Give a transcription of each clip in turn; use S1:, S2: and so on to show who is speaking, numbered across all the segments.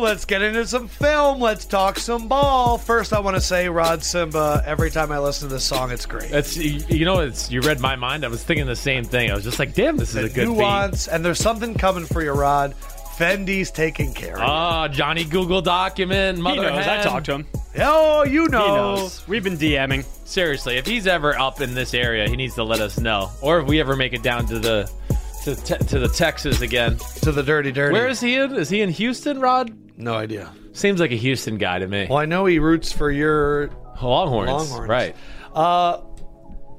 S1: Let's get into some film. Let's talk some ball. First, I want to say, Rod Simba, every time I listen to this song, it's great.
S2: That's you you know it's you read my mind. I was thinking the same thing. I was just like, damn, this is
S1: the
S2: a good theme.
S1: nuance, and there's something coming for you, Rod. Fendi's taking care of
S2: Ah, Johnny Google document.
S3: He
S2: Mother
S3: knows. I
S2: hen.
S3: talked to him.
S1: it. Oh, you know.
S3: He knows. We've been DMing.
S2: Seriously, if he's ever up in this area, he needs to let us know. Or if we ever make it down to the to, te- to the Texas again.
S1: To the dirty, dirty.
S2: Where is he in? Is he in Houston, Rod?
S1: No idea.
S2: Seems like a Houston guy to me.
S1: Well, I know he roots for your
S2: Longhorns.
S1: Longhorns.
S2: Right.
S1: Uh,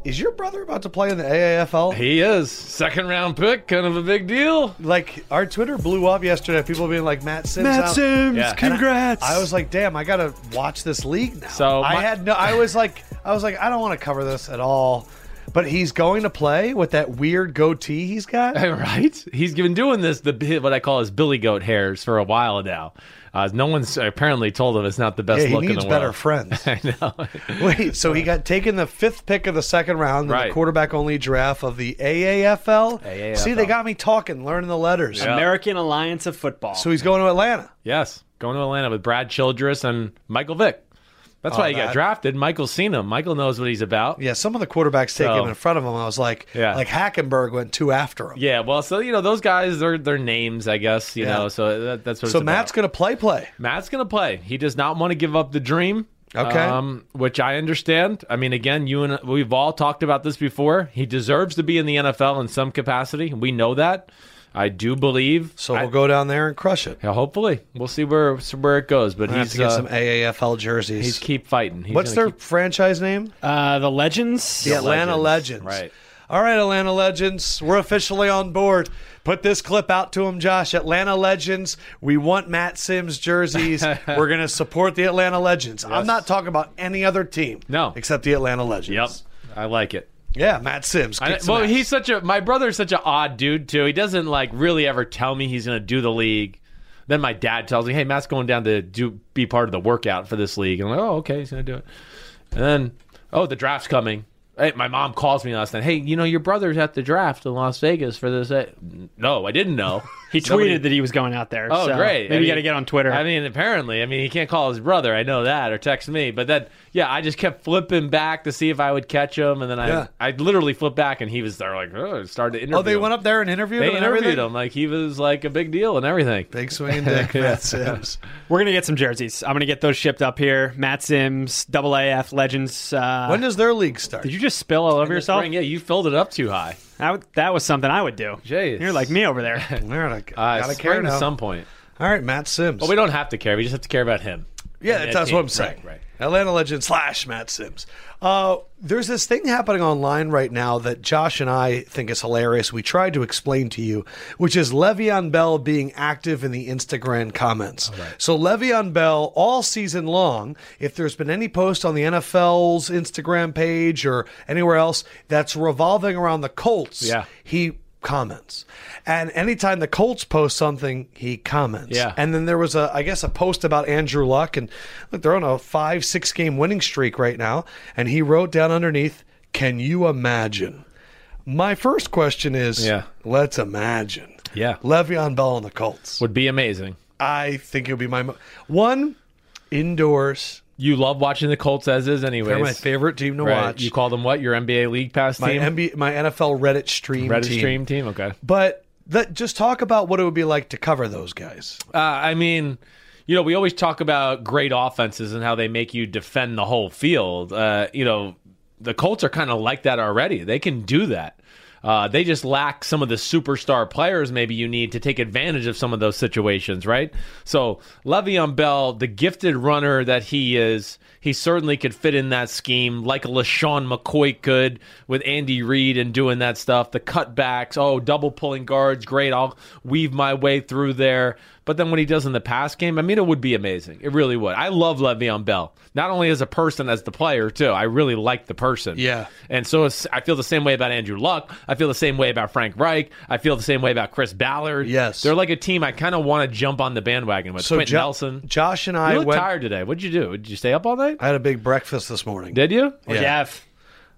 S1: is your brother about to play in the AAFL?
S2: He is. Second round pick, kind of a big deal.
S1: like our Twitter blew up yesterday. People being like, "Matt Sims." out.
S3: Sims,
S2: Yeah.
S3: congrats.
S1: I was like, "Damn, I gotta watch this league now."
S2: So
S1: I
S2: my-
S1: had no. I was like, I was like, I don't want to cover this at all. But he's going to play with that weird goatee he's got.
S2: Right? He's been doing this, the what I call his billy goat hairs, for a while now. Uh, no one's apparently told him it's not the best
S1: Yeah, he
S2: look in
S1: needs
S2: the world.
S1: better friends.
S2: I know.
S1: Wait, so he got taken the fifth pick of the second round in
S2: Right.
S1: the quarterback only draft of the AAFL.
S2: AAFL.
S1: See, they got me talking, learning the letters.
S3: American Alliance of Football.
S1: So he's going to Atlanta.
S2: yes, going to Atlanta with Brad Childress and Michael Vick. That's why he
S1: Oh, that-
S2: got drafted. Michael's seen him. Michael knows what he's about.
S1: Yeah, some of the quarterbacks take
S2: So-
S1: him in front of him. I was like,
S2: Yeah.
S1: like Hackenberg went two after him.
S2: Yeah, well, so you know those guys, they're their names, I guess. You
S1: Yeah.
S2: know, so that, that's what.
S1: so
S2: it's
S1: Matt's
S2: about.
S1: gonna play play.
S2: Matt's gonna play. He does not want to give up the dream. um,
S1: Okay.
S2: which I understand. I mean, again, you and we've all talked about this before. He deserves to be in the NFL in some capacity. We know that. I do believe.
S1: So
S2: I-
S1: we'll go down there and crush it.
S2: yeah, hopefully, we'll see where where it goes. But
S1: I have
S2: he's
S1: to get
S2: uh,
S1: some AAFL jerseys.
S2: he's keep fighting. He's
S1: What's
S2: gonna
S1: their franchise name?
S3: uh, the Legends.
S1: the Atlanta Legends.
S2: Legends. Right.
S1: All right, Atlanta Legends, we're officially on board. Put this clip out to him, Josh. Atlanta Legends, we want Matt Sims jerseys. we're going to support the Atlanta Legends. I'm not talking about any other team.
S2: No.
S1: Except the Atlanta
S2: Yep,
S1: Legends.
S2: I like it.
S1: Yeah, Matt Sims.
S2: I,
S1: kick some
S2: well,
S1: ass.
S2: he's such a my brother's such an odd dude too. He doesn't like really ever tell me he's going to do the league. Then my dad tells me, "Hey, Matt's going down to do be part of the workout for this league." And I'm like, "Oh, okay, he's going to do it." And then, oh, the draft's coming. Hey, my mom calls me last night. Hey, you know your brother's at the draft in Las Vegas for this. eh?" No, I didn't know.
S3: He tweeted
S2: Somebody-
S3: that he was going out there.
S2: Oh,
S3: so
S2: great!
S3: Maybe
S2: I mean-
S3: you got to get on Twitter.
S2: I mean, apparently, I mean, he can't call his brother. I know that, or text me. But then, yeah, I just kept flipping back to see if I would catch him, and then I,
S1: Yeah.
S2: I literally flipped back, and he was there, like, oh, started to interview.
S1: Oh, they
S2: him.
S1: went up there and interviewed
S2: They
S1: him. and
S2: interviewed
S1: everything?
S2: him like he was like a big deal and everything.
S1: Big swinging dick, Matt Sims.
S3: We're going to get some jerseys. I'm going to get those shipped up here. Matt Sims, Double AF Legends. Uh,
S1: When does their league start?
S3: did you just spill all over
S2: In the
S3: yourself?
S2: spring, yeah, you filled it up too high.
S3: I would- that was something I would do.
S2: Jeez.
S3: You're like me over there.
S1: All right, I g-
S2: Uh,
S1: gotta
S2: spring
S1: care now.
S2: at some Oh, point.
S1: All right, Matt Sims.
S2: But we don't have to care. We just have to care about him.
S1: yeah,
S2: and
S1: that's,
S2: that
S1: what I'm
S2: team.
S1: saying.
S2: Right, right.
S1: Atlanta legend slash Matt Sims. Uh, there's this thing happening online right now that Josh and I think is hilarious. We tried to explain to you, which is Le'Veon Bell being active in the Instagram comments. So Le'Veon Bell all season long, if there's been any post on the NFL's Instagram page or anywhere else that's revolving around the Colts,
S2: Yeah.
S1: he comments. And anytime the Colts post something, he comments.
S2: Yeah.
S1: And then there was a, I guess, a post about Andrew Luck, and look, they're on a five, six game winning streak right now. And he wrote down underneath, "Can you imagine?" My first question is,
S2: Yeah.
S1: let's imagine,
S2: Yeah.
S1: Le'Veon Bell and the Colts.
S2: Would be amazing.
S1: I think it would be my mo- one indoors.
S2: You love watching the Colts as is, anyways.
S1: They're my favorite team to
S2: Right.
S1: watch.
S2: You call them what? Your NBA League Pass
S1: my
S2: team?
S1: NBA, my NFL Reddit stream,
S2: Reddit
S1: team.
S2: stream team? Okay.
S1: But that, just talk about what it would be like to cover those guys.
S2: Uh, I mean, you know, we always talk about great offenses and how they make you defend the whole field. Uh, you know, the Colts are kind of like that already. They can do that. Uh, they just lack some of the superstar players maybe you need to take advantage of some of those situations, right? So Le'Veon Bell, the gifted runner that he is, he certainly could fit in that scheme like a LaShawn McCoy could with Andy Reid and doing that stuff. The cutbacks, oh, double pulling guards, great. I'll weave my way through there. But then when he does in the pass game, I mean, it would be amazing. It really would. I love Le'Veon Bell, not only as a person, as the player too. I really like the person.
S1: Yeah.
S2: And so it's, I feel the same way about Andrew Luck. I feel the same way about Frank Reich. I feel the same way about Chris Ballard.
S1: Yes.
S2: They're like a team I kind of want to jump on the bandwagon with.
S1: So
S2: Quentin
S1: Jo-
S2: Nelson.
S1: Josh and I
S2: you look
S1: went.
S2: tired today. What'd you do? Did you stay up all night?
S1: I had a big breakfast this morning.
S2: Did you?
S3: Or
S1: Yeah.
S3: Jeff.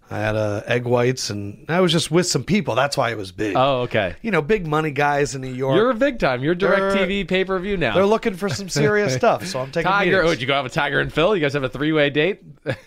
S1: I had uh, egg whites, and I was just with some people. That's why it was big.
S2: Oh, okay.
S1: you know, big money guys in New York.
S2: You're a big time. You're direct
S1: They're-
S2: TV pay per view now.
S1: They're looking for some serious stuff, so I'm taking
S2: Tiger. Oh,
S1: meetings.
S2: did you go have a Tiger and Phil? You guys have a three way date?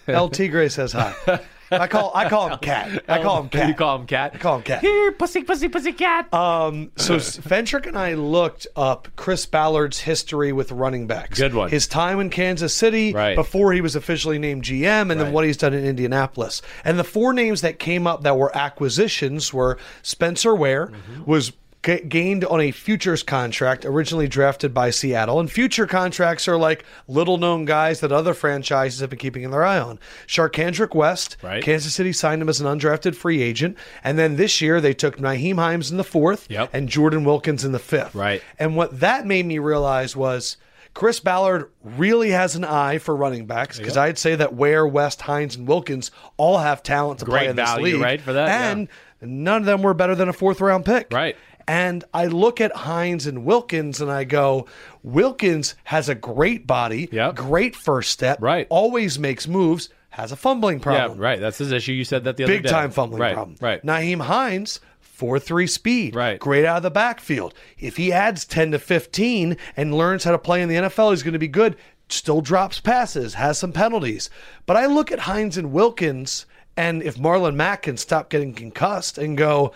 S1: El Tigre says hi. I call I call him Cat. I call him Cat.
S2: Oh, You call him Cat?
S1: I call him Cat.
S2: Here, pussy, pussy, pussy cat.
S1: Um, so S- Fentrick and I looked up Chris Ballard's history with running backs.
S2: Good one.
S1: His time in Kansas City
S2: Right.
S1: before he was officially named GM, and then
S2: Right.
S1: what he's done in Indianapolis. And the four names that came up that were acquisitions were Spencer Ware
S2: Mm-hmm.
S1: was. G- gained on a futures contract originally drafted by Seattle, and future contracts are like little known guys that other franchises have been keeping their eye on. Sharkandrick West,
S2: Right.
S1: Kansas City signed him as an undrafted free agent, and then this year they took Naheem Himes in the fourth
S2: Yep.
S1: and Jordan Wilkins in the fifth.
S2: Right.
S1: And what that made me realize was Chris Ballard really has an eye for running backs because I'd say that Ware, West, Hines, and Wilkins all have talent to play
S2: Great
S1: in this
S2: value,
S1: league,
S2: right, for that, yeah.
S1: and none of them were better than a fourth round pick,
S2: Right.
S1: and I look at Hines and Wilkins and I go, Wilkins has a great body,
S2: Yep.
S1: great first step,
S2: Right.
S1: always makes moves, has a fumbling
S2: yeah,
S1: problem
S2: right. That's his issue. You said that the other
S1: big
S2: day.
S1: time fumbling
S2: right,
S1: problem.
S2: Right.
S1: Naheem Hines, 4 3 speed.
S2: Right.
S1: Great out of the backfield. If he adds 10 to 15 and learns how to play in the NFL, he's going to be good. Still drops passes, has some penalties. But I look at Hines and Wilkins, and if Marlon Mack can stop getting concussed and go,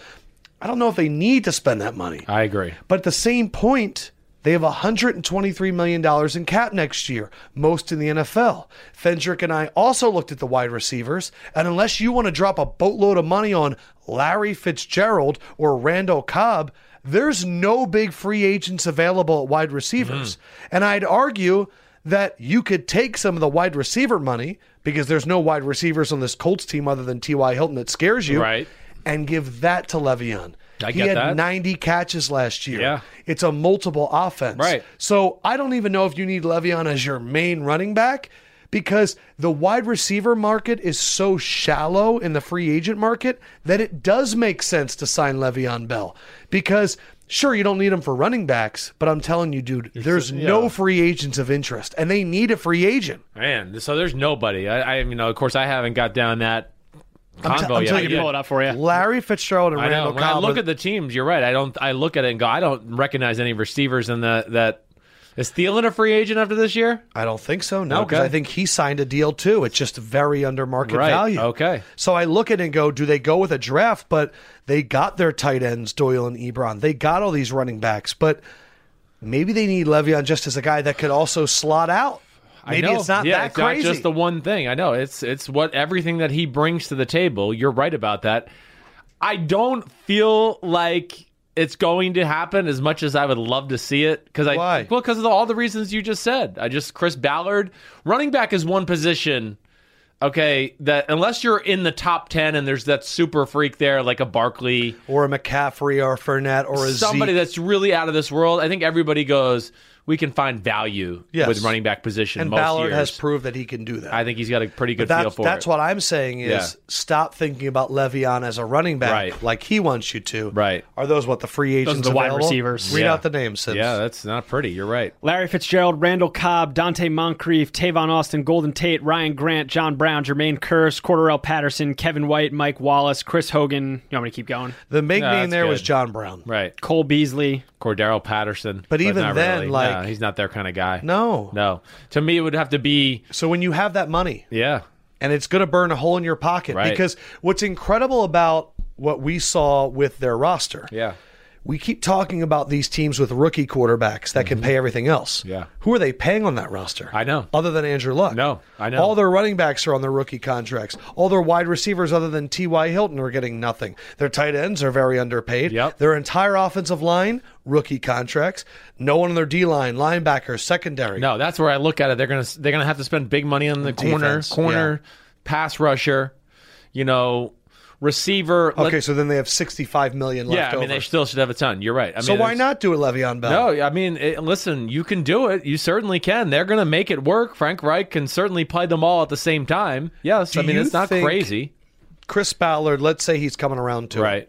S1: I don't know if they need to spend that money.
S2: I agree.
S1: But at the same point, they have $123 million in cap next year, most in the NFL. Fendrick and I also looked at the wide receivers, and unless you want to drop a boatload of money on Larry Fitzgerald or Randall Cobb, there's no big free agents available at wide receivers.
S2: Mm-hmm.
S1: And I'd argue that you could take some of the wide receiver money because there's no wide receivers on this Colts team other than T.Y. Hilton that scares you
S2: Right.
S1: and give that to Le'Veon.
S2: I
S1: he
S2: get
S1: had
S2: that.
S1: 90 catches last year.
S2: Yeah.
S1: It's a multiple offense.
S2: Right.
S1: So I don't even know if you need Le'Veon as your main running back because the wide receiver market is so shallow in the free agent market that it does make sense to sign Le'Veon Bell because. Sure, you don't need him for running backs, but I'm telling you, dude, there's no free agents of interest, and they need a free agent.
S2: Man, so there's nobody. I, I you know, of course, I haven't got down that combo
S1: I'm
S2: yet.
S1: telling
S3: I
S1: you,
S3: can pull it up for you.
S1: Larry Fitzgerald and
S2: I know.
S1: Randall
S2: When I
S1: Cobb.
S2: look
S1: are-
S2: at the teams, you're right. I don't. I look at it and go, I don't recognize any receivers in the that. Is Thielen a free agent after this year?
S1: I don't think so. No, because
S2: Okay.
S1: I think he signed a deal too. It's just very under market
S2: Right.
S1: value.
S2: Okay.
S1: So I look at it and go, do they go with a draft? But they got their tight ends, Doyle and Ebron. They got all these running backs, but maybe they need Le'Veon just as a guy that could also slot out. Maybe
S2: I know.
S1: it's not
S2: yeah,
S1: that
S2: it's
S1: crazy.
S2: Not just the one thing. I know it's it's what everything that he brings to the table. You're right about that. I don't feel like it's going to happen as much as I would love to see it because I
S1: Why?
S2: well because of the- all the reasons you just said. I just Chris Ballard running back is one position. Okay, that unless you're in the top ten and there's that super freak there like a Barkley
S1: or a McCaffrey or a Fournette or a
S2: somebody
S1: Zeke.
S2: that's really out of this world. I think everybody goes. We can find value
S1: Yes.
S2: with running back position.
S1: and
S2: most
S1: Ballard
S2: years.
S1: has proved that he can do that.
S2: I think he's got a pretty good feel
S1: that's,
S2: for
S1: that's
S2: it.
S1: what I'm saying is
S2: Yeah.
S1: stop thinking about Le'Veon as a running back
S2: Right.
S1: like he wants you to.
S2: Right.
S1: Are those what the free agents
S3: the wide
S1: available?
S3: receivers.
S1: Read
S2: Yeah.
S1: out the names. Sims.
S2: yeah, that's not pretty. You're right.
S3: Larry Fitzgerald, Randall Cobb, Dante Moncrief, Tavon Austin, Golden Tate, Ryan Grant, John Brown, Jermaine Curse, Corderell Patterson, Kevin White, Mike Wallace, Chris Hogan. You want me to keep going?
S1: The big
S2: No,
S1: name
S2: that's
S1: there was
S2: good.
S1: John Brown.
S2: Right.
S3: Cole Beasley.
S2: Cordero Patterson.
S1: But even
S2: not
S1: then,
S2: really.
S1: like-
S2: No, he's not their kind of guy.
S1: No.
S2: No. To me, it would have to be,
S1: So when you have that money,
S2: yeah.
S1: and it's going to burn a hole in your pocket
S2: Right.
S1: because what's incredible about what we saw with their roster
S2: Yeah.
S1: we keep talking about these teams with rookie quarterbacks that can pay everything else.
S2: Mm-hmm. Yeah.
S1: Who are they paying on that roster?
S2: I know.
S1: Other than Andrew Luck.
S2: No, I know.
S1: All their running backs are on their rookie contracts. All their wide receivers other than T.Y. Hilton are getting nothing. Their tight ends are very underpaid.
S2: Yep.
S1: Their entire offensive line, rookie contracts. No one on their D line, linebackers, secondary.
S2: No, that's where I look at it. They're gonna they're gonna have to spend big money on the
S1: Defense,
S2: corner, corner, pass rusher, you know, receiver. Let-
S1: Okay, so then they have sixty-five million left
S2: yeah, I mean
S1: over.
S2: they still should have a ton. You're right. I mean,
S1: so why
S2: it's-
S1: not do a Le'Veon Bell?
S2: No, I mean, it, listen, you can do it. You certainly can. They're gonna make it work. Frank Reich can certainly play them all at the same time. Yes,
S1: Do
S2: I mean
S1: you
S2: it's not
S1: think-
S2: crazy,
S1: Chris Ballard. Let's say he's coming around to it.
S2: right?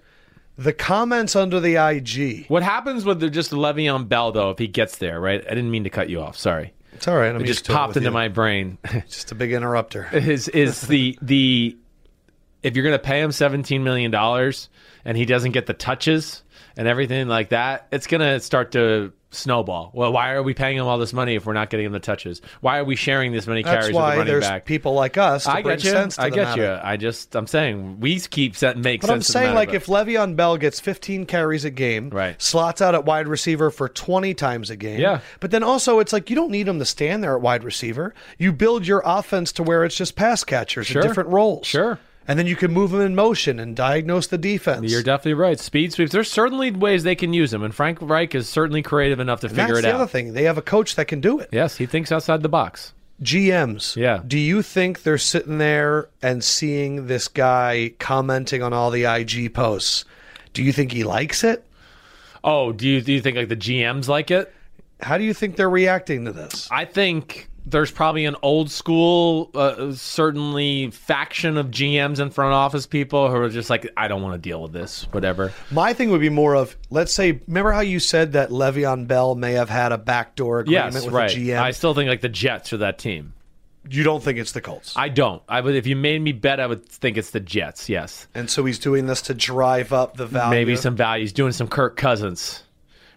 S1: The comments under the IG.
S2: What happens with the, just Le'Veon Bell though if he gets there? Right? I didn't mean to cut you off. Sorry.
S1: It's all right. I'm
S2: It
S1: used
S2: just
S1: to it
S2: popped
S1: with
S2: into
S1: you.
S2: my brain.
S1: Just a big interrupter.
S2: is is the the if you're going to pay him 17 million dollars and he doesn't get the touches and everything like that, it's going to start to snowball. Well, why are we paying him all this money if we're not getting him the touches? Why are we sharing this many
S1: That's
S2: carries
S1: why
S2: with the running
S1: there's
S2: back?
S1: people like us. To
S2: I
S1: bring
S2: get you.
S1: Sense to
S2: I
S1: the
S2: get you.
S1: matter.
S2: I just I'm saying we keep set make
S1: But I'm
S2: sense. of the
S1: saying,
S2: matter,
S1: like,
S2: but-
S1: if Le'Veon Bell gets 15 carries a game,
S2: Right.
S1: slots out at wide receiver for 20 times a game,
S2: Yeah.
S1: But then also, it's like you don't need him to stand there at wide receiver. You build your offense to where it's just pass catchers in
S2: Sure.
S1: different roles,
S2: Sure.
S1: And then you can move him in motion and diagnose the defense.
S2: you're definitely right. Speed sweeps. There's certainly ways they can use him, and Frank Reich is certainly creative enough to
S1: That's
S2: figure it
S1: the
S2: out.
S1: other thing. They have a coach that can do it.
S2: Yes, he thinks outside the box.
S1: GMs.
S2: Yeah.
S1: Do you think they're sitting there and seeing this guy commenting on all the IG posts? Do you think he likes it?
S2: Oh, do you do you think like the GMs like it?
S1: How do you think they're reacting to this?
S2: I think there's probably an old school, uh, certainly faction of GMs and front office people who are just like, I don't want to deal with this, whatever.
S1: My thing would be more of let's say, remember how you said that Le'Veon Bell may have had a backdoor agreement
S2: Yes,
S1: with
S2: right.
S1: the GM?
S2: I still think like the Jets are that team.
S1: you don't think it's the Colts.
S2: I don't. I would if you made me bet, I would think it's the Jets. Yes,
S1: and so he's doing this to drive up the value.
S2: maybe some values, doing some Kirk Cousins.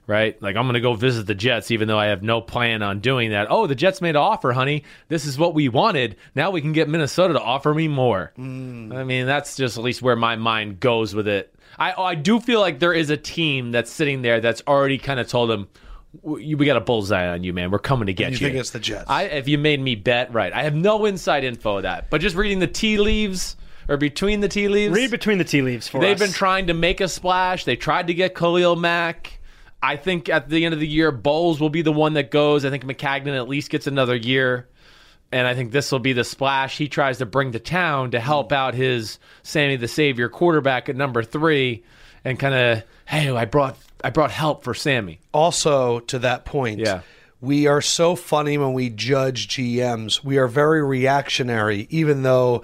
S2: Right, like I'm going to go visit the Jets, even though I have no plan on doing that. Oh, the Jets made an offer, honey. This is what we wanted. Now we can get Minnesota to offer me more.
S1: Mm.
S2: I mean, that's just at least where my mind goes with it. I I do feel like there is a team that's sitting there that's already kind of told them, we we got a bullseye on you, man. We're coming to get
S1: You
S2: you.
S1: think it's the Jets.
S2: I if you made me bet, right? I have no inside info of that, but just reading the tea leaves or between the tea leaves,
S3: Read between the tea leaves for
S2: They've
S3: us.
S2: been trying to make a splash. They tried to get Khalil Mack. I think at the end of the year, Bowles will be the one that goes. I think McCagnon at least gets another year. And I think this will be the splash he tries to bring to town to help out his Sammy the Savior quarterback at number three and kind of, hey, I brought I brought help for Sammy.
S1: also to that point
S2: Yeah.
S1: we are so funny when we judge gms we are very reactionary even though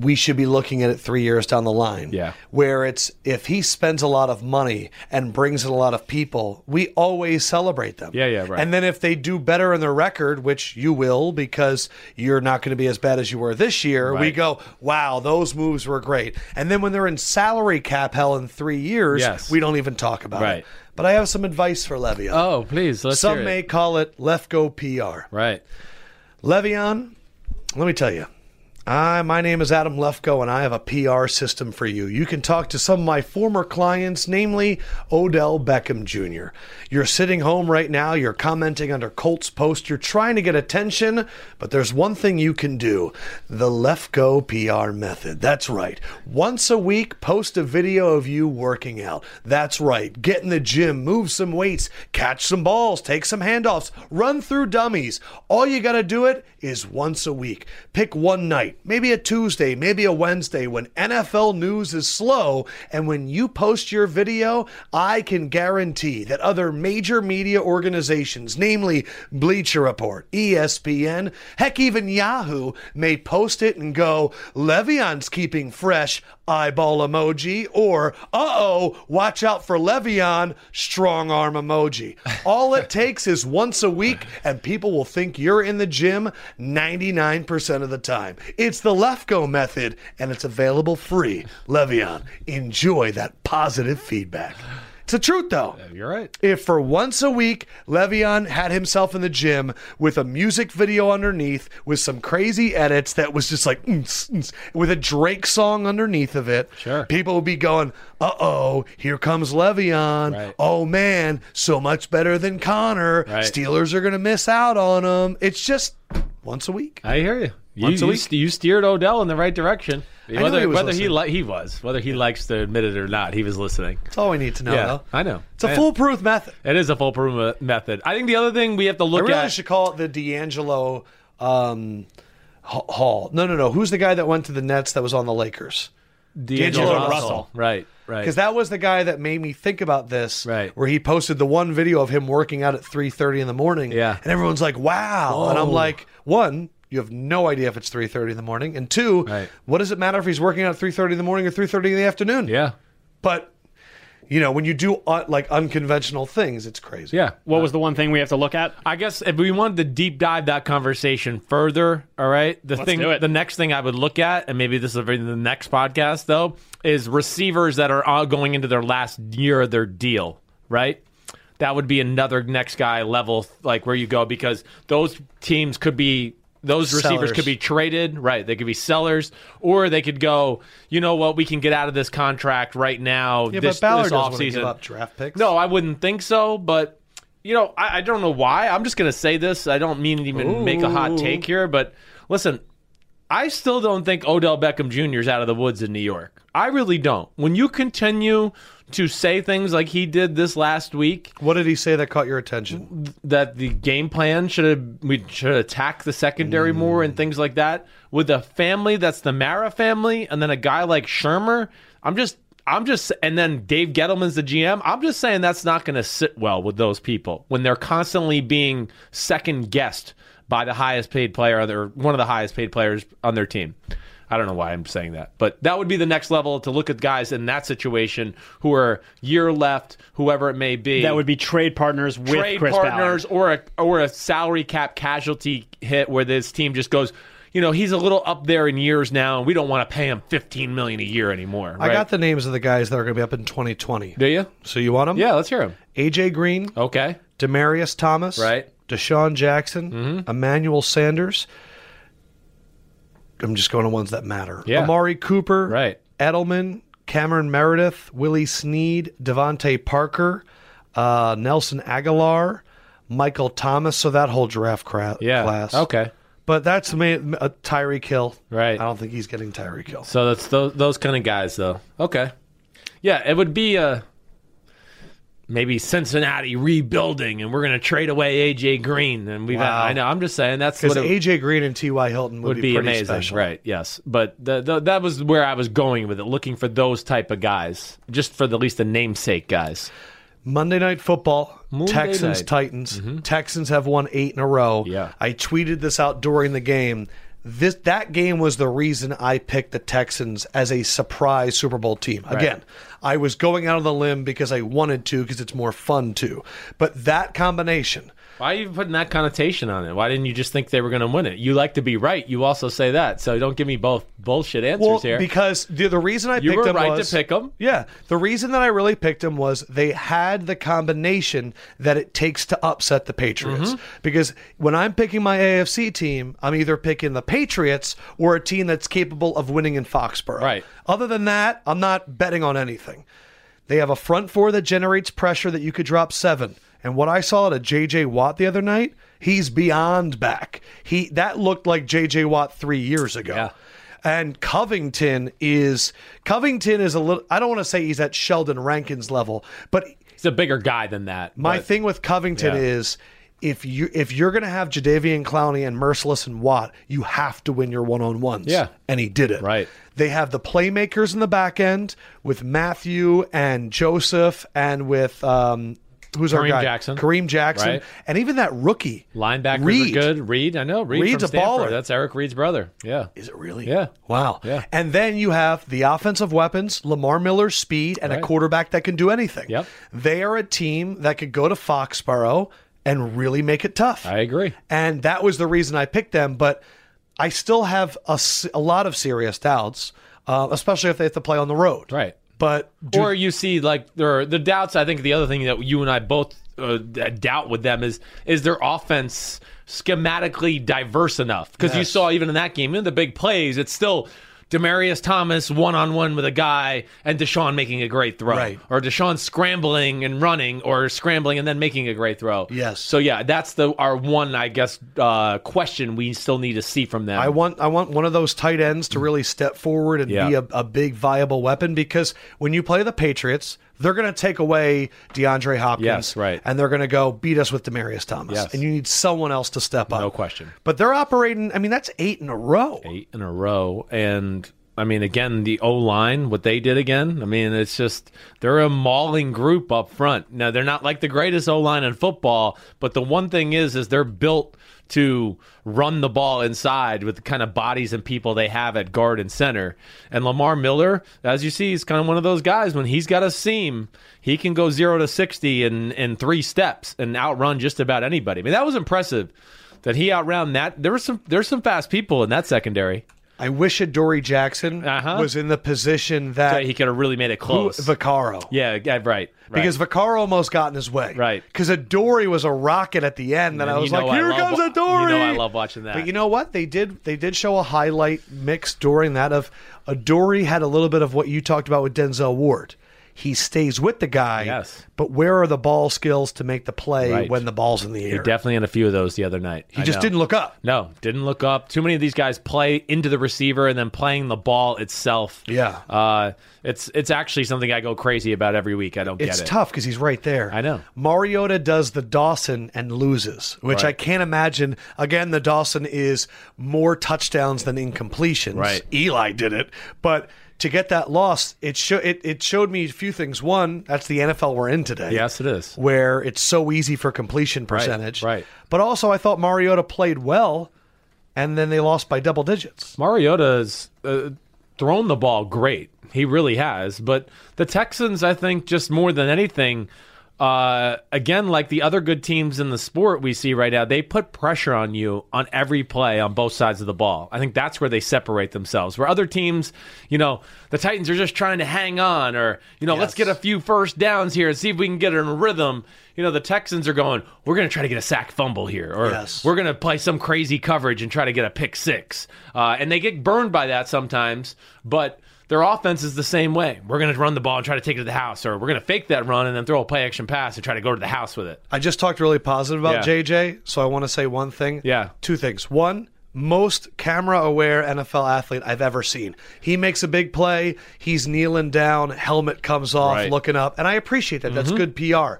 S1: we should be looking at it three years down the line
S2: Yeah.
S1: where it's if he spends a lot of money and brings in a lot of people we always celebrate them
S2: Yeah, yeah, right.
S1: and then if they do better in their record which you will because you're not going to be as bad as you were this year we
S2: Right.
S1: go wow those moves were great and then when they're in salary cap hell in three years
S2: Yes.
S1: we don't even talk about it
S2: Right.
S1: but I have some advice for Le'Veon.
S2: Oh, please, let's
S1: some may call it left go PR.
S2: Right.
S1: Le'Veon, let me tell you. I, my name is Adam Lefko, and I have a PR system for you. You can talk to some of my former clients, namely Odell Beckham Jr. You're sitting home right now, you're commenting under Colts post, you're trying to get attention, but there's one thing you can do the Lefko PR method. That's right. Once a week, post a video of you working out. That's right. Get in the gym, move some weights, catch some balls, take some handoffs, run through dummies. All you got to do it is once a week. Pick one night, maybe a Tuesday, maybe a Wednesday when NFL news is slow. And when you post your video, I can guarantee that other major media organizations, namely Bleacher Report, E ESPN, heck, even Yahoo, may post it and go, Le'Veon's keeping fresh, eyeball emoji, or, uh oh, watch out for Le'Veon, strong arm emoji. All it takes is once a week, and people will think you're in the gym 99% of the time. It's the Lefko method, and it's available free. Le'Veon, enjoy that positive feedback. It's the truth, though.
S2: You're right.
S1: If for once a week Le'Veon had himself in the gym with a music video underneath, with some crazy edits that was just like mm, mm, mm, with a Drake song underneath of it,
S2: Sure.
S1: people would be going, "Uh oh, here comes Le'Veon!
S2: Right.
S1: Oh man, so much better than Connor.
S2: Right.
S1: Steelers are gonna miss out on him." It's just once a week.
S2: I hear you. You,
S1: Once a
S2: you,
S1: week.
S2: st- you steered Odell in the right direction.
S1: know
S2: Whether
S1: he was
S2: whether he
S1: listening.
S2: li- he was whether he likes to admit it or not, he was listening.
S1: That's all we need to know. though.
S2: I know.
S1: It's a
S2: I-
S1: foolproof method.
S2: It is a foolproof me- method. I think the other thing we have to
S1: I
S2: look
S1: really
S2: at.
S1: should call it the D'Angelo um, H- Hall. No, no, no. Who's the guy that went to the Nets that was on the Lakers? D'Angelo Russell.
S2: Right. Right.
S1: Because that was the guy that made me think about this.
S2: Right.
S1: Where he posted the one video of him working out at three thirty in the morning.
S2: Yeah.
S1: And everyone's like, "Wow!" And I'm
S2: Whoa.
S1: like, one. You have no idea if it's three thirty in the morning, and two,
S2: Right.
S1: what does it matter if he's working out at three thirty in the morning or three thirty in the afternoon?
S2: yeah.
S1: But you know, when you do uh, like unconventional things, it's crazy.
S2: Yeah.
S3: What was the one thing we have to look at?
S2: I guess if we wanted to deep dive that conversation further, all right, the thing,
S3: do it.
S2: the next thing I would look at, and maybe this is for the next podcast though, is receivers that are all going into their last year of their deal, right? That would be another next guy level, like where you go because those teams could be those receivers
S1: Sellers.
S2: could be traded, right? They could be sellers, or they could go. You know what? We can get out of this contract right now.
S1: Yeah,
S2: this,
S1: but Ballard
S2: this
S1: doesn't want to
S2: offseason.
S1: give up draft picks.
S2: No, I wouldn't think so, but you know, I, I don't know why. I'm just gonna say this. I don't mean to even make a hot take here, but listen, I still don't think Odell Beckham Jr. is out of the woods in New York. I really don't. When you continue to say things like he did this last week,
S1: What did he say that caught your attention?
S2: that the game plan should have we should attack the
S3: Mm.
S2: secondary more and things like that with a family that's the Mara family and then a guy like Shermer. I'm just I'm just and then Dave Gettleman's the GM. I'm just saying that's not going to sit well with those people when they're constantly being second guessed by the highest paid player or one of the highest paid players on their team. I don't know why I'm saying that, but that would be the next level to look at guys in that situation who are year left, whoever it may be
S3: That would be trade partners with
S2: trade
S3: Chris
S2: partners or a or a salary cap casualty hit where this team just goes, you know, he's a little up there in years now, and we don't want to pay him fifteen million a year anymore.
S1: I
S2: right?
S1: got the names of the guys that are going to be up in 2020.
S2: Do you?
S1: So you want them?
S2: Yeah, let's hear him.
S1: AJ Green,
S2: Okay.
S1: Demarius Thomas,
S2: Right. Mm-hmm.
S1: Deshaun Jackson, Emmanuel Sanders. I'm just going to ones that matter.
S2: Yeah.
S1: Amari Cooper,
S2: Right.
S1: Edelman, Cameron Meredith, Willie Sneed, Devontae Parker, uh, Nelson Aguilar, Michael Thomas. So that whole draft cra-
S2: Yeah.
S1: class.
S2: Okay.
S1: But that's ma- uh, Tyree Kill.
S2: Right.
S1: I don't think he's getting Tyree Kill.
S2: So that's those those kind of guys, though. Okay. Yeah, it would be uh maybe Cincinnati rebuilding, and we're gonna trade away AJ Green, and we've.
S1: Wow.
S2: I know. I'm just saying that's
S1: Because
S2: what it,
S1: AJ Green and T.Y. Hilton would,
S2: would be,
S1: pretty
S2: amazing,
S1: special.
S2: right? Yes, but the, the, that was where I was going with it, looking for those type of guys, just for the, at least the namesake guys.
S1: Monday Night Football,
S2: Monday
S1: Texans,
S2: night. Mm-hmm.
S1: Titans. Texans have won eight in a row.
S2: Yeah.
S1: I tweeted this out during the game. This that game was the reason I picked the Texans as a surprise Super Bowl team. Again, I was going out on the limb because I wanted to because it's more fun to. But that combination,
S2: Why are you putting that connotation on it? Why didn't you just think they were going to win it? You like to be right. You also say that, so don't give me both bullshit answers
S1: well,
S2: here.
S1: because the, the reason I
S2: you
S1: picked
S2: were
S1: them
S2: right
S1: was
S2: to pick them.
S1: Yeah. The reason that I really picked him was they had the combination that it takes to upset the Patriots.
S2: Mm-hmm.
S1: Because when I'm picking my AFC team, I'm either picking the Patriots or a team that's capable of winning in Foxborough.
S2: Right.
S1: Other than that, I'm not betting on anything. They have a front four that generates pressure that you could drop seven. And what I saw at a JJ Watt the other night, he's beyond back. He that looked like JJ Watt three years ago
S2: Yeah.
S1: and Covington is Covington is a little. I don't want to say he's at Sheldon Rankins level, but
S2: He's a bigger guy than that.
S1: my
S2: but-
S1: thing with Covington
S2: yeah.
S1: is if you if you're going to have Jadavian Clowney and Merciless and Watt, you have to win your one on ones.
S2: Yeah.
S1: and he did it.
S2: Right.
S1: They have the playmakers in the back end with Matthew and Joseph and with um, who's our
S2: Kareem
S1: guy
S2: Jackson.
S1: Kareem Jackson,
S2: Right.
S1: and even that rookie
S2: linebackers
S1: Reed.
S2: are good. Reed, I know. Reed
S1: Reed's
S2: from
S1: a
S2: Stanford.
S1: baller.
S2: That's Eric Reed's brother. Yeah.
S1: Is it really?
S2: Yeah.
S1: Wow.
S2: Yeah.
S1: And then you have the offensive weapons, Lamar Miller's speed, and a
S2: Right.
S1: quarterback that can do anything.
S2: Yep.
S1: They are a team that could go to Foxborough and really make it tough.
S2: I agree.
S1: And that was the reason I picked them, but I still have a, s- a lot of serious doubts, uh, especially if they have to play on the road.
S2: Right.
S1: But do-
S2: or you see like there are the doubts. I think the other thing that you and I both uh, doubt with them is is their offense schematically diverse enough? Because you
S1: Yes.
S2: saw even in that game, in the big plays, it's still. Demarius Thomas one on one with a guy, and Deshaun making a great throw,
S1: Right.
S2: or Deshaun scrambling and running, or scrambling and then making a great throw.
S1: Yes.
S2: So yeah, that's the our one, I guess, uh, question we still need to see from them.
S1: I want I want one of those tight ends to really step forward and
S2: Yeah.
S1: be a, a big viable weapon because when you play the Patriots, they're going to take away DeAndre Hopkins,
S2: Yes, right.
S1: and they're going to go beat us with Demarius Thomas,
S2: Yes.
S1: and you need someone else to step up,
S2: No question.
S1: But they're operating. I mean, that's eight in a row.
S2: eight in a row. And I mean, again, the O line, what they did again. I mean, it's just they're a mauling group up front. Now they're not like the greatest O line in football, but the one thing is, is they're built to run the ball inside with the kind of bodies and people they have at guard and center. And Lamar Miller, as you see, is kind of one of those guys when he's got a seam, he can go 0 to 60 in in 3 steps and outrun just about anybody. I mean, that was impressive that he outran that. There was some. There's some fast people in that secondary.
S1: I wish Adoree Jackson
S2: Uh-huh.
S1: was in the position
S2: So
S1: that
S2: he could have really made it
S1: who-
S2: close.
S1: Vaccaro.
S2: yeah, yeah, right, right.
S1: Because Vaccaro almost got in his way.
S2: Right.
S1: Because Adoree was a rocket at the end, and, I
S2: you
S1: was
S2: know
S1: like,
S2: I
S1: here
S2: love-
S1: comes
S2: you know
S1: Adoree.
S2: I love watching that.
S1: But you know what? They did they did show a highlight mix during that of Adoree had a little bit of what you talked about with Denzel Ward. He stays with the guy,
S2: Yes.
S1: but where are the ball skills to make the play
S2: Right.
S1: when the ball's in the air?
S2: You're definitely in a few of those the other night.
S1: he just didn't look up.
S2: No, didn't look up. Too many of these guys play into the receiver and then playing the ball itself.
S1: Yeah.
S2: Uh, it's it's actually something I go crazy about every week. I don't
S1: It's
S2: get it.
S1: tough because he's right there.
S2: I know.
S1: Mariota does the Dawson and loses, which I
S2: Right.
S1: can't imagine. Again, the Dawson is more touchdowns than incompletions.
S2: Right.
S1: Eli did it, but to get that loss, it sho- it, it showed me a few things. One, that's the NFL we're in today.
S2: Yes, it is.
S1: Where it's so easy for completion percentage.
S2: right.
S1: But also, I thought Mariota played well, and then they lost by double digits.
S2: Mariota's uh, thrown the ball great. He really has. But the Texans, I think, just more than anything, uh, again, like the other good teams in the sport we see right now, they put pressure on you on every play on both sides of the ball. I think that's where they separate themselves. Where other teams, you know, the Titans are just trying to hang on or, you know, let's
S1: Yes.
S2: get a few first downs here and see if we can get in a rhythm. You know, the Texans are going, we're going to try to get a sack fumble here or
S1: Yes.
S2: we're going to play some crazy coverage and try to get a pick six. Uh, and they get burned by that sometimes, but their offense is the same way. We're going to run the ball and try to take it to the house, or we're going to fake that run and then throw a play action pass and try to go to the house with it.
S1: I just talked really positive about
S2: Yeah.
S1: JJ, so I want to say one thing.
S2: Yeah.
S1: Two things. One, most camera aware NFL athlete I've ever seen. He makes a big play, he's kneeling down, helmet comes off,
S2: Right. Mm-hmm.
S1: looking up, and I appreciate that. That's good PR.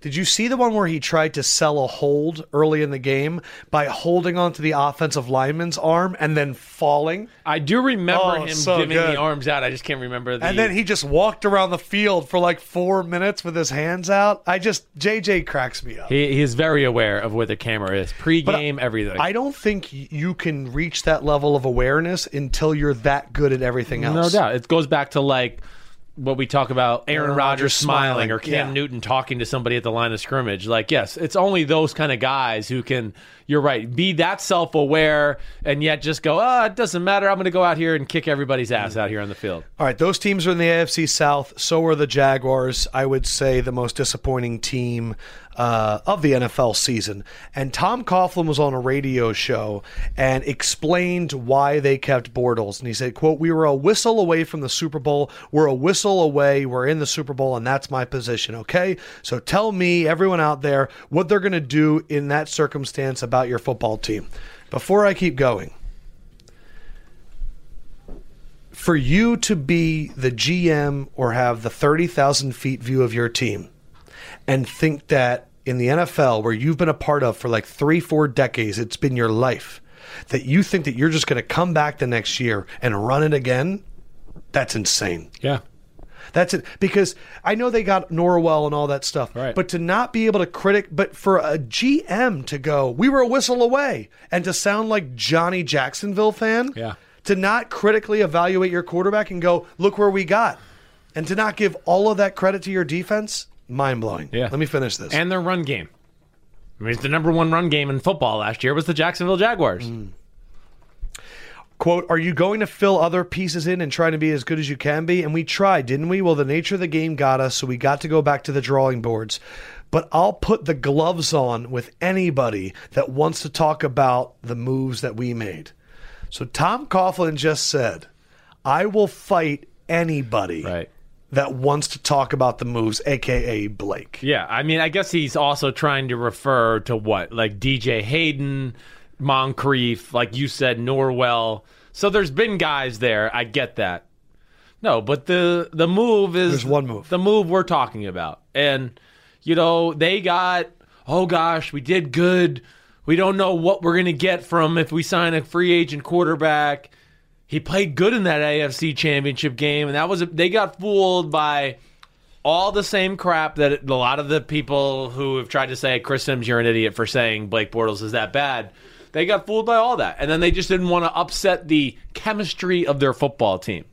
S1: Did you see the one where he tried to sell a hold early in the game by holding onto the offensive lineman's arm and then falling?
S2: I do remember
S1: Oh,
S2: him
S1: so
S2: giving
S1: good.
S2: the arms out. I just can't remember the.
S1: And then he just walked around the field for like four minutes with his hands out. I just, JJ cracks me up.
S2: he, he is very aware of where the camera is, pregame, everything.
S1: I don't think y- you can reach that level of awareness until you're that good at everything
S2: No
S1: else.
S2: doubt. It goes back to like what we talk about Aaron
S1: Aaron Rodgers
S2: Rodgers smiling
S1: smiling,
S2: or Cam
S1: yeah.
S2: Newton talking to somebody at the line of scrimmage. Like, yes, it's only those kind of guys who can, you're right, be that self aware and yet just go, oh, it doesn't matter. I'm going to go out here and kick everybody's ass out here on the field.
S1: All right, those teams are in the AFC South. So are the Jaguars. I would say the most disappointing team uh, of the NFL season. And Tom Coughlin was on a radio show and explained why they kept Bortles. And he said, "quote We were a whistle away from the Super Bowl. We're a whistle away. We're in the Super Bowl, and that's my position. Okay, so tell me, everyone out there, what they're going to do in that circumstance about your football team." Before I keep going for you to be the GM or have the 30,000 feet view of your team and think that in the NFL, where you've been a part of for like three, four decades, it's been your life, that you think that you're just going to come back the next year and run it again, that's insane.
S2: Yeah.
S1: That's it. Because I know they got Norwell and all that stuff,
S2: Right.
S1: but to not be able to critic, but for a GM to go, we were a whistle away, and to sound like Johnny Jacksonville fan,
S2: Yeah.
S1: to not critically evaluate your quarterback and go, look where we got, and to not give all of that credit to your defense, mind blowing.
S2: Yeah.
S1: Let me finish this.
S2: And their run game.
S1: Mm.
S2: I mean, it's the number one run game in football last year was the Jacksonville Jaguars.
S1: Quote, are you going to fill other pieces in and try to be as good as you can be? And we tried, didn't we? Well, the nature of the game got us, so we got to go back to the drawing boards. But I'll put the gloves on with anybody that wants to talk about the moves that we made. So Tom Coughlin just said, I will fight anybody
S2: Right.
S1: that wants to talk about the moves, aka Blake.
S2: Yeah, I mean, I guess he's also trying to refer to what, like DJ Hayden, Moncrief, like you said, Norwell. So there's been guys there. I get that. No, but the the move is
S1: There's one move.
S2: The move we're talking about, and you know they got. Oh gosh, we did good. We don't know what we're gonna get from if we sign a free agent quarterback. He played good in that AFC Championship game, and that was a, they got fooled by all the same crap that a lot of the people who have tried to say Chris Sims you're an idiot for saying Blake Bortles is that bad. They got fooled by all that, and then they just didn't want to upset the chemistry of their football team,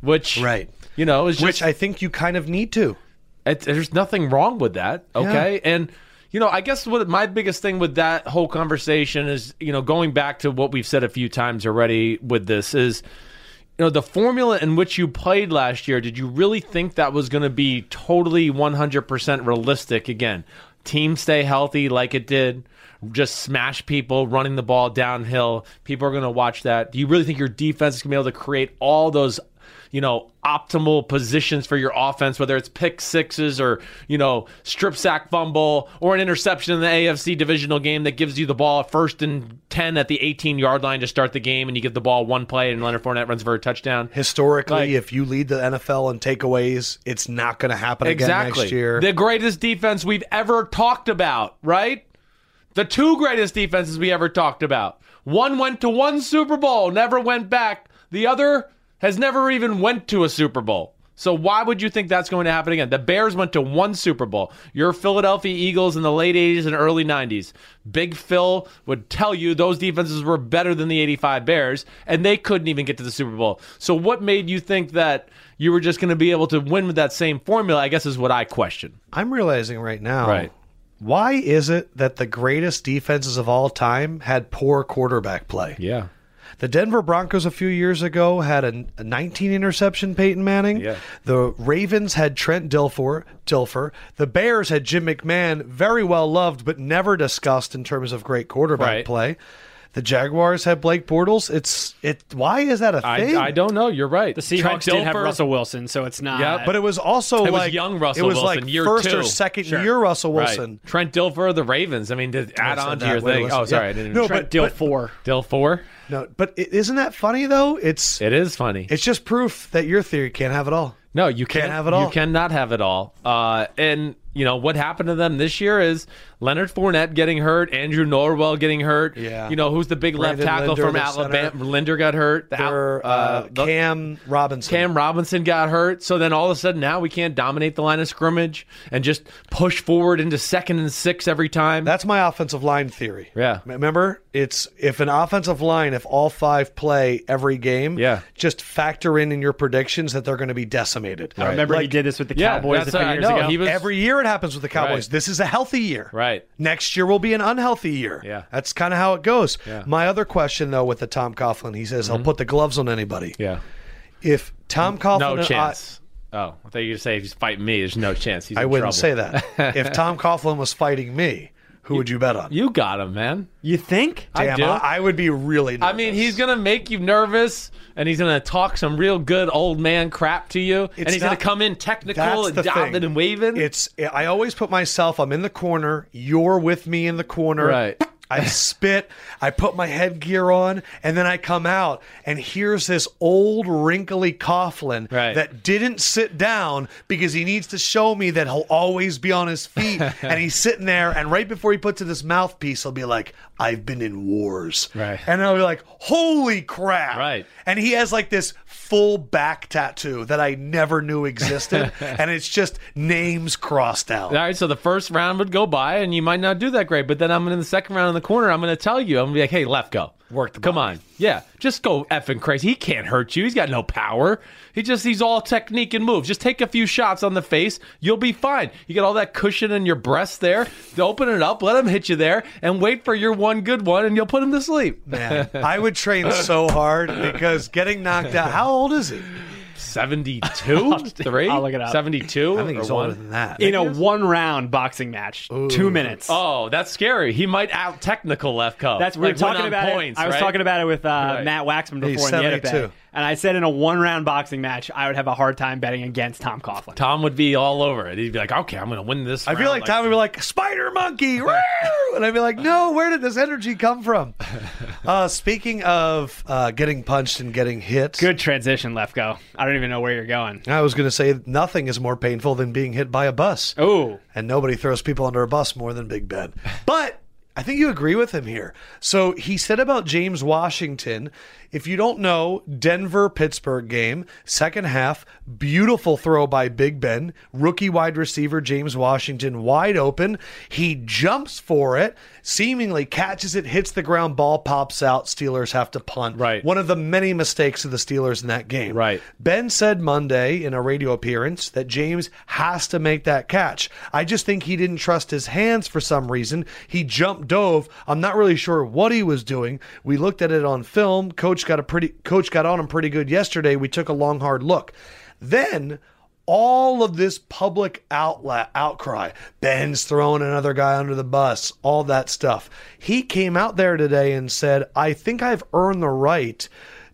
S2: which
S1: Right.
S2: you know is just,
S1: Which I think you kind of need to.
S2: it, there's nothing wrong with that. Okay. And, you know, I guess what my biggest thing with that whole conversation is, you know, going back to what we've said a few times already with this is, you know, the formula in which you played last year, did you really think that was going to be totally 100% realistic again? Teams stay healthy like it did, just smash people, running the ball downhill. People are going to watch that. Do you really think your defense is going to be able to create all those you know, optimal positions for your offense, whether it's pick sixes or, you know, strip sack fumble or an interception in the AFC divisional game that gives you the ball first and 10 at the 18 yard line to start the game and you give the ball one play and Leonard Fournette runs for a touchdown.
S1: Historically,
S2: Like-
S1: if you lead the NFL in takeaways, it's not going to happen again
S2: Exactly.
S1: next year.
S2: The greatest defense we've ever talked about, right? The two greatest defenses we ever talked about. One went to one Super Bowl, never went back. The other has never even went to a Super Bowl. So why would you think that's going to happen again? The Bears went to one Super Bowl. Your Philadelphia Eagles in the late 80s and early 90s. Big Phil would tell you those defenses were better than the 85 Bears and they couldn't even get to the Super Bowl. So what made you think that you were just going to be able to win with that same formula? I guess is what I question.
S1: I'm realizing right now.
S2: Right.
S3: Oh.
S1: Why is it that the greatest defenses of all time had poor quarterback play?
S2: Yeah.
S1: The Denver Broncos a few years ago had a, a 19 interception Peyton Manning.
S2: Yeah.
S1: The Ravens had Trent Dilfer. Dilfer. The Bears had Jim McMahon, very well loved but never discussed in terms of great quarterback
S2: Right.
S1: play. The Jaguars had Blake Bortles. It's it. Why is that a
S2: I,
S1: thing?
S2: I don't know. You're right.
S3: The Seahawks did have Russell Wilson, so it's not.
S2: Yeah,
S1: But it was also
S2: It was
S1: like
S2: young Russell
S1: It was
S2: Wilson,
S1: like
S2: year
S1: first
S2: two.
S1: or second
S2: Sure.
S1: year Russell
S2: Right.
S1: Wilson.
S2: Trent Dilfer, the Ravens. I mean, to
S1: said
S2: add on to
S1: that.
S2: your
S1: Wait,
S2: thing.
S1: listen.
S2: Oh, sorry.
S1: Yeah.
S2: I didn't
S1: No,
S2: Trent
S1: but-
S3: deal
S1: but-
S3: four.
S2: Dilfer.
S1: No, but is isn't that funny though? It's
S2: It is funny.
S1: it's just proof that your theory can't have it all.
S2: No, you
S1: Can't
S2: can't
S1: have it all.
S2: You cannot have it all. Uh, and you know what happened to them this year is Leonard Fournette getting hurt, Andrew Norwell getting hurt.
S1: Yeah.
S2: You know who's the big
S1: Brandon
S2: left tackle
S1: Linder,
S2: from
S1: the
S2: Alabama?
S1: center.
S2: Linder got hurt. The Al-
S1: Or, uh,
S2: the-
S1: Cam Robinson.
S2: Cam Robinson got hurt, so then all of a sudden now we can't dominate the line of scrimmage and just push forward into second and six every time.
S1: That's my offensive line theory.
S2: Yeah.
S1: Remember, it's if an offensive line, if all five play every game,
S2: Yeah.
S1: just factor in in your predictions that they're going to be decimated.
S3: I remember he
S1: Like,
S3: did this with the
S2: yeah,
S3: Cowboys a
S2: that's
S3: few
S2: what I
S3: years
S2: know.
S3: ago.
S2: He was
S1: Every year it happens with the Cowboys.
S2: Right.
S1: This is a healthy year.
S2: right.
S1: Next year will be an unhealthy year.
S2: Yeah.
S1: That's kind of how it goes. My other question, though, with the Tom Coughlin, he says, I'll put the gloves on anybody.
S2: Mm-hmm. Yeah.
S1: If Tom Coughlin. uh,
S2: No
S1: and I-
S2: chance. oh, I thought you were gonna say if he's fighting me, there's no chance. He's
S1: I
S2: in
S1: wouldn't
S2: trouble.
S1: say that. if Tom Coughlin was fighting me, who would you bet on?
S2: You got him, man.
S3: you think?
S1: Damn,
S2: do.
S1: I, I would be really nervous.
S2: I mean, he's gonna make you nervous, and he's gonna talk some real good old man crap to you, and
S1: It's
S2: he's
S1: not-
S2: gonna come in technical
S1: That's
S2: and
S1: the thing.
S2: diving and waving.
S1: It's I always put myself. I'm in the corner. You're with me in the corner.
S2: Right.
S1: I spit. I put my headgear on, and then I come out, and here's this old wrinkly Coughlin
S2: Right.
S1: that didn't sit down because he needs to show me that he'll always be on his feet. and he's sitting there, and right before he puts in his mouthpiece, he'll be like, "I've been in wars,"
S2: Right.
S1: And I'll be like, "Holy crap!"
S2: Right.
S1: And he has like this full back tattoo that I never knew existed. and it's just names crossed out.
S2: All right, so the first round would go by, and you might not do that great. But then I'm in the second round in the corner. I'm going to tell you, I'm going to be like, "Hey, left go,
S3: Work the
S2: Come
S3: body.
S2: on. Yeah. Just go effing crazy. He can't hurt you. He's got no power. He just, he's all technique and move. Just take a few shots on the face. You'll be fine. You got all that cushion in your breast there. Open it up. Let him hit you there and wait for your one good one and you'll put him to sleep.
S1: Man, I would train so hard because getting knocked out. How old is he?
S2: 72? Three?
S3: I'll look it up.
S2: 72?
S1: I think he's
S2: or
S1: older
S2: one?
S1: than that.
S3: In a one round boxing match, two minutes.
S2: Oh, that's scary. He might out technical left cup.
S3: That's we are
S2: Like, win
S3: talking
S2: on
S3: about
S2: points,
S3: it. I was
S2: right?
S3: talking about it with uh, Matt Waxman before
S1: He's
S3: in the edit
S1: 72.
S3: bet, and I said in a one round boxing match, I would have a hard time betting against Tom Coughlin.
S2: Tom would be all over it. He'd be like, okay, I'm going to win this.
S1: I feel like Tom would be like, Spider Monkey! roo!" and I'd be like, no, where did this energy come from? Uh, speaking of uh, getting punched and getting hit,
S3: Good transition, Lefko. I don't even know where you're going.
S1: I was going to say nothing is more painful than being hit by a bus.
S3: Oh,
S1: and nobody throws people under a bus more than Big Ben. But I think you agree with him here. So he said about James Washington, if you don't know, Denver Pittsburgh game, second half, beautiful throw by Big Ben, rookie wide receiver James Washington wide open. He jumps for it, seemingly catches it, hits the ground, ball pops out. Steelers have to punt.
S2: Right.
S1: One of the many mistakes of the Steelers in that game.
S2: Right.
S1: Ben said Monday in a radio appearance that James has to make that catch. I just think he didn't trust his hands for some reason. He jumped dove. I'm not really sure what he was doing. We looked at it on film. Coach got a pretty coach got on him pretty good yesterday. We took a long hard look. Then all of this public outla outcry, Ben's throwing another guy under the bus, all that stuff. He came out there today and said, "I think I've earned the right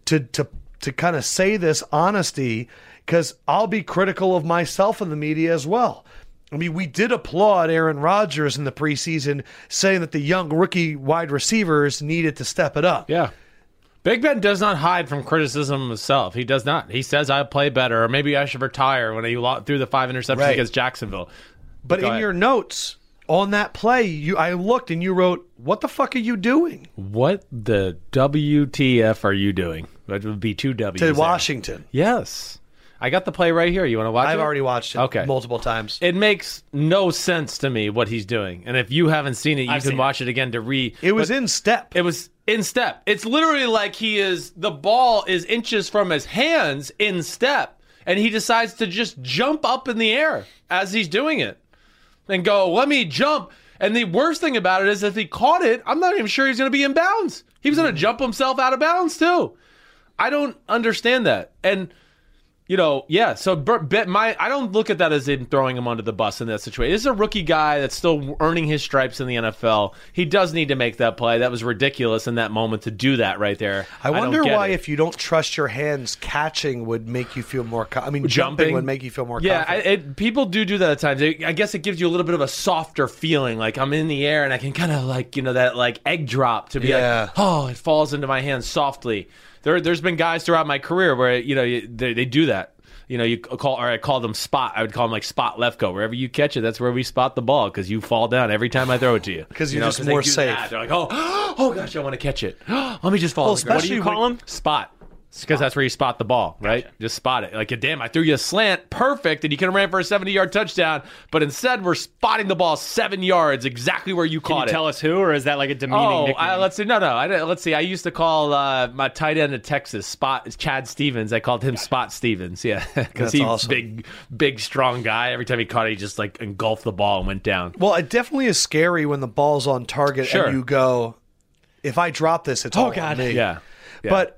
S1: to to to kind of say this honesty because I'll be critical of myself in the media as well. I mean, we did applaud Aaron Rodgers in the preseason, saying that the young rookie wide receivers needed to step it up.
S2: Yeah. Big Ben does not hide from criticism himself. He does not. He says, I play better, or maybe I should retire when he lo- threw the five interceptions
S1: Right.
S2: against Jacksonville.
S1: but in
S2: Go ahead.
S1: your notes on that play, you I looked and you wrote, "What the fuck are you doing?"
S2: What the WTF are you doing? That would be two W's.
S1: to
S2: there.
S1: Washington.
S2: Yes. I got the play right here. You want to watch it?
S1: I've already watched it
S2: Okay.
S1: multiple times. It,
S2: It makes no sense to me what he's doing. And if you haven't seen it, you
S3: I've seen
S2: can
S3: it.
S2: watch it. again to re.
S1: was
S2: but
S1: in step.
S2: It was in step. It's literally like he is the ball is inches from his hands in step, and he decides to just jump up in the air as he's doing it, and go, "Let me jump." And the worst thing about it is, if he caught it, I'm not even sure he's going to be in bounds. He was
S1: Mm-hmm.
S2: going to jump himself out of bounds too. I don't understand that, and you know, yeah. So Bur- Bet- my, I don't look at that as him throwing him under the bus in that situation. This is a rookie guy that's still earning his stripes in the NFL. He does need to make that play. That was ridiculous in that moment to do that right there.
S1: I
S2: don't
S1: wonder
S2: get
S1: why,
S2: it.
S1: if you don't trust your hands, catching would make you feel more. Co- I mean, jumping, would make you feel more.
S2: Yeah, I,
S1: confident.
S2: it, people do do that at times. I I guess it gives you a little bit of a softer feeling, like I'm in the air and I can kind of like you know that like egg drop to be
S1: Yeah.
S2: like, oh, it falls into my hand softly. There, there's been guys throughout my career where you know you, they, they do that. You know, you call or I call them spot. I would call them like spot Lefko. Wherever you catch it, that's where we spot the ball because you fall down every time I throw it to you.
S1: 'Cause
S2: You
S1: you're
S2: know,
S1: just
S2: 'cause they
S1: more
S2: do
S1: safe.
S2: that. They're like, oh, oh gosh, I want to catch it. Let me just fall.
S1: Well,
S2: on the ground."
S1: especially
S3: do you call
S1: when-
S3: him?
S2: Spot. Because that's where you spot the ball, right? Just spot it. Like, damn, I threw you a slant, perfect, and you could have ran for a 70 yard touchdown. But instead, we're spotting the ball seven yards exactly where you
S3: can
S2: caught
S3: you tell
S2: it.
S3: us who, or is that like a demeaning
S2: Oh,
S3: nickname?
S2: I, let's see. No, no. I, didn't- let's see. I used to call uh, my tight end of Texas Spot Chad Stevens. I called him Spot Stevens. Yeah, because
S1: That's
S2: he's
S1: awesome.
S2: big, big, strong guy. Every time he caught it, he just like engulfed the ball and went down.
S1: well, it definitely is scary when the ball's on target
S2: Sure.
S1: and you go, "If I drop this, it's oh all
S3: God.
S1: on me."
S2: Yeah, Yeah.
S1: but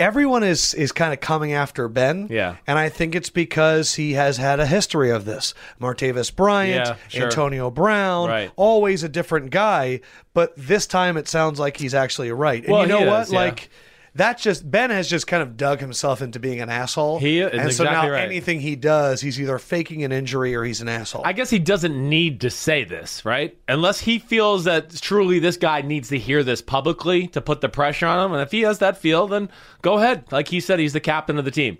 S1: everyone is is kind of coming after Ben.
S2: Yeah.
S1: and I think it's because he has had a history of this. Martavis Bryant,
S2: Yeah, sure.
S1: Antonio Brown,
S2: Right.
S1: always a different guy, but this time it sounds like he's actually right. And
S2: Well,
S1: you know
S2: he
S1: what?
S2: is, yeah.
S1: Like. That's just Ben has just kind of dug himself into being an asshole.
S2: He is
S1: and so
S2: exactly
S1: now
S2: right.
S1: anything he does, he's either faking an injury or he's an asshole.
S2: I guess he doesn't need to say this, right? Unless he feels that truly this guy needs to hear this publicly to put the pressure on him. And if he has that feel, then go ahead. Like he said, he's the captain of the team.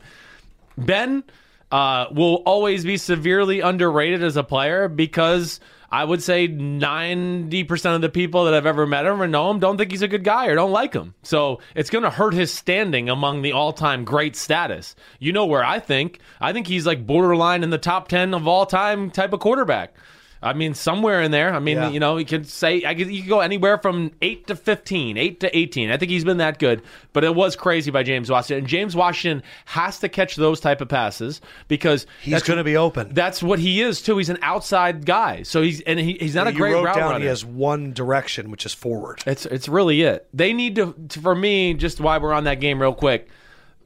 S2: Ben uh, will always be severely underrated as a player because I would say 90% of the people that have ever met him or know him don't think he's a good guy or don't like him. So it's going to hurt his standing among the all time great status. You know where I think. I think he's like borderline in the top 10 of all time type of quarterback. I mean, somewhere in there. I mean,
S1: Yeah.
S2: you know, you could say I could, you could go anywhere from eight to 15, eight to eighteen. I think he's been that good, but it was crazy by James Washington. And James Washington has to catch those type of passes because
S1: He's going to be open.
S2: That's what he is too. He's an outside guy, so he's and he, he's not a
S1: you
S2: great
S1: wrote
S2: route
S1: down
S2: runner.
S1: he has one direction, which is forward.
S2: It's it's really it. They need to, to for me just why we're on that game real quick.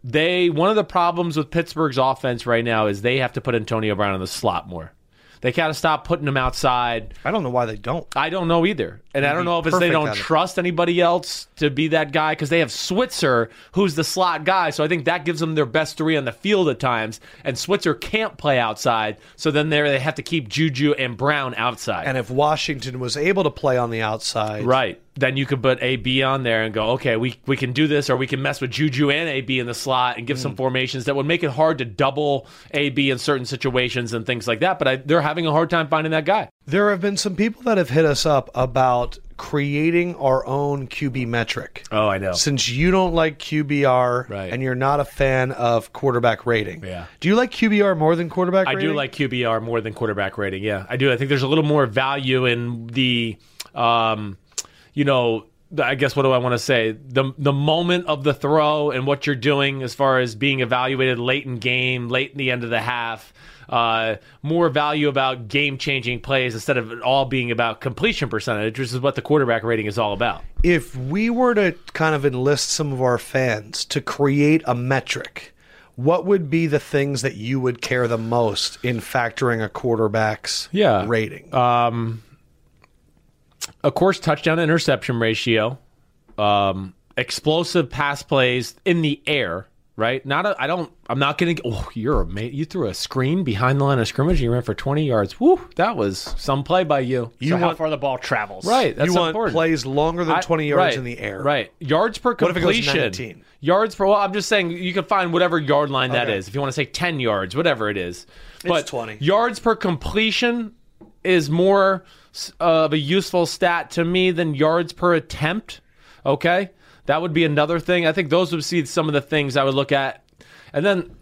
S2: They one of the problems with Pittsburgh's offense right now is they have to put Antonio Brown in the slot more. They gotta stop putting him outside.
S1: I don't know why they don't.
S2: I don't know either, and I don't
S1: be
S2: know if it's they
S1: perfect
S2: don't
S1: at it.
S2: trust anybody else to be that guy because they have Switzer who's the slot guy. So I think that gives them their best three on the field at times, and Switzer can't play outside. So then there they have to keep Juju and Brown outside.
S1: And if Washington was able to play on the outside,
S2: Right. Then you could put AB on there and go, okay, we, we can do this, or we can mess with Juju and AB in the slot and give
S1: Mm.
S2: some formations that would make it hard to double AB in certain situations and things like that. But I, they're having a hard time finding that guy.
S1: there have been some people that have hit us up about creating our own QB metric.
S2: Oh, I know.
S1: Since you don't like QBR
S2: Right.
S1: and you're not a fan of quarterback rating,
S2: Yeah.
S1: do you like QBR more than quarterback
S2: I
S1: rating?
S2: do like QBR more than quarterback rating. Yeah, I do. I think there's a little more value in the, um, you know, the- I guess what do I want to say? The the moment of the throw and what you're doing as far as being evaluated late in game, late in the end of the half. Uh, more value about game changing plays instead of it all being about completion percentage, which is what the quarterback rating is all about.
S1: If we were to kind of enlist some of our fans to create a metric, what would be the things that you would care the most in factoring a quarterback's
S2: Yeah. Uh,
S1: rating?
S2: of course, touchdown to interception ratio, um, explosive pass plays in the air. Right? Not a. I don't. I'm not going to. Oh, you're a mate. You threw a screen behind the line of scrimmage. and You ran for 20 yards. Woo! That was some play by you.
S3: You how far the ball travels.
S2: right. That's
S1: you want
S2: important.
S1: plays longer than
S2: I-
S1: 20 yards
S2: right,
S1: in the air.
S2: Right. Yards per
S1: What if it goes
S2: completion.
S1: 19?
S2: Yards per. Well, I'm just saying you can find whatever yard line that is. If you want to say 10 yards, whatever it is. But
S1: 20.
S2: yards per completion is more s- of a useful stat to me than yards per attempt. Okay. That would be another thing. I think those would be some of the things I would look at. And then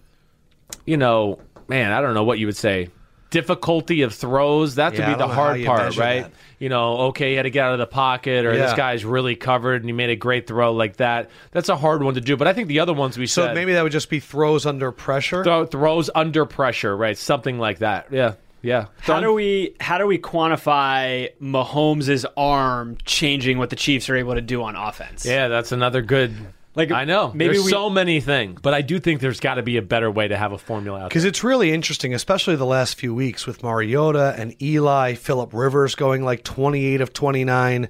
S2: you know, man, I don't know what you would say. Difficulty of throws, that
S1: Yeah,
S2: would
S1: I
S2: be the
S1: don't know how
S2: hard
S1: you
S2: part,
S1: measure
S2: right?
S1: that.
S2: You know, okay, you had to get out of the pocket, or this
S1: Yeah.
S2: guy's really covered and he made a great throw like that. That's a hard one to do. But I think the other ones we
S1: So
S2: said
S1: maybe that would just be throws under pressure.
S2: throw, throws under pressure, right? Something like that. Yeah. Yeah.
S3: How do we how do we quantify Mahomes' arm changing what the Chiefs are able to do on offense?
S2: yeah, that's another good
S3: Like,
S2: like I know.
S3: maybe
S2: there's
S3: we-
S2: so many things, but I do think there's got to be a better way to have a formula out there.
S1: Because it's really interesting, especially the last few weeks with Mariota and Eli, Philip Rivers going like 28 of 29.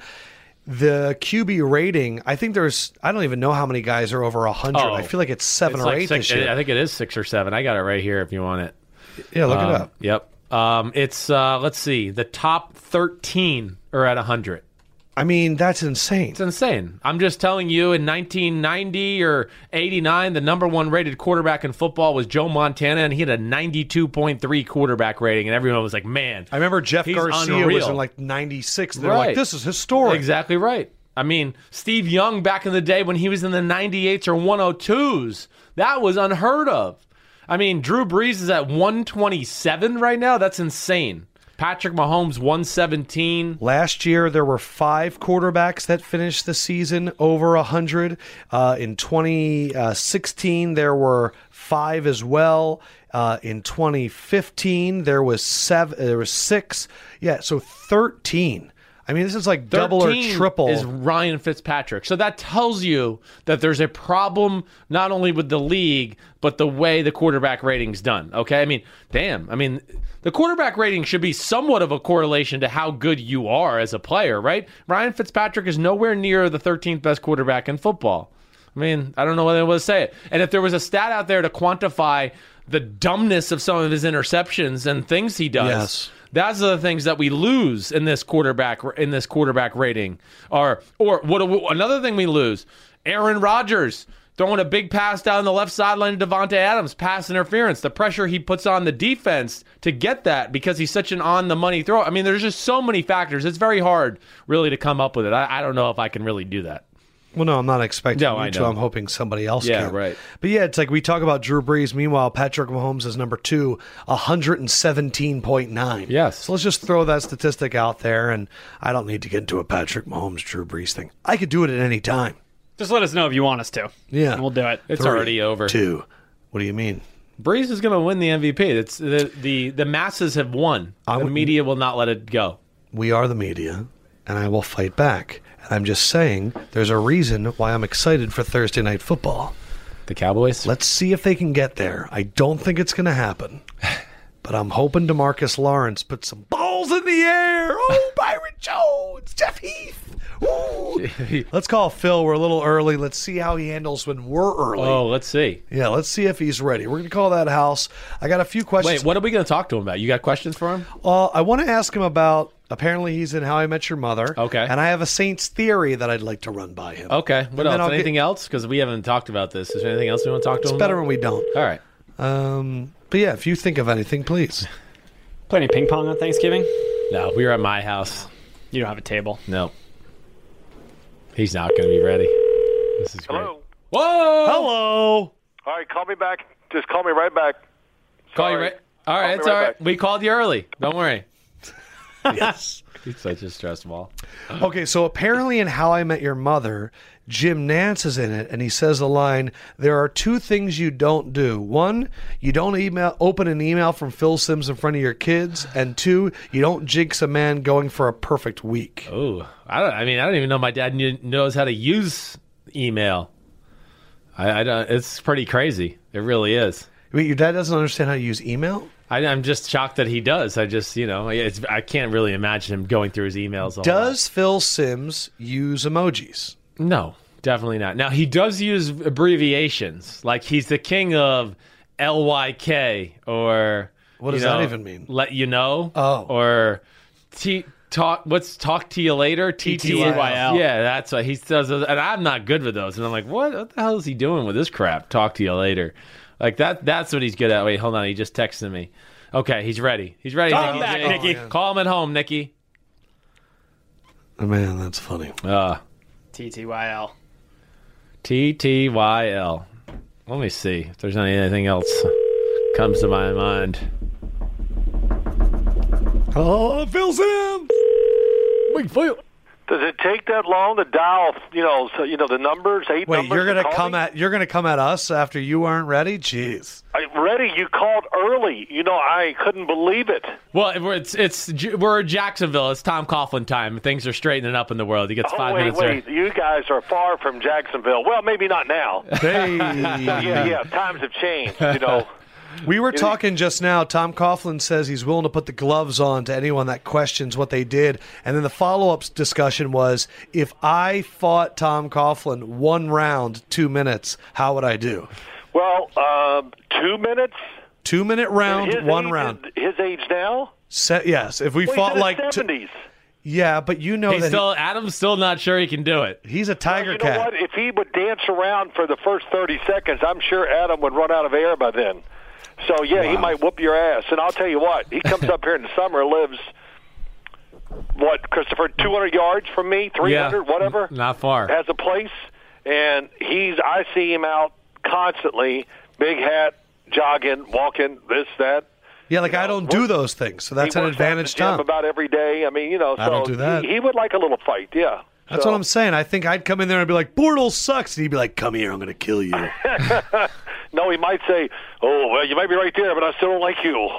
S1: The QB rating, I think there's, I don't even know how many guys are over 100.
S2: Oh.
S1: I feel like it's seven
S2: It's
S1: or
S2: like
S1: eight
S2: six-
S1: this year.
S2: I think it is six or seven. I got it right here if you want it.
S1: yeah, look it
S2: Um,
S1: up.
S2: Yep. Um, it's uh, let's see, the top thirteen are at hundred.
S1: I mean, that's insane.
S2: It's insane. I'm just telling you, in 1990 or 89, the number one rated quarterback in football was Joe Montana, and he had a 92.3 quarterback rating, and everyone was like, "Man,
S1: I remember Jeff
S2: he's
S1: Garcia was
S2: unreal.
S1: in like 96. They're like,
S2: Right.
S1: this is historic.
S2: Exactly right. I mean, Steve Young back in the day when he was in the 98s or 102s, that was unheard of. I mean, Drew Brees is at 127 right now. That's insane. Patrick Mahomes 117.
S1: Last year, there were five quarterbacks that finished the season over 100. Uh, in 2016, there were five as well. Uh, in 2015, there was seven. There was six. Yeah, so 13. I mean, this is like double or
S2: 13
S1: triple.
S2: is Ryan Fitzpatrick. So that tells you that there's a problem not only with the league but the way the quarterback rating's done. Okay, I mean, damn. I mean, the quarterback rating should be somewhat of a correlation to how good you are as a player, right? Ryan Fitzpatrick is nowhere near the 13th best quarterback in football. I mean, I don't know whether I to say it. And if there was a stat out there to quantify the dumbness of some of his interceptions and things he does,
S1: Yes.
S2: that's the things that we lose in this quarterback in this quarterback rating. Or or what another thing we lose, Aaron Rodgers throwing a big pass down the left sideline to Devontae Adams, pass interference, the pressure he puts on the defense to get that because he's such an on the money throw. I mean, there's just so many factors. It's very hard really to come up with it. I, I don't know if I can really do that.
S1: Well, no, I'm not expecting
S2: No,
S1: you
S2: I
S1: to.
S2: know.
S1: I'm hoping somebody else
S2: Yeah,
S1: can.
S2: right.
S1: But yeah, it's like we talk about Drew Brees. Meanwhile, Patrick Mahomes is number two, 117.9.
S2: Yes.
S1: So let's just throw that statistic out there. And I don't need to get into a Patrick Mahomes, Drew Brees thing. I could do it at any time.
S3: Just let us know if you want us to.
S1: Yeah.
S3: And we'll do it.
S2: It's
S1: Three,
S2: already over.
S1: Two. What do you mean?
S2: Breeze is going to win the MVP. It's the the, the masses have won. the
S1: would-
S2: media will not let it go.
S1: We are the media, and I will fight back. And I'm just saying there's a reason why I'm excited for Thursday night football.
S2: The Cowboys.
S1: Let's see if they can get there. I don't think it's going to happen. But I'm hoping Demarcus Lawrence puts some balls in the air. Oh, Byron Jones, Jeff Heath. Ooh. Let's call Phil. We're a little early. Let's see how he handles when we're early.
S2: oh, let's see.
S1: Yeah, let's see if he's ready. We're going to call that house. I got a few questions.
S2: Wait, what are we going to talk to him about? You got questions for him?
S1: Uh, I want to ask him about. Apparently, he's in How I Met Your Mother.
S2: Okay.
S1: And I have a Saints theory that I'd like to run by him.
S2: Okay. What
S1: then
S2: else?
S1: I'll get-
S2: Anything else? Because we haven't talked about this. Is there anything else we want to talk to
S1: It's
S2: him?
S1: better
S2: about?
S1: when we don't.
S2: All right.
S1: Um, but yeah, if you think of anything, please.
S3: Play any ping pong on Thanksgiving?
S2: No, we were at my house.
S3: You don't have a table.
S2: No. He's not going to be ready. This is great.
S4: Hello.
S2: Whoa.
S1: Hello.
S4: All right, call me back. Just call me right back.
S2: Call you
S4: Sorry.
S2: right. All right,
S4: Call me
S2: it's
S4: right
S2: all right.
S4: back.
S2: We called you early. Don't worry.
S1: Yes.
S2: He's such a stress ball.
S1: Okay, so apparently in How I Met Your Mother, Jim Nance is in it, and he says the line, "There are two things you don't do. One, you don't email open an email from Phil Sims in front of your kids, and two, you don't jinx a man going for a perfect week."
S2: Ooh, I don't. I mean, I don't even know my dad knew, knows how to use email. I, I don't. It's pretty crazy. It really is.
S1: Wait, your dad doesn't understand how to use email?
S2: I, I'm just shocked that he does. I just, you know, it's. I can't really imagine him going through his emails. a whole lot.
S1: Does Phil Sims use emojis?
S2: No, definitely not. Now he does use abbreviations, like he's the king of LYK or
S1: What
S2: you
S1: does that
S2: know,
S1: even mean?
S2: Let you know.
S1: Oh.
S2: or T talk. What's talk to you later?
S3: TTYL.
S2: Yeah, that's what he does. those- And I'm not good with those. And I'm like, what, what the hell is he doing with this crap? Talk to you later. Like that. That's what he's good at. Wait, hold on. He just texted me. Okay, he's ready. He's ready.
S3: Call him
S2: Nikki
S3: back,
S2: J.
S3: Nikki. Oh, yeah.
S2: Call him at home, Nikki.
S1: Oh, man, that's funny.
S2: Uh,
S3: TTYL.
S2: T T Y L. Let me see if there's any- anything else comes to my mind.
S1: Oh, Phil Sims.
S2: Wait, Phil.
S4: Does it take that long to dial? You know, so you know the numbers. Eight
S1: Wait,
S4: numbers
S1: you're
S4: to
S1: gonna
S4: call
S1: come
S4: me?
S1: at you're gonna come at us after you aren't ready? Jeez.
S4: I, ready? You called early. You know, I couldn't believe it.
S2: Well, it- we're- it's it's J- we're in Jacksonville. It's Tom Coughlin time. Things are straightening up in the world. He gets
S4: Oh
S2: five
S4: wait,
S2: minutes.
S4: wait.
S2: there.
S4: You guys are far from Jacksonville. Well, maybe not now.
S1: Hey.
S4: yeah, yeah. Times have changed. You know.
S1: We were talking just now. Tom Coughlin says he's willing to put the gloves on to anyone that questions what they did. And then the follow up discussion was if I fought Tom Coughlin one round, two minutes, how would I do?
S4: well, uh, two minutes.
S1: Two minute
S4: His
S1: round, one
S4: age,
S1: round.
S4: His age now.
S1: Se- yes, if we
S4: Well,
S1: fought
S4: he's in
S1: like.
S4: his
S1: two-
S4: seventies.
S1: yeah, but you know
S2: He's
S1: that
S2: still Adam's still not sure he can do it.
S1: he- he's a tiger
S4: you know
S1: cat.
S4: what? If he would dance around for the first 30 seconds, I'm sure Adam would run out of air by then. So, yeah, he might whoop your ass. And I'll tell you what, he comes up here in the summer, lives, what, Christopher, 200 yards from me, 300,
S2: yeah,
S4: whatever,
S2: n- Not far.
S4: has a place. And he's, I see him out constantly, big hat, jogging, walking, this, that.
S1: Yeah, like I don't do
S4: work-
S1: those things. So that's
S4: he
S1: an
S4: works out at the
S1: advantage,
S4: gym
S1: Tom.
S4: about every day. I mean, you know, so
S1: I don't do that.
S4: He, he would like a little fight, yeah.
S1: That's
S4: So-
S1: what I'm saying. I think I'd come in there and be like, Bortles sucks. And he'd be like, come here, I'm going to kill you.
S4: No, he might say, "Oh, well, you might be right there, but I still don't like you."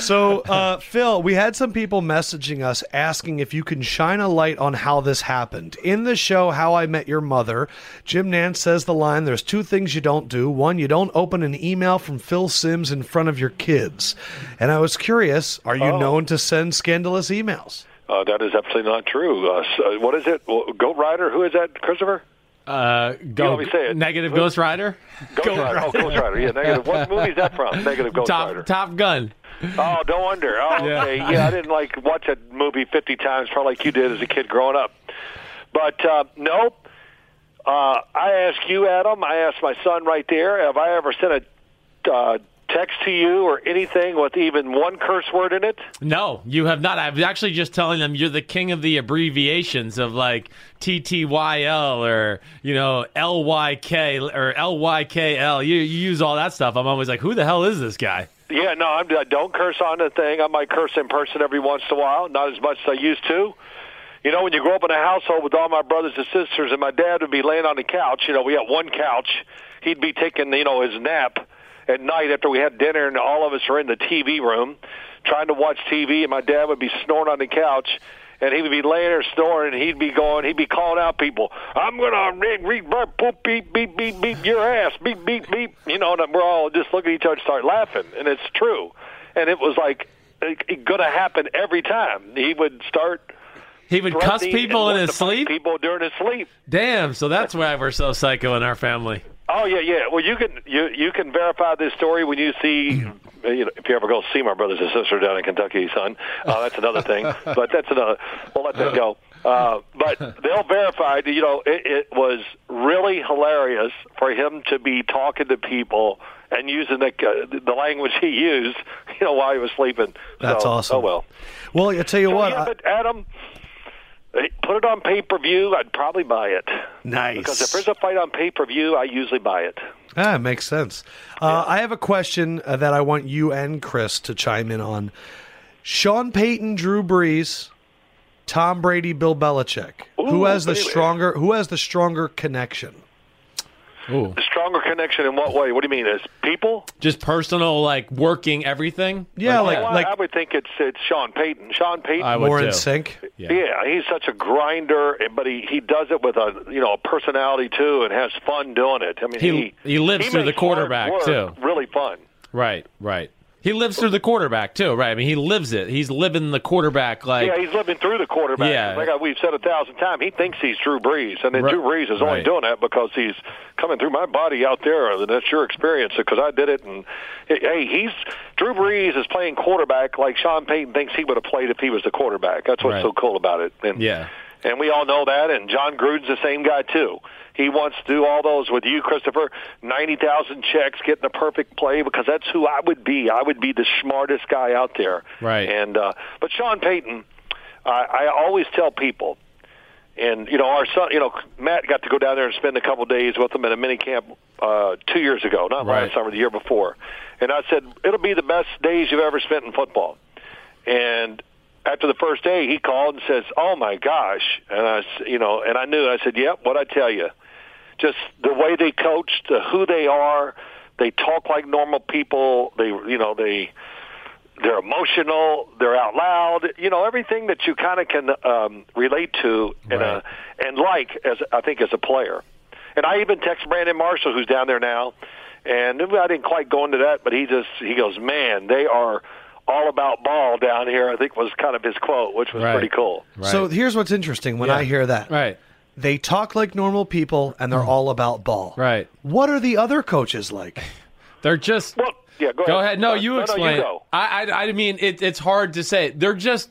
S1: So, uh, Phil, we had some people messaging us asking if you can shine a light on how this happened. In the show, How I Met Your Mother, Jim Nance says the line there's two things you don't do. One, you don't open an email from Phil Sims in front of your kids. And I was curious are
S4: Oh.
S1: you known to send scandalous emails?
S4: uh, that is absolutely not true. Uh, so, what is it? Well, Goat Rider? Who is that? Christopher?
S2: uh, go
S4: let me say it.
S2: negative Ghost Rider.
S4: Goat, Rider. Oh, Ghost Rider. Yeah, negative. What movie is that from? Negative Ghost
S2: Top
S4: Rider.
S2: Top Gun.
S4: Oh, no wonder. Oh,
S2: Yeah.
S4: okay. Yeah, I didn't like watch that movie fifty times, probably like you did as a kid growing up. But uh, no, uh, I ask you, Adam. I asked my son right there. Have I ever sent a uh, text to you or anything with even one curse word in it?
S2: No, you have not. I was actually just telling them you're the king of the abbreviations of like TTYL or you know LYK or LYKL. You, you use all that stuff. I'm always like, who the hell is this guy?
S4: Yeah, no, I'm, I don't curse on the thing. I might curse in person every once in a while, not as much as I used to. You know, when you grow up in a household with all my brothers and sisters, and my dad would be laying on the couch. You know, we had one couch. He'd be taking, you know, his nap at night after we had dinner, and all of us were in the TV room trying to watch TV, and my dad would be snoring on the couch. And he would be laying there snoring, and he'd be going, he'd be calling out people, I'm going to ring, read, burp, poop, beep, beep, beep, beep, your ass, beep, beep, beep. You know, and we're all just looking at each other and start laughing. And it's true. And it was like, it, it going to happen every time. He would start
S2: He would cuss
S4: threatening
S2: people in
S4: wanting
S2: his
S4: to fight
S2: sleep.
S4: People during his sleep.
S2: Damn. So that's why we're so psycho in our family.
S4: Oh yeah, yeah. Well, you can you you can verify this story when you see you know, if you ever go see my brothers and sisters down in Kentucky, son. Uh, that's another thing, but that's another. We'll let that go. Uh, but they'll verify. You know, it, it was really hilarious for him to be talking to people and using the uh, the language he used. You know, while he was sleeping.
S1: That's
S4: So,
S1: awesome.
S4: Oh well.
S1: Well, I tell you
S4: So,
S1: what.
S4: yeah,
S1: I-
S4: but Adam, eh, put it on pay per view. I'd probably buy it.
S1: nice.
S4: Because if there's a fight on pay per view, I usually buy it.
S1: Ah, it makes sense. Uh, I have a question uh, that I want you and Chris to chime in on. Sean Payton, Drew Brees, Tom Brady, Bill Belichick. who
S4: Ooh,
S1: has the
S4: baby.
S1: stronger? Who has the stronger connection?
S2: Ooh.
S4: Stronger connection in what way? What do you mean? As people?
S2: Just personal, like working everything.
S1: Yeah, like
S4: Well,
S1: like
S4: I would think it's it's Sean Payton. Sean Payton.
S2: Uh, I would
S1: more
S2: too.
S1: in sync.
S4: yeah. he's such a grinder, but he he does it with a you know a personality too, and has fun doing it. I mean,
S2: He-
S4: he
S2: he lives through the
S4: makes
S2: quarterback,
S4: hard work
S2: too.
S4: Really fun.
S2: Right. Right. He lives through the quarterback too. Right. I mean, he lives it. He's living the quarterback. Like
S4: Yeah, he's living through the quarterback.
S2: Yeah.
S4: Like I- we've said a thousand times, he thinks he's Drew Brees, and then
S2: Right.
S4: Drew Brees is only
S2: Right.
S4: doing that because he's coming through my body out there, and that's your experience because I did it. And hey, he's Drew Brees is playing quarterback like Sean Payton thinks he would have played if he was the quarterback. That's what's
S2: Right.
S4: so cool about it. And
S2: Yeah.
S4: and we all know that. And John Gruden's the same guy too. He wants to do all those with you, Christopher. Ninety thousand checks, getting the perfect play because that's who I would be. I would be the smartest guy out there.
S2: Right.
S4: And uh, but Sean Payton, I, I always tell people, and you know our son, you know Matt got to go down there and spend a couple days with him in a mini camp uh, two years ago, not
S2: Right.
S4: last summer, the year before, and I said it'll be the best days you've ever spent in football. And after the first day, he called and says, "Oh my gosh!" And I, s- you know, and I knew. I said, "Yep, what I tell you." just the way they coach, the who they are. They talk like normal people. They, you know, they they're emotional. They're out loud. You know, everything that you kind of can um, relate to and
S2: Right.
S4: and like as I think as a player. And I even text Brandon Marshall, who's down there now, and I didn't quite go into that, but he just he goes, man, they are all about ball down here. I think was kind of his quote, which was
S2: Right.
S4: pretty cool.
S2: Right.
S1: So here's what's interesting when I hear that.
S2: Right.
S1: They talk like normal people and they're all about ball.
S2: Right.
S1: What are the other coaches like?
S2: They're just
S4: Well, yeah, go,
S2: Go
S4: ahead.
S2: ahead. No, you explain.
S4: No, you go.
S2: I, I, I mean, it, it's hard to say. They're just,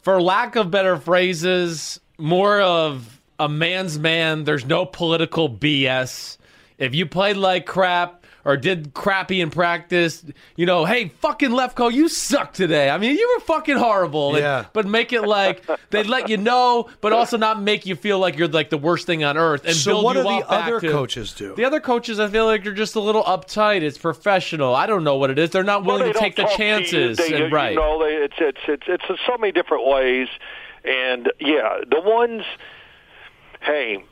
S2: for lack of better phrases, more of a man's man. There's no political BS. If you played like crap or did crappy in practice, you know, hey, fucking Lefko, you suck today. I mean, you were fucking horrible. And-
S1: Yeah.
S2: but make it like they let you know, but also not make you feel like you're like the worst thing on earth. And
S1: So
S2: build
S1: what
S2: you
S1: do the
S2: up back
S1: other
S2: to-
S1: coaches do?
S2: The other coaches, I feel like they're just a little uptight. It's professional. I don't know what it is. They're not willing
S4: Well,
S2: to
S4: they
S2: take the
S4: don't talk to you.
S2: chances.
S4: They-
S2: and,
S4: you
S2: right.
S4: know, they, it's it's it's it's in so many different ways, and yeah, the ones. Hey,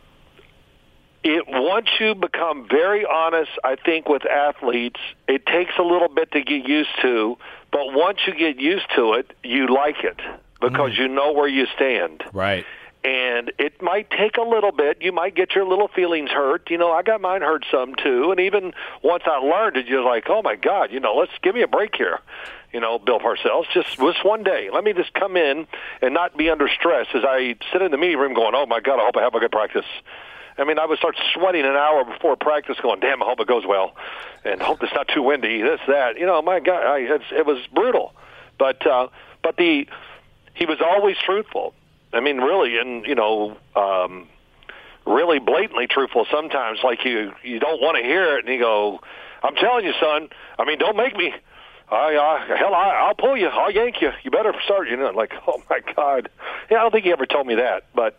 S4: it once you become very honest, I think with athletes, it takes a little bit to get used to, but once you get used to it, you like it because
S2: Mm.
S4: you know where you stand
S2: Right.
S4: and it might take a little bit. You might get your little feelings hurt. You know, I got mine hurt some too. And even once I learned it, you're like, oh my God, you know, let's give me a break here. You know, Bill Parcells, just just one day. Let me just come in and not be under stress as I sit in the meeting room going, oh my God, I hope I have a good practice. I mean, I would start sweating an hour before practice, going, "Damn, I hope it goes well, and hope it's not too windy." This, that, you know, my God, I, it's, it was brutal. But, uh, but the he was always truthful. I mean, really, and you know, um, really blatantly truthful. Sometimes, like you, you don't want to hear it, and you go, I'm telling you, son. I mean, don't make me. I uh, hell, I, I'll pull you. I'll yank you. You better start. You know, like, oh my God. Yeah, I don't think he ever told me that, but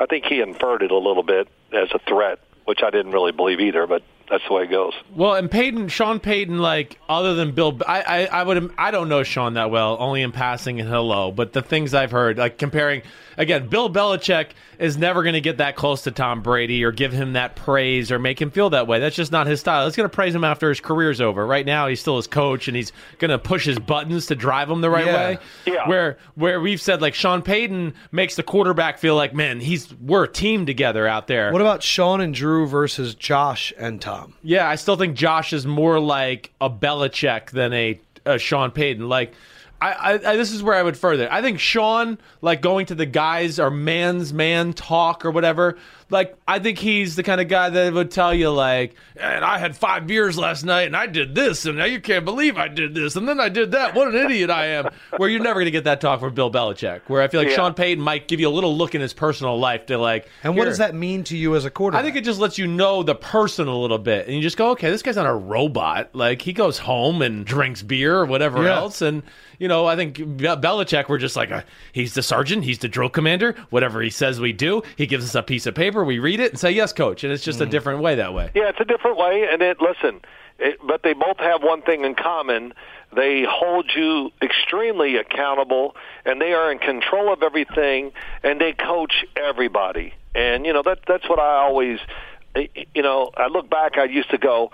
S4: I think he inferred it a little bit as a threat, which I didn't really believe either. But that's the way it goes.
S2: Well, and Peyton, Sean Payton, like other than Bill, I, I, I would, I don't know Sean that well, only in passing and hello. But the things I've heard, like comparing, again, Bill Belichick is never going to get that close to Tom Brady or give him that praise or make him feel that way. That's just not his style. It's going to praise him after his career's over. Right now, he's still his coach, and he's going to push his buttons to drive him the right
S1: Yeah.
S2: way.
S4: Yeah.
S2: Where, where we've said like Sean Payton makes the quarterback feel like, man, he's we're a team together out there.
S1: What about Sean and Drew versus Josh and Tom?
S2: Yeah, I still think Josh is more like a Belichick than a, a Sean Payton. Like, I, I, I this is where I would further. I think Sean, like going to the guys or man's man talk or whatever. Like, I think he's the kind of guy that would tell you like, and I had five beers last night and I did this and now you can't believe I did this and then I did that. What an idiot I am. Where you're never gonna get that talk from Bill Belichick. Where I feel like
S4: Yeah.
S2: Sean Payton might give you a little look in his personal life to like.
S1: And what
S2: here.
S1: does that mean to you as a quarterback?
S2: I think it just lets you know the person a little bit, and you just go, okay, this guy's not a robot. Like he goes home and drinks beer or whatever
S1: Yeah.
S2: else, and you know, I think Be- Belichick, we're just like, uh, he's the sergeant, he's the drill commander. Whatever he says, we do. He gives us a piece of paper, we read it, and say yes, coach. And it's
S4: Mm.
S2: just a different way that way.
S4: Yeah, it's a different way, and it listen, it, but they both have one thing in common: they hold you extremely accountable, and they are in control of everything, and they coach everybody. And you know that that's what I always, you know, I look back. I used to go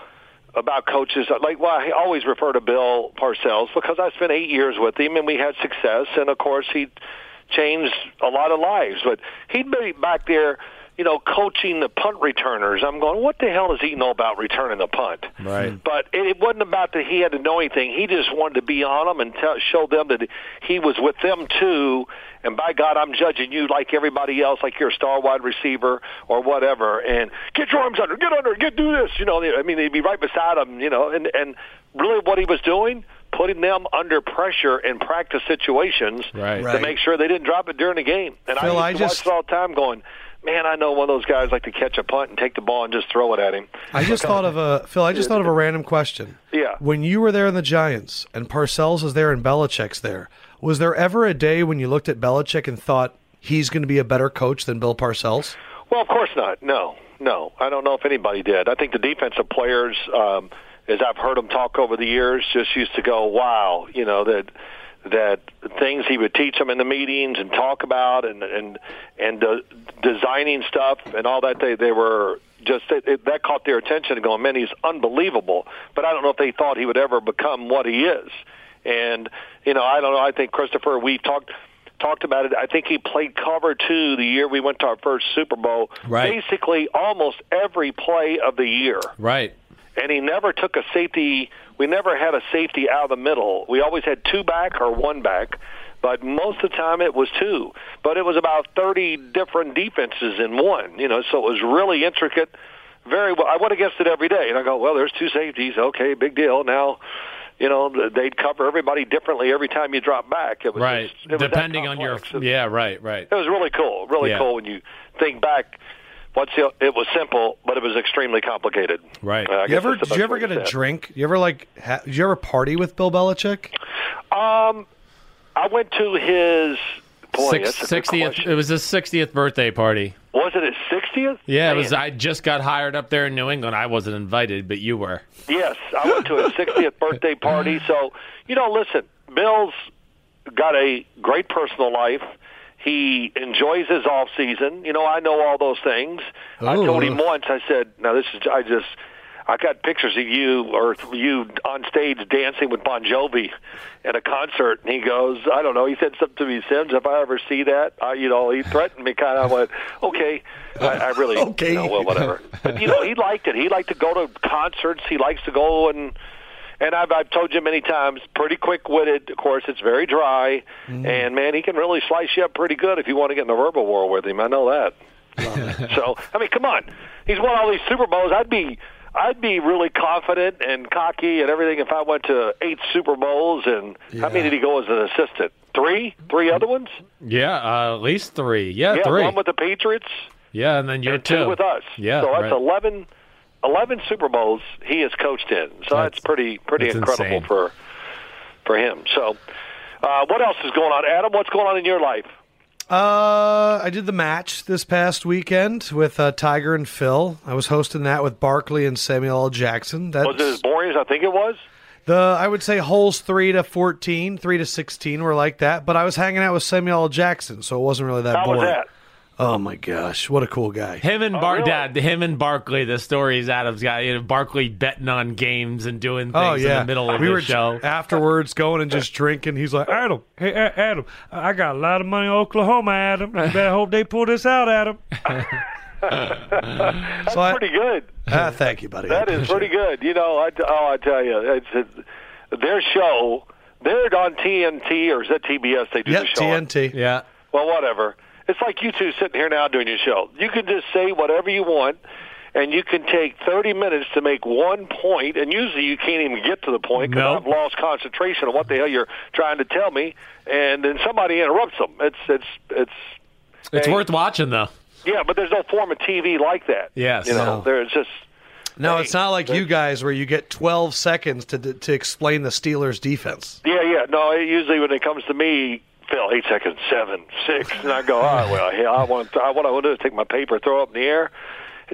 S4: about coaches like well I always refer to Bill Parcells because I spent 8 years with him and we had success and of course he changed a lot of lives but he'd be back there you know coaching the punt returners I'm going what the hell does he know about returning a punt right but it, it wasn't about that he had to know anything he just wanted to be on them and tell, show them that he was with them too and by God I'm judging you like everybody else like you're a star wide receiver or whatever and get your arms under get under get do this you know I mean they'd be right beside him you know and and really what he was doing putting them under pressure in practice situations
S2: Right.
S4: to
S1: Right.
S4: make sure they didn't drop it during the game and
S1: Phil,
S4: I
S1: I
S4: used to
S1: just-
S4: watch it all the time going man I know one of those guys like to catch a punt and take the ball and just throw it at him
S1: I just thought of a Phil. I just thought of a random question.
S4: Yeah.
S1: When you were there in the Giants and Parcells is there and Belichick's there, was there ever a day when you looked at Belichick and thought he's going to be a better coach than Bill Parcells?
S4: Well, of course not. No, no. I don't know if anybody did. I think the defensive players, um, as I've heard them talk over the years, just used to go, "Wow," you know that that things he would teach them in the meetings and talk about and and and de- designing stuff and all that. They they were just it, it, that caught their attention and going, "Man, he's unbelievable." But I don't know if they thought he would ever become what he is. And you know, I don't know. I think Christopher, we talked talked about it. I think he played cover two the year we went to our first Super Bowl.
S2: Right.
S4: Basically, almost every play of the year,
S2: Right.
S4: and he never took a safety. We never had a safety out of the middle. We always had two back or one back, but most of the time it was two. But it was about thirty different defenses in one. You know, so it was really intricate. Very well. I went against it every day, and I go, well, there's two safeties. Okay, big deal. Now. You know, they'd cover everybody differently every time you drop back. It was
S2: Right.
S4: just- it was that
S2: Depending on your.
S4: complex. It-
S2: Yeah. Right. Right.
S4: it was really cool, really
S2: Yeah.
S4: cool when you think back. What's the, it was simple, but it was extremely complicated. Uh,
S2: Right.
S4: I
S1: You
S4: guess
S1: ever
S4: that's the
S1: did you
S4: best
S1: ever
S4: way to
S1: get a
S4: say it.
S1: drink? You ever like ha- did you ever party with Bill Belichick?
S4: Um, I went to his boy.
S2: Six-
S4: that's a good
S2: 60th.
S4: question.
S2: It was his 60th birthday party.
S4: Was it his sixtieth?
S2: Yeah. It was. I just got hired up there in New England. I wasn't invited, but you were.
S4: Yes, I went to his 60th birthday party. So, you know, listen, Bill's got a great personal life. He enjoys his off season. You know, I know all those things. I told him once. I said, "Now this is I just." I got pictures of you or you on stage dancing with Bon Jovi at a concert, and he goes, "I don't know." He said something to me, Sims. If I ever see that, I, you know, he threatened me. Kind of I went, "Okay, I, I really,
S1: Okay.
S4: you know, well, whatever." But you know, he liked it. He liked to go to concerts. He likes to go and and I've I've told you many times, pretty quick witted. Of course, it's very dry,
S2: Mm-hmm.
S4: and man, he can really slice you up pretty good if you want to get in a verbal war with him. I know that. so I mean, come on, he's won all these Super Bowls. I'd be I'd be really confident and cocky and everything if I went to eight Super Bowls. And how many did he go as an assistant? Three, three other ones.
S2: Yeah. Uh, at least three. Yeah.
S4: yeah,
S2: three.
S4: one with the Patriots
S2: yeah. And then you're
S4: and two with us.
S2: Yeah.
S4: so that's
S2: right.
S4: eleven eleven Super Bowls he has coached in. So that's, pretty pretty
S2: that's
S4: incredible
S2: insane.
S4: for for him. So uh, what else is going on, Adam? What's going on in your life?
S1: Uh, I did the match this past weekend with uh, Tiger and Phil. I was hosting that with Barkley and Samuel L. Jackson. That's
S4: Was it as boring as I think it was?
S1: the I would say holes three to 14, three to sixteen were like that. But I was hanging out with Samuel L. Jackson, so it wasn't really that
S4: How
S1: boring.
S4: was that?
S1: Oh my gosh, what a cool guy!
S2: Him and Bar-
S4: Oh, really?
S2: Dad, him and Barkley. The stories Adam's got. You know, Barkley betting on games and doing things
S1: Oh yeah,
S2: in the middle of
S1: we
S2: the
S1: were
S2: show.
S1: afterwards going and just drinking. He's like,
S5: Adam, hey A- Adam, I I got a lot of money in Oklahoma, Adam. You better hope they pull this out, Adam.
S4: That's
S1: I-
S4: pretty good.
S1: ah, thank you, buddy. I
S4: That is
S1: appreciate
S4: pretty good. You know, I, oh, I tell you, it's, it's their show. They're on TNT or is that TBS? They do
S1: it. Yep,
S4: the show. on?
S1: TNT.
S2: yeah.
S4: Well, whatever. It's like you two sitting here now doing your show. You can just say whatever you want, and you can take 30 minutes to make one point, and usually you can't even get to the point because
S2: Nope.
S4: I've lost concentration on what the hell you're trying to tell me, and then somebody interrupts them. It's it's it's.
S2: It's
S4: Hey.
S2: worth watching though.
S4: Yeah, but there's no form of TV like that.
S2: Yes.
S4: you know,
S1: No.
S4: there's just
S1: No, it's not like you guys where you get 12 seconds to to explain the Steelers defense.
S4: Yeah, yeah. No, it- usually when it comes to me, Phil, eight seconds, seven, six, and I go, all right, well, hell, I want, I, what I want to do is take my paper, throw it up in the air.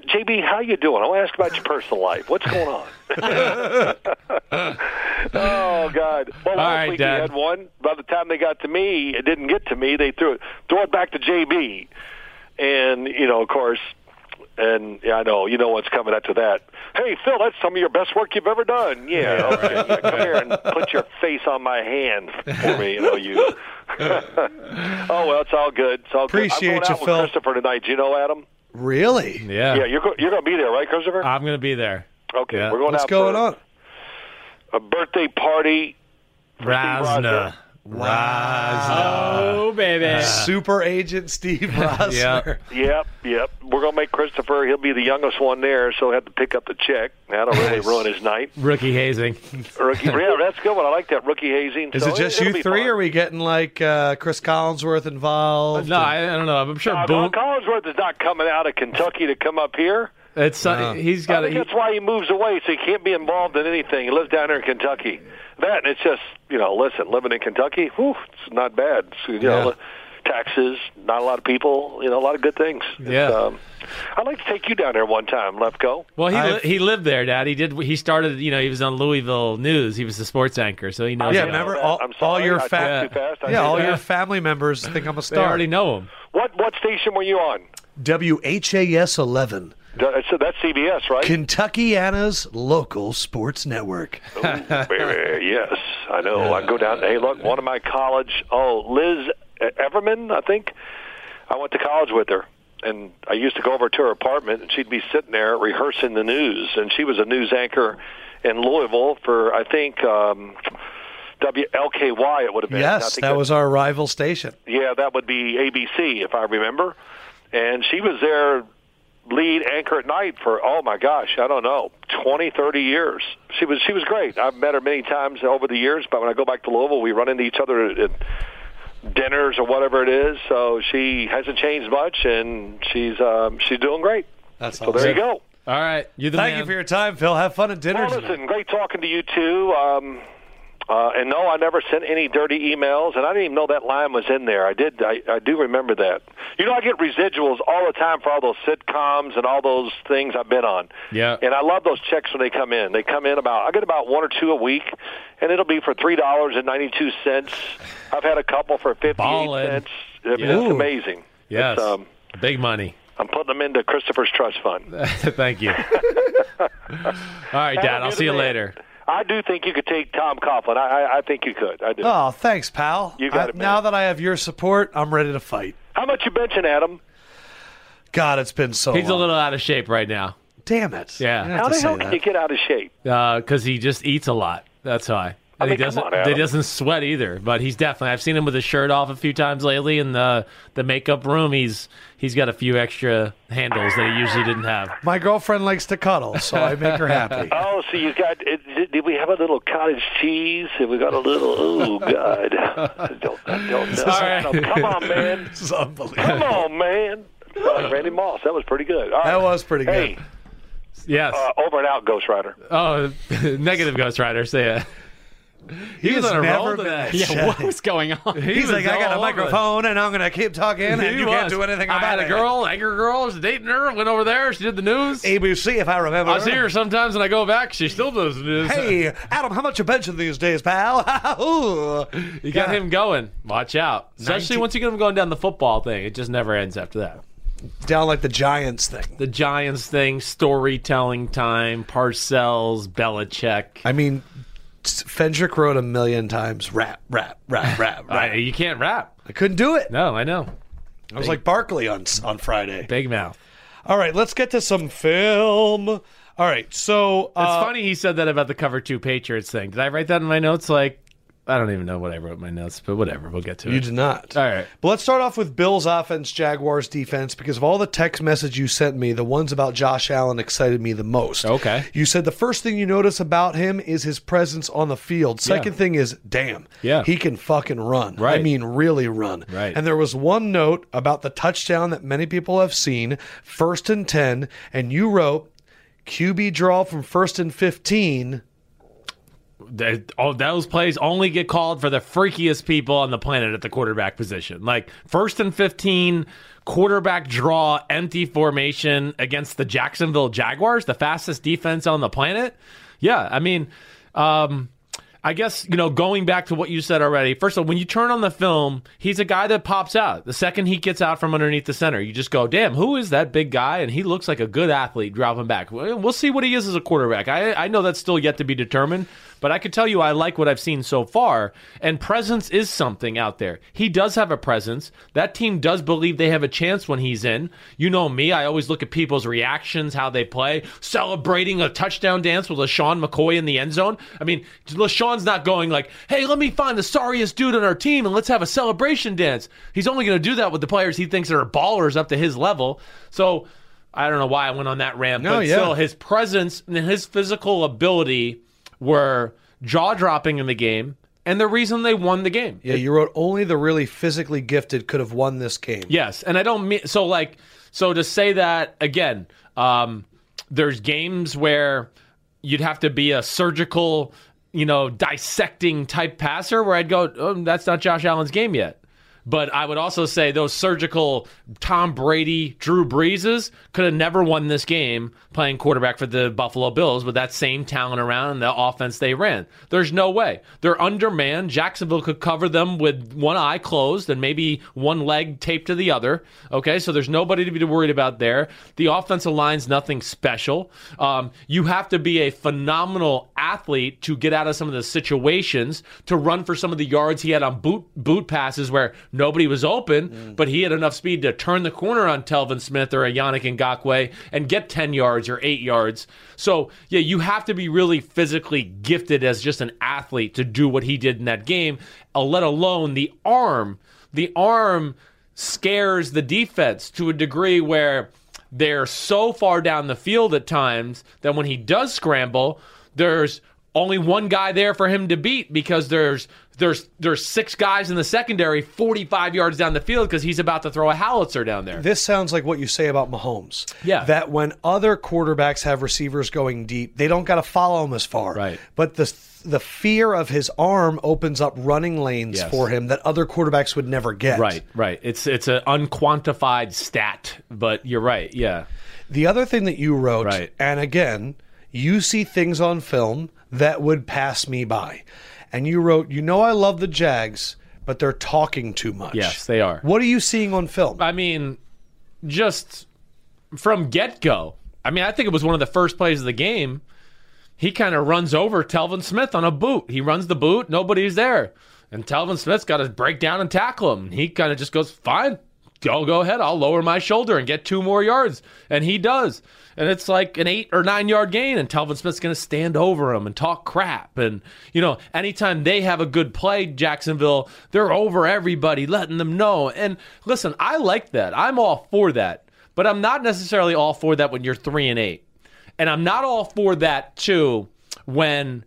S4: JB, how you doing? I want to ask about your personal life. What's going on? oh God! Well, last
S2: right,
S4: week
S2: Dad.
S4: you had one. By the time they got to me, it didn't get to me. They threw it, throw it back to JB, and you know, of course, and yeah, I know, you know what's coming after that. Hey, Phil, that's some of your best work you've ever done. Yeah, okay. yeah, come here and put your face on my hand for me. You know, you. oh well, it's all good. It's all
S1: Appreciate
S4: good. I'm going
S1: you,
S4: out with
S1: Phil.
S4: Christopher tonight. Do you know Adam?
S1: Really?
S2: Yeah.
S4: Yeah, you're go- you're going to be there, right, Christopher?
S2: I'm gonna be there.
S4: okay,
S2: yeah.
S4: we're going
S1: Uh, What's
S4: out
S1: going
S4: for
S1: on?
S4: a birthday party.
S2: Razna. Razna.
S3: Oh, baby.
S1: Super Agent Steve Ross.
S2: Yeah.
S4: Yep, yep. We're going to make Christopher. He'll be the youngest one there, so he'll have to pick up the check. That'll really ruin his night.
S2: Rookie hazing.
S4: Rookie, yeah, that's a good one. I like that rookie hazing.
S1: Is
S4: so
S1: it just
S4: it'll
S1: you
S4: be
S1: three?
S4: fun.
S1: Or are we getting like uh, Chris Collinsworth involved?
S2: No, I, I don't know. I'm sure
S4: Uh,
S2: Boom.
S4: Collinsworth is not coming out of Kentucky to come up here.
S2: It's uh, he's
S4: I
S2: got.
S4: think
S2: He,
S4: that's why he moves away, so he can't be involved in anything. He lives down here in Kentucky. That and it's just you know, listen, living in Kentucky, whew, it's not bad. It's, you know, taxes, not a lot of people, you know, a lot of good things. It's,
S2: Yeah.
S4: um, I'd like to take you down there one time, Lefko.
S2: well, he
S1: I've-
S2: li- he lived there, Dad. He did. He started. You know, he was on Louisville News. He was the sports anchor, so he
S4: Oh,
S2: knows.
S1: yeah,
S2: it.
S1: remember
S4: that.
S1: all,
S4: I'm
S1: all
S4: sorry,
S1: your
S4: I talked
S1: fa-
S4: too fast. I
S1: yeah,
S4: did
S1: all
S4: that.
S1: your family members think I'm a
S2: They
S1: star.
S2: already know him.
S4: What what station were you on?
S1: WHAS 11,
S4: So that's CBS, right?
S1: Kentuckiana's local sports network.
S4: Baby, yes, I know. I go down. Hey, look, one of my college. Oh, Liz Everman, I think. I went to college with her, and I used to go over to her apartment, and she'd be sitting there rehearsing the news, and she was a news anchor in Louisville for I think um, WLKY. It would have been. I
S1: Yes,
S4: think
S1: that was our rival station.
S4: yeah, that would be ABC if I remember. And she was their lead anchor at night for oh my gosh, I don't know, twenty, thirty years. She was she was great. I've met her many times over the years, but when I go back to Louisville, we run into each other at, at dinners or whatever it is. So she hasn't changed much, and she's um, she's doing great.
S1: That's
S4: So there you go.
S2: All right, you're the
S1: Thank
S2: man.
S1: you for your time, Phil. Have fun at dinner.
S4: Well,
S1: tonight.
S4: listen, great talking to you too. Um, uh, and no, I never sent any dirty emails, and I didn't even know that line was in there. I did. I, I do remember that. You know, I get residuals all the time for all those sitcoms and all those things I've been on.
S2: Yeah.
S4: And I love those checks when they come in. They come in about I get about one or two a week, and it'll be for three dollars and ninety two cents. I've had a couple for fifty
S2: Ballin'.
S4: eight cents. I mean,
S2: Yeah.
S4: It's amazing.
S2: Yes,
S4: It's, um,
S2: big money.
S4: I'm putting them into Christopher's trust fund.
S2: Thank you. All right, Dad. I'll see you later.
S4: I do think you could take Tom Coughlin. I, I, I think you could. I do.
S1: Oh, thanks, pal.
S4: You got
S1: I-
S4: it, man.
S1: Now that I have your support, I'm ready to fight.
S4: How much you benching, Adam?
S1: God, it's been so.
S2: He's a
S1: long.
S2: little out of shape right now
S1: Damn it.
S2: Yeah.
S1: You don't have
S4: How
S1: to
S4: the
S1: say
S4: hell can
S1: that.
S4: you get out of shape?
S2: because uh, he just eats a lot. That's why. And
S4: mean,
S2: he
S4: come
S2: doesn't.
S4: on, Adam.
S2: he doesn't sweat either. But he's definitely. I've seen him with his shirt off a few times lately in the the makeup room. He's he's got a few extra handles that he usually didn't have.
S1: My girlfriend likes to cuddle, so I make her happy.
S4: Oh, so you got? It, did we have a little cottage cheese? Have we got a little? Oh God! I don't, I don't know. I don't know. Come on, man!
S1: This is unbelievable.
S4: Come on, man! Uh, Randy Moss, that was pretty good. All right.
S1: That was pretty good.
S4: Hey,
S2: Yes.
S4: Uh, over and out, Ghost Rider.
S2: oh, negative Ghost Rider. Say it. He, was
S1: has
S2: on a roll
S1: never been
S2: today.
S1: a
S3: Yeah, what was going on?
S2: He
S1: He's
S2: was
S1: like, I got
S2: all
S1: a
S2: over it.
S1: microphone and I'm going to keep talking and
S2: He
S1: you can't
S2: was.
S1: do anything
S2: I
S1: about
S2: had a
S1: it.
S2: girl, anger girl. I was dating her. Went over there. She did the news.
S1: ABC, if I remember.
S2: I see her sometimes when I go back. She still does the news.
S1: Hey, Adam, how much you benching these days, pal? Ooh.
S2: You got
S1: Yeah.
S2: him going. Watch out. Especially
S1: 19
S2: once you get him going down the football thing, it just never ends after that.
S1: down like the Giants thing.
S2: The Giants thing, storytelling time, Parcells, Belichick.
S1: I mean, Fendrick wrote a million times rap, rap, rap, rap,
S2: I-
S1: rap.
S2: you can't rap.
S1: I couldn't do it.
S2: No, I know.
S1: I was like Barkley on on Friday.
S2: Big mouth.
S1: All right, let's get to some film. All right, so
S2: It's
S1: uh,
S2: funny he said that about the cover two Patriots thing. Did I write that in my notes? Like, I don't even know what I wrote in my notes, but whatever. We'll get to
S1: you
S2: it.
S1: did not.
S2: All right.
S1: But let's start off with Bills offense, Jaguars defense, because of all the text message you sent me, the ones about Josh Allen excited me the most.
S2: Okay.
S1: You said the first thing you notice about him is his presence on the field. Second
S2: Yeah.
S1: thing is, damn,
S2: Yeah.
S1: he can fucking run.
S2: Right.
S1: I mean, really run.
S2: Right.
S1: And there was one note about the touchdown that many people have seen, first and 10, and you wrote QB draw from first and 15.
S2: that, all those plays only get called for the freakiest people on the planet at the quarterback position. Like first and 15, quarterback draw, empty formation against the Jacksonville Jaguars, the fastest defense on the planet. Yeah, I mean, um, I guess, you know, going back to what you said already, first of all, when you turn on the film, he's a guy that pops out. The second he gets out from underneath the center, you just go, damn, who is that big guy? And he looks like a good athlete dropping back. We'll we'll see what he is as a quarterback. I, I know that's still yet to be determined, but I could tell you I like what I've seen so far. And presence is something out there. He does have a presence. That team does believe they have a chance when he's in. You know me, I always look at people's reactions, how they play, celebrating a touchdown dance with LaShawn McCoy in the end zone. I mean, LaShawn's not going like, hey, let me find the sorriest dude on our team and let's have a celebration dance. He's only going to do that with the players he thinks are ballers up to his level. So I don't know why I went on that rant,
S1: No,
S2: but
S1: yeah.
S2: still, his presence and his physical ability were jaw dropping in the game and the reason they won the game.
S1: Yeah, you wrote only the really physically gifted could have won this game.
S2: Yes, and I don't mean so like so to say that again. Um, there's games where you'd have to be a surgical, you know, dissecting type passer where I'd go, oh, that's not Josh Allen's game yet. But I would also say those surgical Tom Brady, Drew Breeses could have never won this game playing quarterback for the Buffalo Bills with that same talent around and the offense they ran. There's no way. They're undermanned. Jacksonville could cover them with one eye closed and maybe one leg taped to the other. Okay, so there's nobody to be worried about there. The offensive line's nothing special. Um, you have to be a phenomenal athlete to get out of some of the situations, to run for some of the yards he had on boot boot passes where nobody was open, but he had enough speed to turn the corner on Telvin Smith or a Yannick Ngakwe and get 10 yards or 8 yards. So, yeah, you have to be really physically gifted as just an athlete to do what he did in that game, uh, let alone the arm. The arm scares the defense to a degree where they're so far down the field at times that when he does scramble, there's only one guy there for him to beat because there's there's there's six guys in the secondary 45 yards down the field because he's about to throw a howitzer down there.
S1: This sounds like what you say about Mahomes.
S2: Yeah.
S1: That when other quarterbacks have receivers going deep, they don't got to follow him as far.
S2: Right.
S1: But the the fear of his arm opens up running lanes
S2: Yes.
S1: for him that other quarterbacks would never get.
S2: Right, right. It's it's an unquantified stat, but you're right. Yeah.
S1: The other thing that you wrote,
S2: Right.
S1: and again, you see things on film that would pass me by. And you wrote, you know I love the Jags, but they're talking too much.
S2: Yes, they are.
S1: What are you seeing on film?
S2: I mean, just from get go. I mean, I think it was one of the first plays of the game. He kind of runs over Telvin Smith on a boot. He runs the boot, nobody's there. And Telvin Smith's got to break down and tackle him. He kind of just goes, fine, go, go ahead. I'll lower my shoulder and get two more yards. And he does. And it's like an eight or nine yard gain. And Telvin Smith's going to stand over him and talk crap. And, you know, anytime they have a good play, Jacksonville, they're over everybody, letting them know. And listen, I like that. I'm all for that. But I'm not necessarily all for that when you're three and eight. And I'm not all for that too when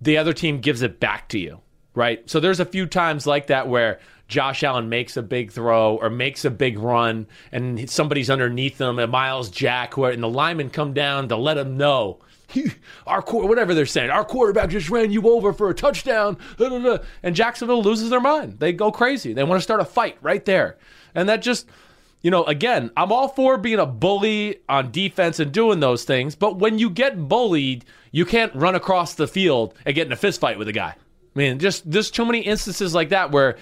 S2: the other team gives it back to you, right? So there's a few times like that where Josh Allen makes a big throw or makes a big run, and somebody's underneath them, and Miles Jack, who are, and the linemen come down to let him know. Our quar- whatever they're saying, our quarterback just ran you over for a touchdown. da, da, da." And Jacksonville loses their mind. They go crazy. They want to start a fight right there, and that just you know, again, I'm all for being a bully on defense and doing those things, but when you get bullied, you can't run across the field and get in a fist fight with a guy. I mean, just there's too many instances like that where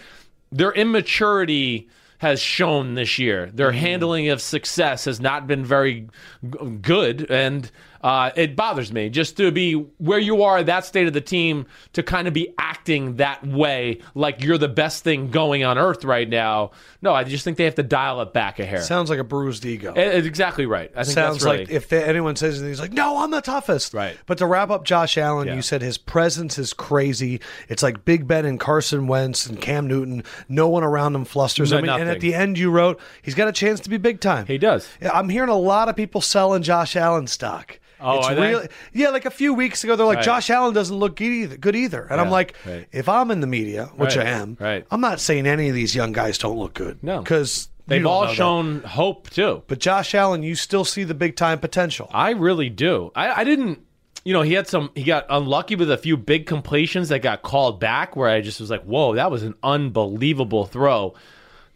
S2: their immaturity has shown this year. Their handling of success has not been very g- good, and uh, it bothers me just to be where you are, that state of the team, to kind of be acting that way, like you're the best thing going on earth right now. No, I just think they have to dial it back a hair.
S1: Sounds like a bruised ego.
S2: It- it's exactly right. I think
S1: sounds
S2: that's really,
S1: like if they, anyone says anything, he's like, "No, I'm the toughest."
S2: Right.
S1: But to wrap up, Josh Allen,
S2: Yeah.
S1: you said his presence is crazy. It's like Big Ben and Carson Wentz and Cam Newton. No one around him flusters
S2: No,
S1: him. And- And at
S2: nothing.
S1: the end, you wrote he's got a chance to be big time.
S2: he does.
S1: Yeah, I'm hearing a lot of people selling Josh Allen stock.
S2: Oh, are they?
S1: yeah. Like a few weeks ago, they're like,
S2: Right.
S1: Josh Allen doesn't look good either. Good either. And I'm
S2: Yeah,
S1: like,
S2: right.
S1: if I'm in the media, which
S2: Right,
S1: I am,
S2: right.
S1: I'm not saying any of these young guys don't look good.
S2: No.
S1: because
S2: They've all shown hope too.
S1: But Josh Allen, you still see the big time potential.
S2: I really do. I, I didn't. You know, he had some. He got unlucky with a few big completions that got called back. Where I just was like, "Whoa, that was an unbelievable throw."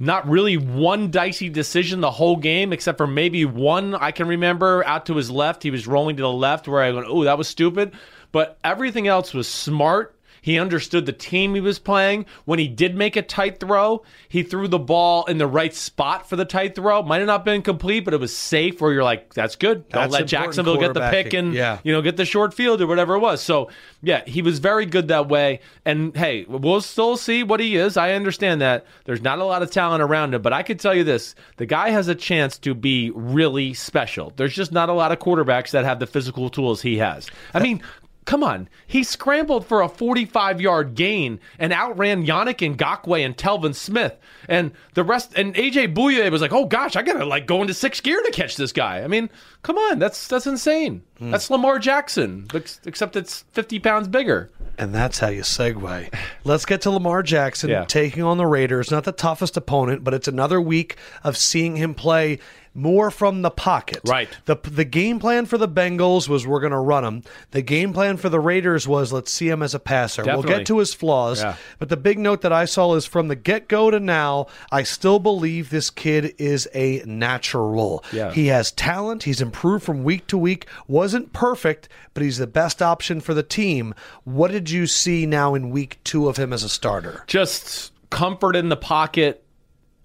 S2: Not really one dicey decision the whole game, except for maybe one I can remember out to his left. He was rolling to the left, where I went, "Oh, that was stupid." But everything else was smart. He understood the team he was playing. When he did make a tight throw, he threw the ball in the right spot for the tight throw. Might have not been complete, but it was safe. Where you're like, "That's good. Don't
S1: That's
S2: let
S1: important
S2: Jacksonville get the pick
S1: quarterbacking.
S2: and
S1: Yeah.
S2: you know get the short field or whatever it was. So yeah, he was very good that way. And hey, we'll still see what he is. I understand that there's not a lot of talent around him, but I could tell you this: the guy has a chance to be really special. There's just not a lot of quarterbacks that have the physical tools he has. I mean. Come on, he scrambled for a 45 yard gain and outran Yannick Ngakwe and Telvin Smith and the rest. And AJ Bouye was like, "Oh gosh, I gotta like go into sixth gear to catch this guy." I mean, come on, that's that's insane. That's Lamar Jackson, ex- except it's 50 pounds bigger.
S1: And that's how you segue. Let's get to Lamar Jackson
S2: Yeah.
S1: taking on the Raiders. Not the toughest opponent, but it's another week of seeing him play more from the pocket.
S2: Right.
S1: The, the game plan for the Bengals was we're going to run him. The game plan for the Raiders was let's see him as a passer. We'll
S2: Definitely.
S1: get to his flaws.
S2: Yeah.
S1: But the big note that I saw is from the get go to now, I still believe this kid is a natural.
S2: Yeah.
S1: He has talent. He's improved from week to week. Wasn't perfect, but he's the best option for the team. What did you see now in week two of him as a starter?
S2: Just comfort in the pocket,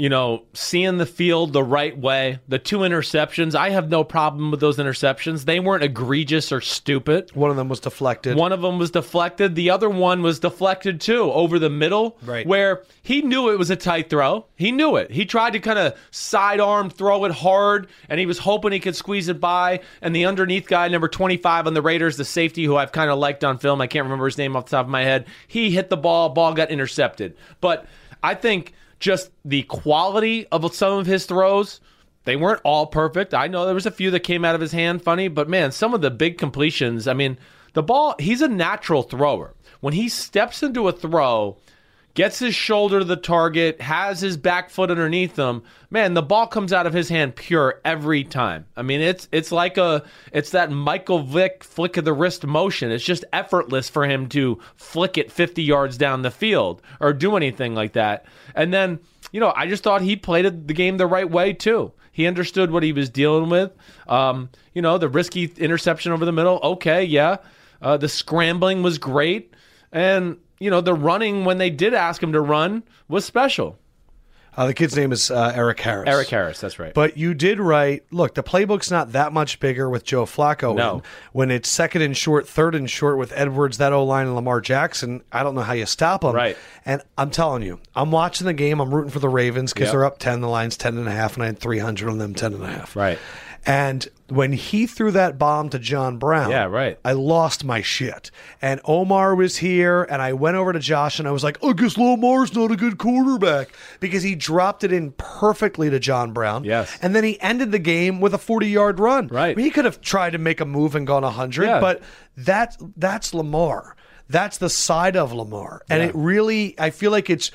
S2: you know, seeing the field the right way. The two interceptions, I have no problem with those interceptions. They weren't egregious or stupid.
S1: One of them was deflected.
S2: One of them was deflected. The other one was deflected too, over the middle,
S1: Right.
S2: where he knew it was a tight throw. He knew it. He tried to kind of sidearm throw it hard, and he was hoping he could squeeze it by. And the underneath guy, number 25 on the Raiders, the safety who I've kind of liked on film, I can't remember his name off the top of my head, he hit the ball, ball got intercepted. But I think just the quality of some of his throws. They weren't all perfect. I know there was a few that came out of his hand funny, but man, some of the big completions, I mean, the ball, he's a natural thrower. When he steps into a throw, gets his shoulder to the target, has his back foot underneath him, man, the ball comes out of his hand pure every time. I mean, it's it's like a it's that Michael Vick flick of the wrist motion. It's just effortless for him to flick it 50 yards down the field or do anything like that. And then, you know, I just thought he played it- the game the right way too. He understood what he was dealing with. Um, you know, the risky interception over the middle, okay, yeah. Uh, the scrambling was great. And, you know, the running when they did ask him to run was special.
S1: Uh, the kid's name is uh, Eric Harris.
S2: Eric Harris, that's right.
S1: But you did right. Look, the playbook's not that much bigger with Joe Flacco.
S2: No.
S1: in. When it's second and short, third and short with Edwards, that O line, and Lamar Jackson, I don't know how you stop them.
S2: Right.
S1: And I'm telling you, I'm watching the game. I'm rooting for the Ravens because
S2: Yep.
S1: they're up 10, the line's 10 and a half, and I had 300 on them, 10 and a half.
S2: Right.
S1: And when he threw that bomb to John Brown,
S2: Yeah, right.
S1: I lost my shit. And Omar was here, and I went over to Josh and I was like, I guess Lamar's not a good quarterback because he dropped it in perfectly to John Brown.
S2: Yes.
S1: And then he ended the game with a 40 yard run.
S2: Right.
S1: He could have tried to make a move and gone 100,
S2: Yeah.
S1: but that, that's Lamar. That's the side of Lamar. And it really, I feel like it's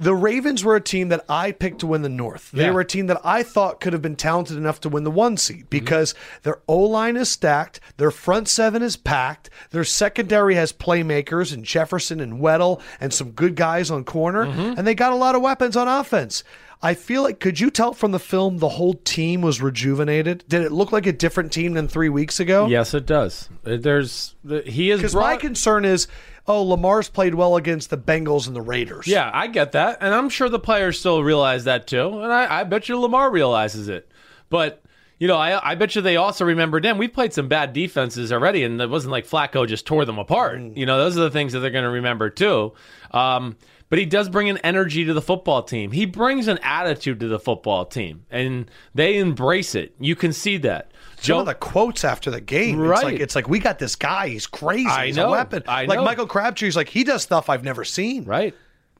S1: the Ravens were a team that I picked to win the North. They
S2: Yeah.
S1: were a team that I thought could have been talented enough to win the one seed because their O line is stacked, their front seven is packed, their secondary has playmakers and Jefferson and Weddle and some good guys on corner, and they got a lot of weapons on offense. I feel like could you tell from the film the whole team was rejuvenated? Did it look like a different team than three weeks ago?
S2: Yes, it does. There's the, he is
S1: Because
S2: brought,
S1: my concern is, oh, Lamar's played well against the Bengals and the Raiders.
S2: Yeah, I get that, and I'm sure the players still realize that too, and I, I bet you Lamar realizes it. But you know, I, I bet you they also remember. Damn, we played some bad defenses already, and it wasn't like Flacco just tore them apart.
S1: Mm.
S2: You know, those are the things that they're going to remember too. Um, but he does bring an energy to the football team. He brings an attitude to the football team, and they embrace it. You can see that.
S1: Some
S2: Joe,
S1: of the quotes after the game, it's
S2: Right.
S1: like it's like we got this guy. He's crazy.
S2: I
S1: he's a
S2: know,
S1: weapon.
S2: I
S1: like
S2: know.
S1: Michael Crabtree's like he does stuff I've never seen.
S2: Right.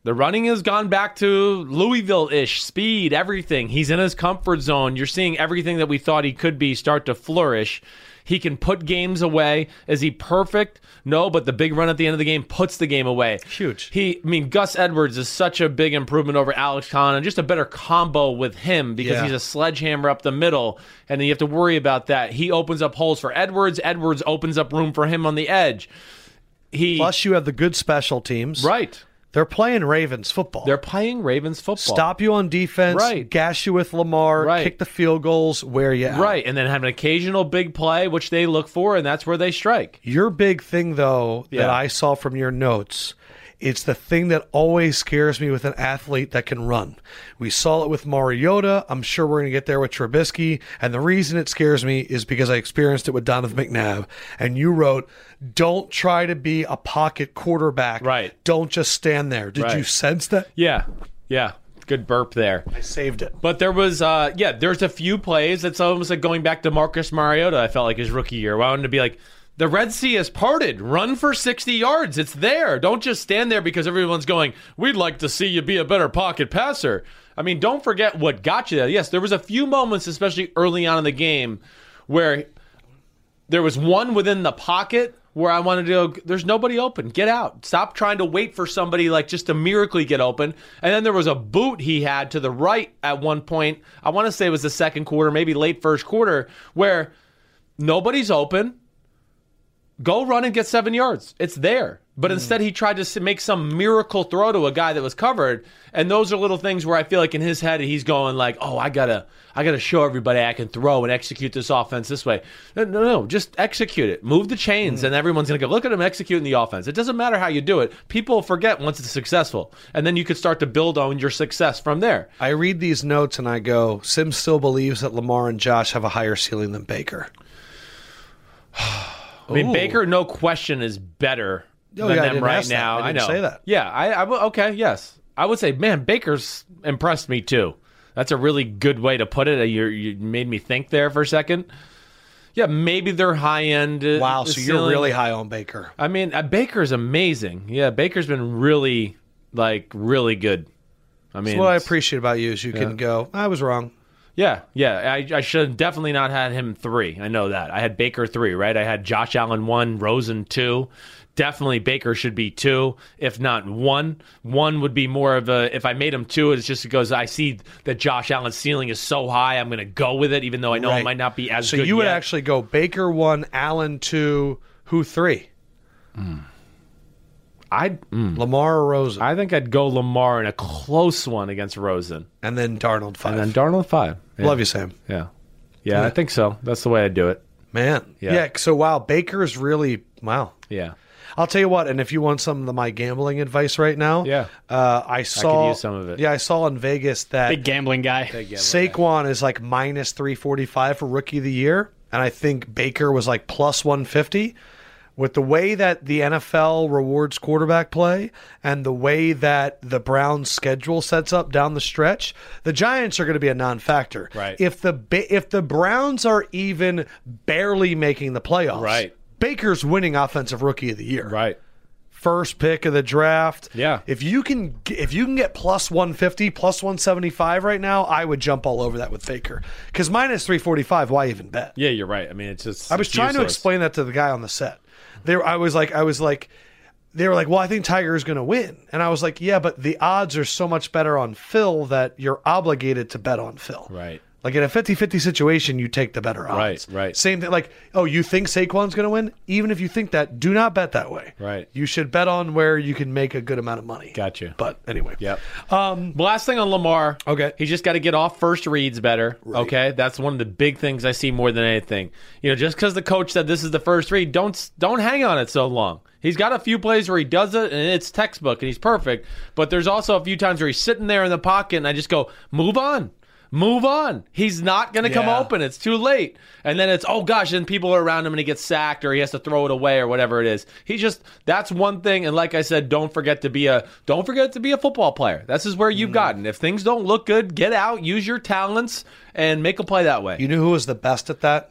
S2: The running has gone back to Louisville ish speed, everything. He's in his comfort zone. You're seeing everything that we thought he could be start to flourish. He can put games away. Is he perfect? No, but the big run at the end of the game puts the game away.
S1: Huge.
S2: He, I mean, Gus Edwards is such a big improvement over Alex Khan and just a better combo with him because
S1: Yeah.
S2: he's a sledgehammer up the middle, and then you have to worry about that. He opens up holes for Edwards. Edwards opens up room for him on the edge. He
S1: Plus, you have the good special teams.
S2: right.
S1: They're playing Ravens football.
S2: They're playing Ravens football.
S1: stop you on defense.
S2: Right.
S1: Gash you with Lamar.
S2: Right.
S1: Kick the field goals. Wear you out.
S2: Right, and then have an occasional big play, which they look for, and that's where they strike.
S1: Your big thing though that
S2: Yeah.
S1: I saw from your notes. It's the thing that always scares me with an athlete that can run. We saw it with Mariota. I'm sure we're going to get there with Trubisky. And the reason it scares me is because I experienced it with Donovan McNabb. And you wrote, don't try to be a pocket quarterback.
S2: Right.
S1: Don't just stand there. Did
S2: Right.
S1: you sense that?
S2: Yeah, yeah, good burp there.
S1: I saved it.
S2: But there was, uh, yeah, there's a few plays. It's almost like going back to Marcus Mariota. I felt like his rookie year. Where I wanted to be like, the Red Sea has parted. Run for 60 yards. It's there. Don't just stand there because everyone's going. We'd like to see you be a better pocket passer. I mean, don't forget what got you there. Yes, there was a few moments, especially early on in the game, where there was one within the pocket where I wanted to go, there's nobody open. Get out. Stop trying to wait for somebody like just to miraculously get open. And then there was a boot he had to the right at one point. I want to say it was the second quarter, maybe late first quarter, where nobody's open. Go run and get seven yards. It's there. But instead, he tried to s- make some miracle throw to a guy that was covered, and those are little things where I feel like in his head he's going like, "Oh, I gotta, I gotta show everybody I can throw and execute this offense this way." No, no, no, just execute it. Move the chains, and everyone's gonna go look at him executing the offense. It doesn't matter how you do it. People forget once it's successful, and then you could start to build on your success from there.
S1: I read these notes and I go, Sim still believes that Lamar and Josh have a higher ceiling than Baker.
S2: I mean,
S1: Ooh.
S2: Baker, no question, is better
S1: Oh,
S2: than
S1: yeah, I
S2: them
S1: didn't
S2: right
S1: ask that.
S2: now.
S1: I didn't
S2: know.
S1: say that.
S2: Yeah, I, I w- okay, yes, I would say, man, Baker's impressed me too. That's a really good way to put it. You, you made me think there for a second. Yeah, maybe they're high end. uh,
S1: Wow, so you're
S2: ceiling.
S1: really high on Baker.
S2: I mean, uh, Baker's amazing. Yeah, Baker's been really, like, really good. I mean,
S1: That's what I
S2: it's-
S1: appreciate about you is you can go, I was wrong.
S2: Yeah, yeah. I, I should have definitely not had him three. I know that. I had Baker three, right? I had Josh Allen one, Rosen two. Definitely Baker should be two, if not one. One would be more of a, if I made him two, it's just because I see that Josh Allen's ceiling is so high, I'm going to go with it, even though I know
S1: Right.
S2: it might not be as
S1: So
S2: good
S1: you would
S2: yet.
S1: actually go Baker one, Allen two, who three?
S2: I'd, mm,
S1: Lamar or Rosen,
S2: I think I'd go Lamar in a close one against Rosen.
S1: and then Darnold five.
S2: And then Darnold five. Yeah.
S1: Love you, Sam.
S2: Yeah. yeah. I think so. That's the way I'd do it.
S1: Man, yeah.
S2: Yeah.
S1: So wow, Baker's really wow.
S2: Yeah.
S1: I'll tell you what, and if you want some of the, my gambling advice right now,
S2: Yeah.
S1: uh, I saw
S2: use some of it.
S1: Yeah, I saw in Vegas that
S3: Big gambling guy.
S1: Saquon is like minus 345 for rookie of the year. And I think Baker was like plus 150. With the way that the NFL rewards quarterback play and the way that the Browns schedule sets up down the stretch, the Giants are going to be a non-factor.
S2: Right.
S1: If the Ba- if the Browns are even barely making the playoffs,
S2: Right.
S1: Baker's winning offensive rookie of the year
S2: Right.
S1: first pick of the draft.
S2: Yeah.
S1: If you can if you can get plus 150, plus 175 right now, I would jump all over that with Baker. Cuz minus 345, why even bet?
S2: Yeah, you're right. I mean, it's just.
S1: I was
S2: it's
S1: trying to
S2: useless.
S1: explain that to the guy on the set. There I was like I was like they were like, "Well, I think Tiger is going to win," and I was like, "Yeah, but the odds are so much better on Phil that you're obligated to bet on Phil."
S2: Right.
S1: Like in a 50-50 situation, you take the better odds.
S2: Right, right.
S1: Same thing. Like, oh, you think Saquon's going to win? Even if you think that, do not bet that way.
S2: Right.
S1: You should bet on where you can make a good amount of money.
S2: Gotcha.
S1: But anyway.
S2: Yep. Um, last thing on Lamar.
S1: Okay.
S2: He's just got to get off first reads better. Okay. That's one of the big things I see more than anything. You know, just because the coach said this is the first read, don't don't hang on it so long. He's got a few plays where he does it and it's textbook and he's perfect. But there's also a few times where he's sitting there in the pocket and I just go, move on. Move on. He's not going to come
S1: Yeah.
S2: open. It's too late. And then it's, oh gosh, and people are around him and he gets sacked or he has to throw it away or whatever it is. He just, that's one thing. And like I said, don't forget to be a, don't forget to be a football player. This is where you've
S1: Mm.
S2: gotten. If things don't look good, get out, use your talents and make a play that way.
S1: You knew who was the best at that?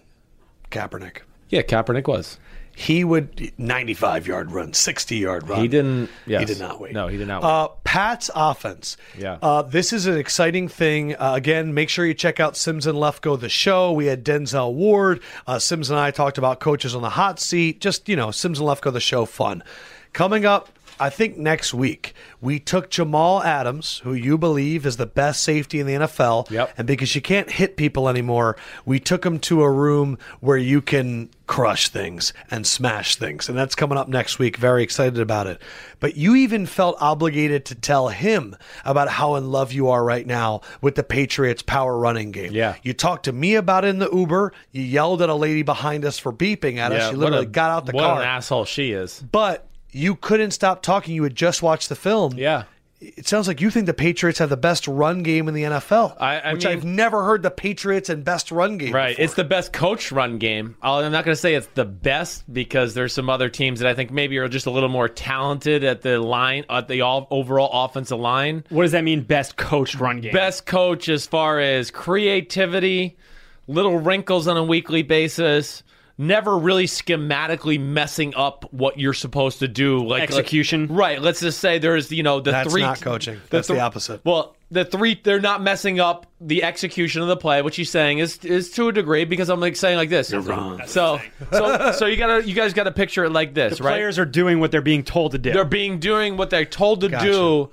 S1: Kaepernick.
S2: yeah, Kaepernick was.
S1: He would 95 yard run, 60 yard run.
S2: He didn't, yes.
S1: He did not wait.
S2: No, he did not wait.
S1: Uh, Pat's offense.
S2: Yeah.
S1: Uh, this is an exciting thing. Uh, again, make sure you check out Sims and Lefko, the show. We had Denzel Ward. Uh, Sims and I talked about coaches on the hot seat. Just, you know, Sims and Lefko, the show, fun. Coming up, I think next week, we took Jamal Adams, who you believe is the best safety in the NFL.
S2: Yep.
S1: And because you can't hit people anymore, we took him to a room where you can crush things and smash things. And that's coming up next week. Very excited about it. But you even felt obligated to tell him about how in love you are right now with the Patriots power running game.
S2: Yeah.
S1: You talked to me about it in the Uber. You yelled at a lady behind us for beeping at us. She literally got out the
S2: what
S1: car.
S2: an asshole she is.
S1: But you couldn't stop talking. You had just watched the film.
S2: Yeah.
S1: It sounds like you think the Patriots have the best run game in the NFL,
S2: I- I
S1: which
S2: mean-
S1: I've never heard the Patriots and best run game.
S2: Right.
S1: before.
S2: It's the best coach run game. I'll- I'm not going to say it's the best because there's some other teams that I think maybe are just a little more talented at the line, at the all, overall offensive line.
S3: What does that mean? Best coached run game.
S2: Best coach as far as creativity, little wrinkles on a weekly basis, never really schematically messing up what you're supposed to do. Like
S3: Execution.
S2: right. Let's just say there's, you know, the
S1: That's
S2: three.
S1: not coaching. That's the opposite.
S2: Well, the three they're not messing up the execution of the play, which he's saying is is to a degree because I'm like saying like this. You're wrong. So so so you gotta you guys gotta picture it like this, right?
S3: Players are doing what they're being told to do.
S2: they're being doing what they're told to do,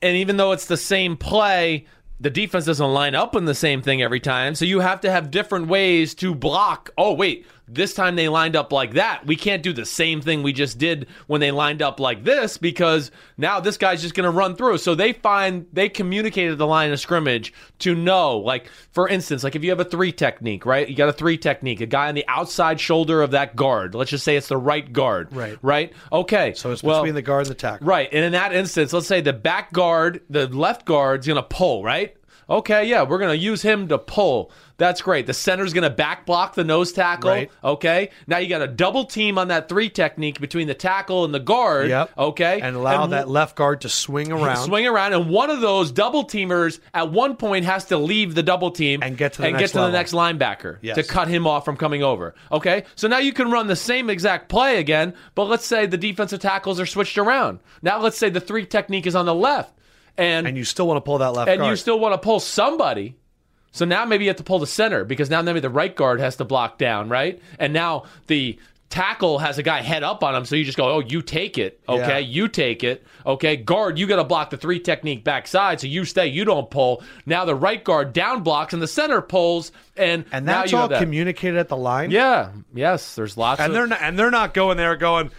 S2: and even though it's the same play, the defense doesn't line up in the same thing every time. So you have to have different ways to block. Oh wait, this time they lined up like that. We can't do the same thing we just did when they lined up like this because now this guy's just going to run through. So they find they communicated the line of scrimmage to know. Like for instance, like if you have a three technique, right? You got a three technique, a guy on the outside shoulder of that guard. Let's just say it's the right guard.
S1: Right.
S2: Right. Okay.
S1: so it's
S2: Well-
S1: between the guard and the tackle.
S2: Right. And in that instance, let's say the back guard, the left guard's going to pull, right? Okay, yeah, we're going to use him to pull. That's great. The center's going to back block the nose tackle.
S1: Right.
S2: Okay. Now you got a double team on that three technique between the tackle and the guard.
S1: Yep.
S2: Okay.
S1: And allow that
S2: w-
S1: left guard to swing around.
S2: Swing around, and one of those double teamers at one point has to leave the double team
S1: And get to the
S2: and
S1: next
S2: get to the
S1: level.
S2: next linebacker
S1: Yes.
S2: to cut him off from coming over. Okay, so now you can run the same exact play again, but let's say the defensive tackles are switched around. Now let's say the three technique is on the left, and
S1: And you still want to pull that left
S2: and
S1: guard.
S2: you still want to pull somebody. So now maybe you have to pull the center because now maybe the right guard has to block down, right? And now the tackle has a guy head up on him, so you just go, oh, you take it, okay?
S1: Yeah.
S2: You take it, okay? Guard, you got to block the three technique backside, so you stay, you don't pull. Now the right guard down blocks and the center pulls, and
S1: and
S2: now
S1: that's
S2: you
S1: all
S2: have that.
S1: communicated at the line.
S2: Yeah, yes, there's lots
S1: And
S2: of.
S1: they're not, and they're not going there going,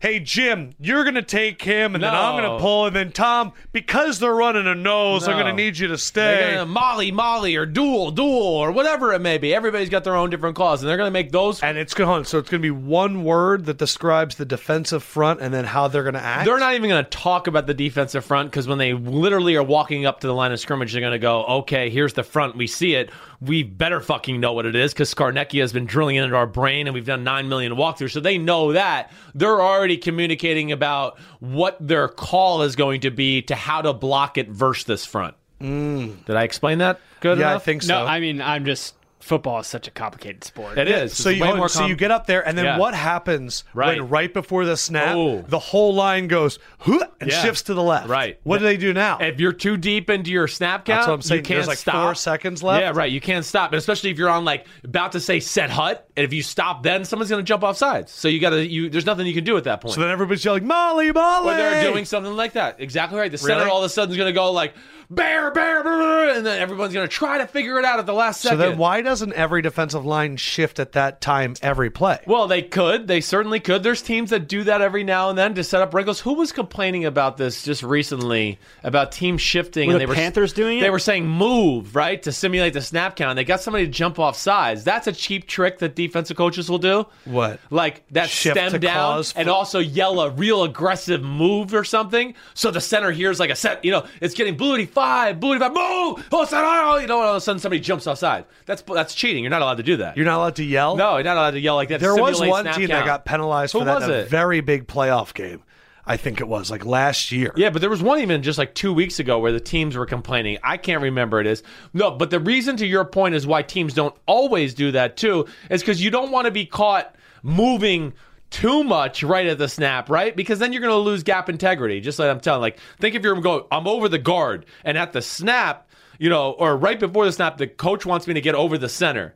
S1: "Hey Jim, you're going to take him, and then I'm going
S2: No.
S1: to pull, and then Tom, because they're running a nose, I'm
S2: No.
S1: going to need you to
S2: They're
S1: stay."
S2: gonna molly, molly, or duel, duel, or whatever it may be. Everybody's got their own different calls, and they're gonna make those
S1: and it's going so it's going to be one word that describes the defensive front and then how they're going to act.
S2: They're not even going to talk about the defensive front because when they literally are walking up to the line of scrimmage, they're going to go, okay, here's the front. We see it. We better fucking know what it is because Skarnecki has been drilling it into our brain and we've done 9 million walkthroughs. So they know that. They're already communicating about what their call is going to be to how to block it versus this front. Did I explain that good
S1: Mm. yeah, I
S2: enough?
S1: think so.
S3: no, I mean I'm just football is such a complicated sport.
S2: It is.
S1: So
S2: It's
S1: you,
S2: way more
S1: so
S2: com-
S1: you get up there, and then
S2: Yeah.
S1: what happens
S2: Right.
S1: when right before the snap,
S2: Oh.
S1: the whole line goes "Huh," and
S2: Yeah.
S1: shifts to the left?
S2: Right.
S1: What do they do now?
S2: If you're too deep into your snap count,
S1: That's what I'm saying.
S2: you can't
S1: There's like
S2: stop.
S1: four seconds left.
S2: Yeah, right. You can't stop, and especially if you're on like about to say set hut, and if you stop, then someone's gonna jump off sides. So you gotta. You there's nothing you can do at that point.
S1: so then everybody's yelling "Molly, Molly!"
S2: Or they're doing something like that. Exactly right. The center
S1: Really?
S2: all of a sudden is going to go like bear, bear, bear, bear, and then everyone's going to try to figure it out at the last
S1: So
S2: second.
S1: then why doesn't every defensive line shift at that time every play?
S2: Well, they could. They certainly could. There's teams that do that every now and then to set up wrinkles. Who was complaining about this just recently about team shifting?
S6: Were
S2: and
S6: the
S2: they were
S6: Panthers doing it?
S2: They were saying move right to simulate the snap count. They got somebody to jump off sides. That's a cheap trick that defensive coaches will do.
S1: What?
S2: Like that
S1: Shift to
S2: stem down
S1: cause-
S2: and also yell a real aggressive move or something. So the center hears like a set. You know, it's getting booty five, booty five, move. Oh, center! You know, and all of a sudden somebody jumps offside. That's that's cheating. You're not allowed to do that.
S1: You're not allowed to yell.
S2: No, you're not allowed to yell like that.
S1: There was
S2: Simulate
S1: one
S2: snap
S1: team that
S2: count.
S1: got penalized
S2: Who
S1: for that
S2: was
S1: in a
S2: it?
S1: very big playoff game. I think it was like last year.
S2: Yeah, but there was one even just like two weeks ago where the teams were complaining. I can't remember it is. No, but the reason to your point is why teams don't always do that too is because you don't want to be caught moving too much right at the snap, right? Because then you're going to lose gap integrity. Just like I'm telling, like think if you're going, I'm over the guard, and at the snap, you know, or right before the snap, the coach wants me to get over the center.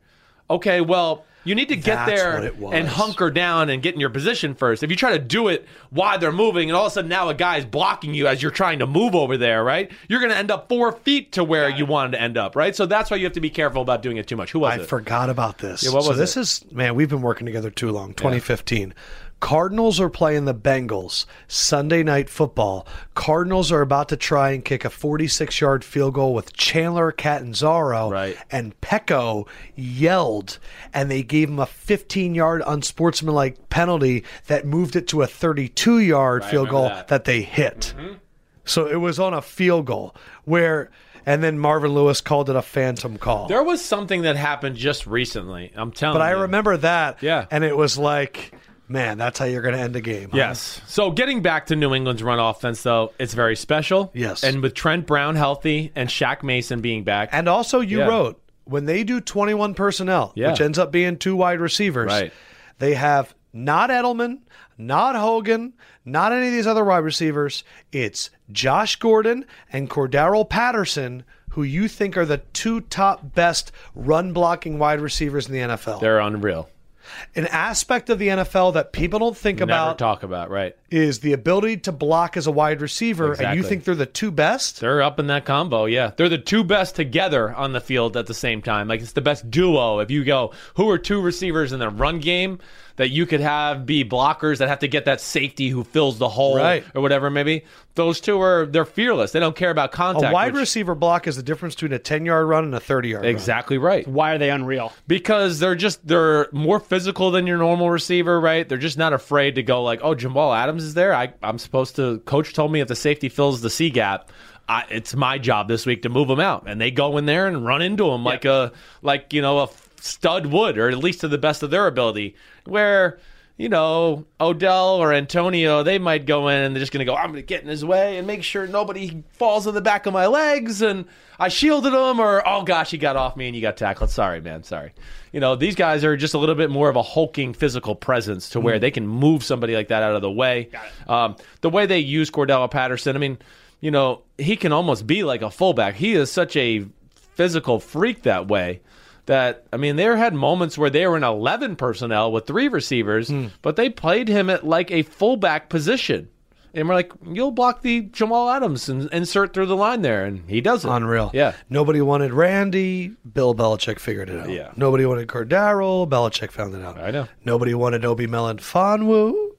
S2: Okay, well. You need to get
S1: That's what
S2: there
S1: it was.
S2: and hunker hunker down and get in your position first. If you try to do it while they're moving, and all of a sudden now a guy's blocking you as you're trying to move over there, right? You're going to end up four feet to where you wanted to end up, right? So that's why you have to be careful about doing it too much. Who was
S1: I
S2: it?
S1: forgot about this.
S2: what
S1: so
S2: was
S1: this
S2: it?
S1: is man, we've been working together too long. 2015. Cardinals are playing the Bengals Sunday night football. Cardinals are about to try and kick a 46-yard field goal with Chandler Catanzaro
S2: Right.
S1: and Pecco yelled and they gave him a 15-yard unsportsmanlike penalty that moved it to a 32-yard field
S2: remember
S1: goal
S2: that. Mm-hmm.
S1: that they hit. So it was on a field goal where and then Marvin Lewis called it a phantom call.
S2: there was something that happened just recently. I'm telling
S1: But
S2: you.
S1: I remember that.
S2: Yeah.
S1: And it was like, man, that's how you're going to end a game. huh?
S2: Yes. So getting back to New England's run offense, though, it's very special.
S1: Yes.
S2: And with Trent Brown healthy and Shaq Mason being back,
S1: And also, you
S2: Yeah.
S1: wrote when they do 21 personnel,
S2: Yeah.
S1: which ends up being two wide receivers,
S2: Right.
S1: they have not Edelman, not Hogan, not any of these other wide receivers. It's Josh Gordon and Cordero Patterson, who you think are the two top best run blocking wide receivers in the NFL.
S2: they're unreal.
S1: An aspect of the NFL that people don't think
S2: Never
S1: about
S2: talk about, right?
S1: is the ability to block as a wide receiver, and you
S2: Exactly.
S1: think they're the two best?
S2: They're up in that combo, yeah. They're the two best together on the field at the same time. Like it's the best duo. If you go, who are two receivers in the run game that you could have be blockers that have to get that safety who fills the hole
S1: Right.
S2: or whatever maybe. Those two are they're fearless. They don't care about contact.
S1: a wide
S2: which-
S1: receiver block is the difference between a 10 yard run and a 30 yard
S2: Exactly right.
S3: Why are they unreal?
S2: Because they're just they're more physical than your normal receiver, right? They're just not afraid to go like, oh, Jamal Adams is there. I, I'm supposed to. Coach told me if the safety fills the C gap, I, it's my job this week to move him out, and they go in there and run into him like a like you know a stud would, or at least to the best of their ability. Where you know Odell or Antonio, they might go in and they're just going to go, I'm going to get in his way and make sure nobody falls on the back of my legs, and I shielded him, or oh gosh, he got off me and you got tackled. Sorry, man, sorry. You know these guys are just a little bit more of a hulking physical presence to where they can move somebody like that out of the way. Um, the way they use Cordell Patterson, I mean, you know, he can almost be like a fullback. He is such a physical freak that way that I mean, they had moments where they were in eleven personnel with three receivers,
S1: Hmm.
S2: but they played him at like a fullback position. And we're like, you'll block the Jamal Adams and insert through the line there, and he does it.
S1: run. Unreal.
S2: Yeah.
S1: Nobody wanted Randy. Bill Belichick figured it out.
S2: Yeah.
S1: Nobody wanted Cordero. Belichick found it out.
S2: I know.
S1: Nobody wanted Obi Mellon Fonwu.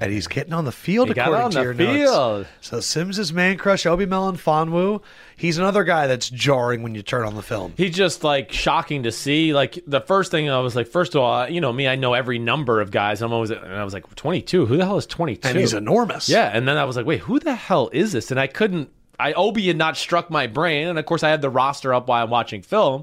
S1: And he's getting on the field
S2: He got
S1: according
S2: on
S1: to
S2: the
S1: your
S2: field.
S1: notes. So Sims is man crush. Obi Mellon Fonwu. He's another guy that's jarring when you turn on the film.
S2: He's just like shocking to see. Like the first thing I was like, first of all, you know me, I know every number of guys. I'm always, and I was like, 22. Who the hell is 22?
S1: And he's enormous.
S2: Yeah, and then I was like, wait, who the hell is this? And I couldn't. I Obi had not struck my brain, and of course I had the roster up while I'm watching film,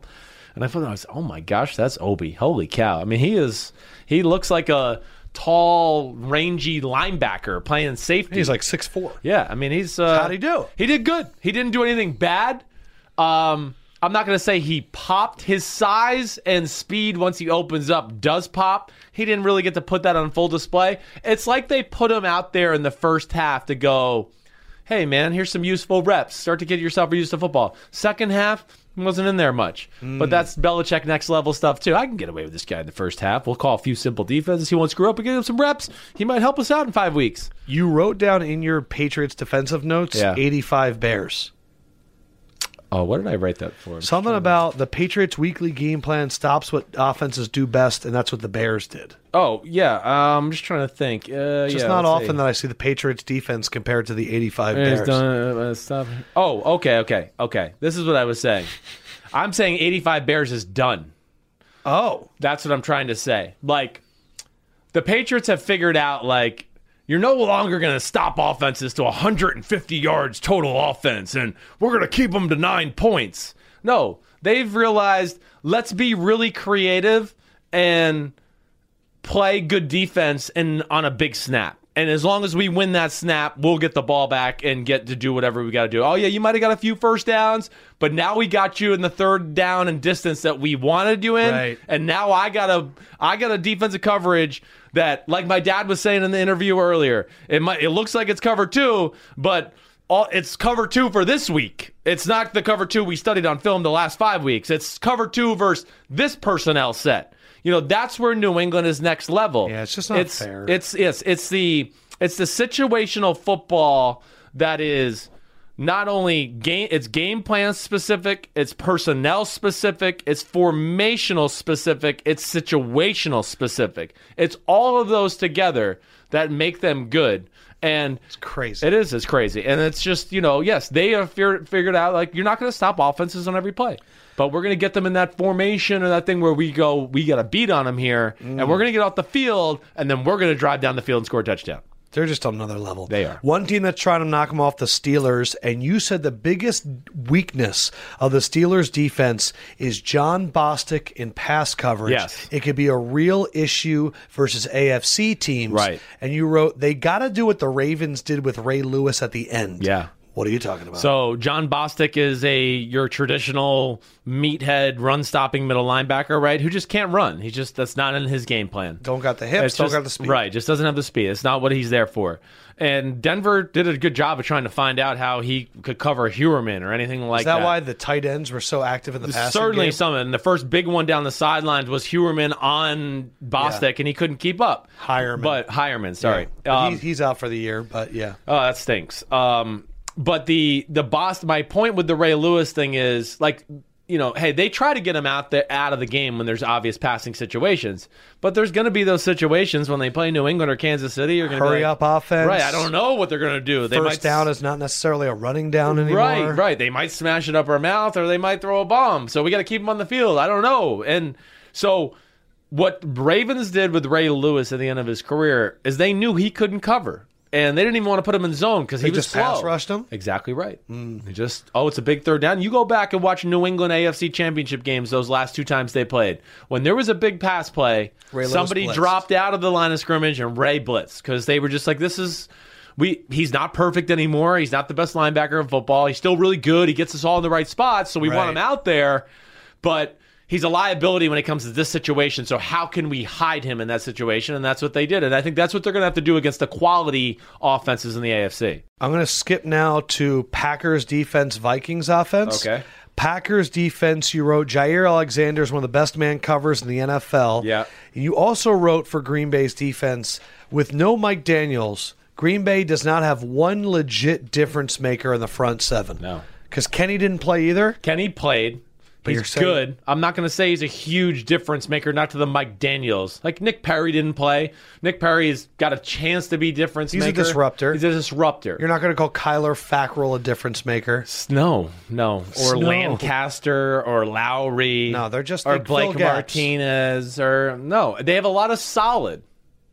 S2: and I thought I was, oh my gosh, that's Obi. Holy cow! I mean, he is. He looks like a tall, rangy linebacker playing safety.
S1: He's like six four.
S2: yeah. I mean, he's. Uh,
S1: How'd he do?
S2: He did good. He didn't do anything bad. Um, I'm not going to say he popped. His size and speed, once he opens up, does pop. He didn't really get to put that on full display. It's like they put him out there in the first half to go, hey, man, here's some useful reps. Start to get yourself used to football. Second half, he wasn't in there much. But that's Belichick next level stuff, too. I can get away with this guy in the first half. We'll call a few simple defenses. He won't screw up and get him some reps. He might help us out in five weeks.
S1: You wrote down in your Patriots defensive notes
S2: Yeah.
S1: 85 Bears.
S2: Oh, what did I write that for?
S1: Something about the Patriots' weekly game plan stops what offenses do best, and that's what the Bears did.
S2: Oh, yeah. uh, I'm just trying to think. Uh,
S1: It's
S2: yeah,
S1: not
S2: let's
S1: often
S2: see.
S1: that I see the Patriots' defense compared to the 85
S2: Yeah, it's
S1: Bears.
S2: done, uh, stop. Oh, okay, okay, okay. This is what I was saying. I'm saying 85 Bears is done.
S1: Oh,
S2: That's what I'm trying to say. Like, the Patriots have figured out, like, you're no longer going to stop offenses to 150 yards total offense, and we're going to keep them to nine points. No, they've realized let's be really creative and play good defense and on a big snap. And as long as we win that snap, we'll get the ball back and get to do whatever we got to do. Oh yeah, you might have got a few first downs, but now we got you in the third down and distance that we wanted you in.
S1: Right.
S2: And now I got a I got a defensive coverage that, like my dad was saying in the interview earlier, it might it looks like it's cover two, but all, it's cover two for this week. It's not the cover two we studied on film the last five weeks. It's cover two versus this personnel set. You know, that's where New England is next level.
S1: Yeah, it's just not
S2: it's,
S1: fair.
S2: It's it's it's the it's the situational football that is not only game it's game plan specific, it's personnel specific, it's formational specific, it's situational specific. It's all of those together that make them good. And it's
S1: crazy.
S2: It is. It's crazy. And it's just, you know, yes, they have fear, figured out, like, you're not going to stop offenses on every play, but we're going to get them in that formation or that thing where we go, we got to beat on them here, and we're going to get off the field, and then we're going to drive down the field and score a touchdown.
S1: they're just on another level.
S2: They are.
S1: One team that's trying to knock them off the Steelers, and you said the biggest weakness of the Steelers' defense is John Bostic in pass coverage.
S2: Yes.
S1: It could be a real issue versus AFC teams.
S2: Right.
S1: And you wrote, they got to do what the Ravens did with Ray Lewis at the end.
S2: Yeah.
S1: What are you talking about?
S2: So John Bostic is a your traditional meathead run stopping middle linebacker, right? Who just can't run. He's just that's not in his game plan.
S1: don't got the hips,
S2: It's
S1: don't
S2: just-
S1: got the speed.
S2: Right, just doesn't have the speed. It's not what he's there for. And Denver did a good job of trying to find out how he could cover Hewerman or anything like
S1: Is that, why the tight ends were so active in the past?
S2: Certainly
S1: game?
S2: some. And the first big one down the sidelines was Hewerman on Bostic, and he couldn't keep up.
S1: Hireman.
S2: But Hireman, sorry.
S1: Yeah.
S2: Um,
S1: He- he's out for the year, but yeah.
S2: Oh, that stinks. Um, but the the boss. My point with the Ray Lewis thing is like. You know, hey, they try to get him out there out of the game when there's obvious passing situations, but there's going to be those situations when they play New England or Kansas City. You're going to
S1: Hurry up offense.
S2: right? I don't know what they're going to do. They
S1: First
S2: might
S1: down is not necessarily a running down anymore.
S2: Right, right. They might smash it up our mouth or they might throw a bomb. So we got to keep them on the field. I don't know. And so what Ravens did with Ray Lewis at the end of his career is they knew he couldn't cover. And they didn't even want to put him in zone because he
S1: They
S2: was
S1: just
S2: slow.
S1: pass rushed Hmm. him?
S2: Exactly right. They just oh, it's a big third down. You go back and watch New England AFC Championship games those last two times they played. When there was a big pass play,
S1: Ray Lewis
S2: somebody
S1: blitzed.
S2: dropped out of the line of scrimmage and Ray blitzed because they were just like, this is we. He's not perfect anymore. He's not the best linebacker in football. He's still really good. He gets us all in the right spots, so we want him
S1: Right.
S2: out there, but. He's a liability when it comes to this situation. So how can we hide him in that situation? And that's what they did. And I think that's what they're going to have to do against the quality offenses in the AFC.
S1: I'm going to skip now to Packers defense, Vikings offense.
S2: Okay.
S1: Packers defense, you wrote Jair Alexander is one of the best man covers in the NFL.
S2: Yeah.
S1: You also wrote for Green Bay's defense with no Mike Daniels. Green Bay does not have one legit difference maker in the front seven.
S2: No.
S1: Because Kenny didn't play either.
S2: Kenny played. he's
S1: you're saying-
S2: good. I'm not going to say he's a huge difference maker, not to the Mike Daniels. Like Nick Perry didn't play. Nick Perry's got a chance to be difference
S1: He's a
S2: maker.
S1: disruptor.
S2: He's a disruptor.
S1: You're not going to call Kyler Fackrell a difference maker.
S2: no, no, or
S1: Snow.
S2: Lancaster or Lowry.
S1: No, they're just-
S2: or
S1: they fill
S2: Blake
S1: gaps.
S2: Martinez or no. They have a lot of solid.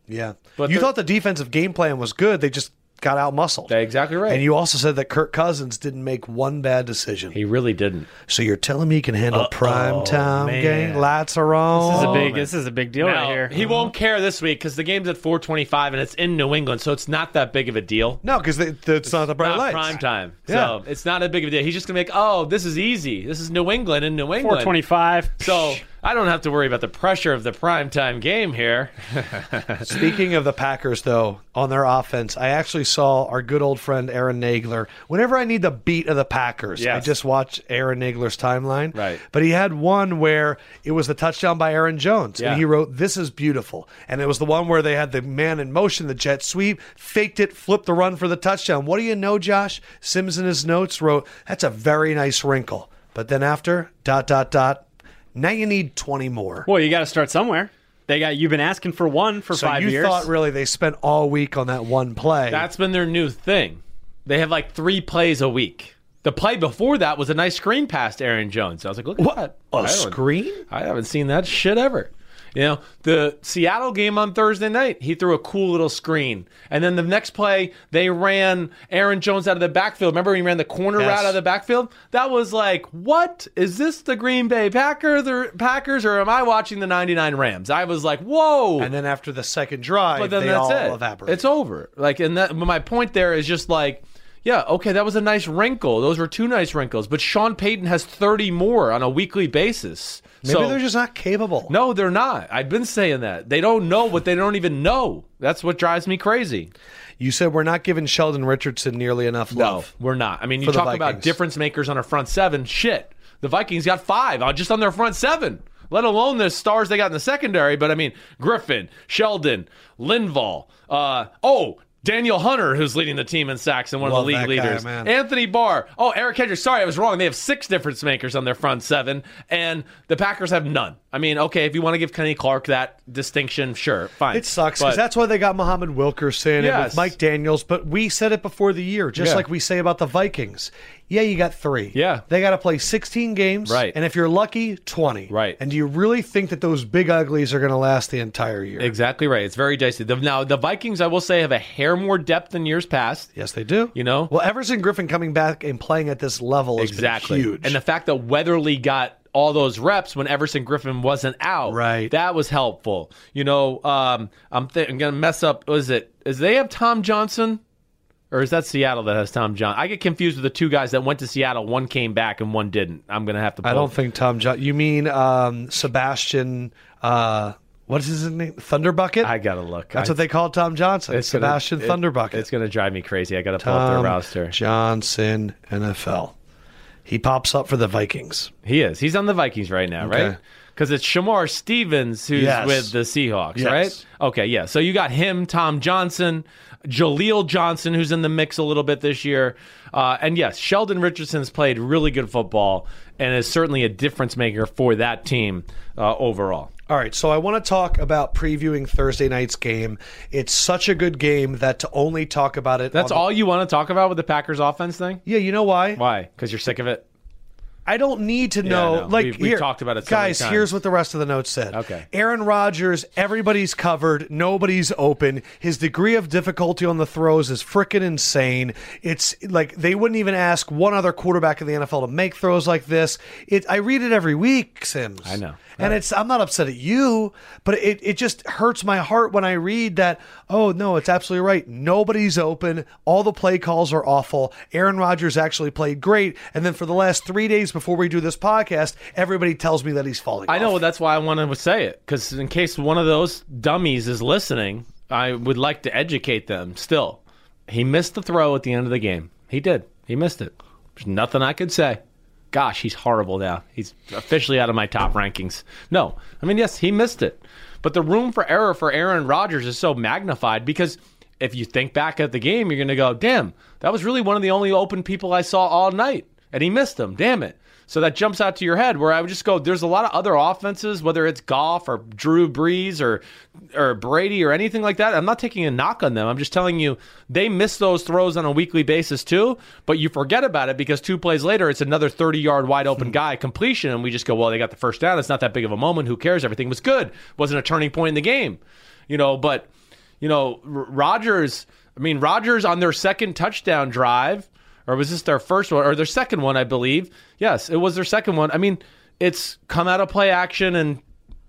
S1: Yeah.
S2: But
S1: you
S2: they're-
S1: thought the defensive game plan was good. They just got out muscled.
S2: That's exactly right.
S1: And you also said that Kirk Cousins didn't make one bad decision.
S2: He really didn't.
S1: So you're telling me he can handle prime time
S3: man.
S1: game? Lights are on.
S3: This is a big. This is a big deal right
S2: Now,
S3: here.
S2: He won't care this week because the game's at 425 and it's in New England, so it's not that big of a deal.
S1: no, because it's not the bright
S2: Not
S1: lights.
S2: prime time.
S1: Yeah.
S2: So it's not a big of a deal. He's just going to make, oh, this is easy. This is New England in New England.
S3: 425.
S2: So I don't have to worry about the pressure of the prime time game here.
S1: Speaking of the Packers, though, on their offense, I actually saw our good old friend Aaron Nagler. Whenever I need the beat of the Packers, I
S2: Yes.
S1: just watch Aaron Nagler's timeline.
S2: Right.
S1: But he had one where it was the touchdown by Aaron Jones,
S2: Yeah.
S1: and he wrote, This is beautiful. And it was the one where they had the man in motion, the jet sweep, faked it, flipped the run for the touchdown. What do you know, Josh? Sims in his notes wrote, That's a very nice wrinkle. But then after, dot, dot, dot, now you need 20 more.
S3: well, you got to start somewhere. They got. You've been asking for one for
S1: So
S3: five
S1: you
S3: years.
S1: thought really they spent all week on that one play.
S2: That's been their new thing. They have like three plays a week. The play before that was a nice screen pass to Aaron Jones. I was like, look at that. I
S1: a
S2: don't-
S1: screen?
S2: I haven't seen that shit ever. You know, the Seattle game on Thursday night, he threw a cool little screen. And then the next play, they ran Aaron Jones out of the backfield. Remember when he ran the corner
S1: Yes.
S2: route out of the backfield? That was like, what? Is this the Green Bay Packers or Packers or am I watching the 99 Rams? I was like, whoa.
S1: And then after the second drive,
S2: but then
S1: they
S2: that's
S1: all
S2: it.
S1: evaporate.
S2: It's over. Like, and that, but my point there is just like, yeah, okay, that was a nice wrinkle. Those were two nice wrinkles. But Sean Payton has 30 more on a weekly basis.
S1: Maybe
S2: so,
S1: they're just not capable.
S2: no, they're not. I've been saying that. They don't know what they don't even know. That's what drives me crazy.
S1: You said we're not giving Sheldon Richardson nearly enough love.
S2: we're not. I mean, you
S1: For the
S2: talk about
S1: Vikings.
S2: difference makers on our front seven. Shit, the Vikings got five on just on their front seven. Let alone the stars they got in the secondary. But I mean, Griffin, Sheldon, Linval. Uh, oh, Daniel Hunter, who's leading the team in sacks and one
S1: Love
S2: of the league
S1: that guy,
S2: leaders.
S1: man.
S2: Anthony Barr. Oh, Eric Hedger. Sorry, I was wrong. They have six difference makers on their front seven, and the Packers have none. I mean, okay, if you want to give Kenny Clark that distinction, sure, fine.
S1: It sucks because
S2: But-
S1: that's why they got Muhammad Wilkerson and with
S2: Yes.
S1: Mike Daniels. But we said it before the year, just
S2: Yeah.
S1: like we say about the Vikings. Yeah, you got three.
S2: Yeah.
S1: They got to play 16 games.
S2: Right.
S1: And if you're lucky, 20.
S2: Right.
S1: And do you really think that those big uglies are going to last the entire year?
S2: Exactly right. It's very dicey. The- now the Vikings, I will say, have a hair more depth than years past.
S1: Yes, they do.
S2: You know?
S1: Well, Everson Griffin coming back and playing at this level is
S2: exactly.
S1: huge.
S2: And the fact that Weatherly got all those reps when Everson Griffin wasn't out,
S1: Right.
S2: That was helpful. You know, um, I'm th- I'm gonna mess up. Was it? Is they have Tom Johnson? Or is that Seattle that has Tom Johnson? I get confused with the two guys that went to Seattle. One came back and one didn't. I'm gonna have to. Pull
S1: I don't think Tom John. You mean um, Sebastian? Uh, what is his name? Thunderbucket.
S2: I gotta look.
S1: That's
S2: I-
S1: what they called Tom Johnson.
S2: it's gonna-
S1: Sebastian
S2: it-
S1: Thunderbucket.
S2: It's gonna drive me crazy. I gotta pull up their
S1: Tom
S2: roster.
S1: Johnson NFL. He pops up for the Vikings.
S2: He is. He's on the Vikings right now,
S1: Okay.
S2: right? Because it's Shamar Stevens who's
S1: Yes.
S2: with the Seahawks,
S1: Yes.
S2: right? Okay, yeah. So you got him, Tom Johnson, Jaleel Johnson, who's in the mix a little bit this year. Uh, and yes, Sheldon Richardson's played really good football and is certainly a difference maker for that team uh, overall.
S1: All right, so I want to talk about previewing Thursday night's game. It's such a good game that to only talk about it.
S2: That's
S1: on the-
S2: all you want to talk about with the Packers offense thing?
S1: Yeah, you know why?
S2: Why? Because you're sick of it?
S1: I don't need to know.
S2: no.
S1: Like
S2: We've- we've
S1: here-
S2: talked about it so many
S1: guys.
S2: times.
S1: Here's what the rest of the notes said.
S2: Okay.
S1: Aaron Rodgers, everybody's covered, nobody's open. His degree of difficulty on the throws is freaking insane. It's like they wouldn't even ask one other quarterback in the NFL to make throws like this. It. I read it every week, Sims. I
S2: know.
S1: and it's I'm not upset at you, but it, it just hurts my heart when I read that, oh no, it's absolutely right. Nobody's open. All the play calls are awful. Aaron Rodgers actually played great. And then for the last three days before we do this podcast, everybody tells me that he's falling
S2: I know.
S1: off.
S2: Well, that's why I want to say it because in case one of those dummies is listening, I would like to educate them. Still, he missed the throw at the end of the game. He did. He missed it. There's nothing I could say. Gosh, he's horrible now. He's officially out of my top rankings. No, I mean yes, he missed it, but the room for error for Aaron Rodgers is so magnified because if you think back at the game, you're going to go, damn, that was really one of the only open people I saw all night. And he missed them. Damn it. So that jumps out to your head where I would just go, there's a lot of other offenses, whether it's golf or Drew Brees or or Brady or anything like that. I'm not taking a knock on them. I'm just telling you they miss those throws on a weekly basis too, but you forget about it because two plays later it's another 30 yard wide open guy completion, and we just go, Well, they got the first down. It's not that big of a moment. Who cares? Everything was good. Wasn't a turning point in the game. You know, but you know, R- Rodgers. I mean, Rodgers on their second touchdown drive, or was this their first one, or their second one, I believe. Yes, it was their second one. I mean, it's come out of play action and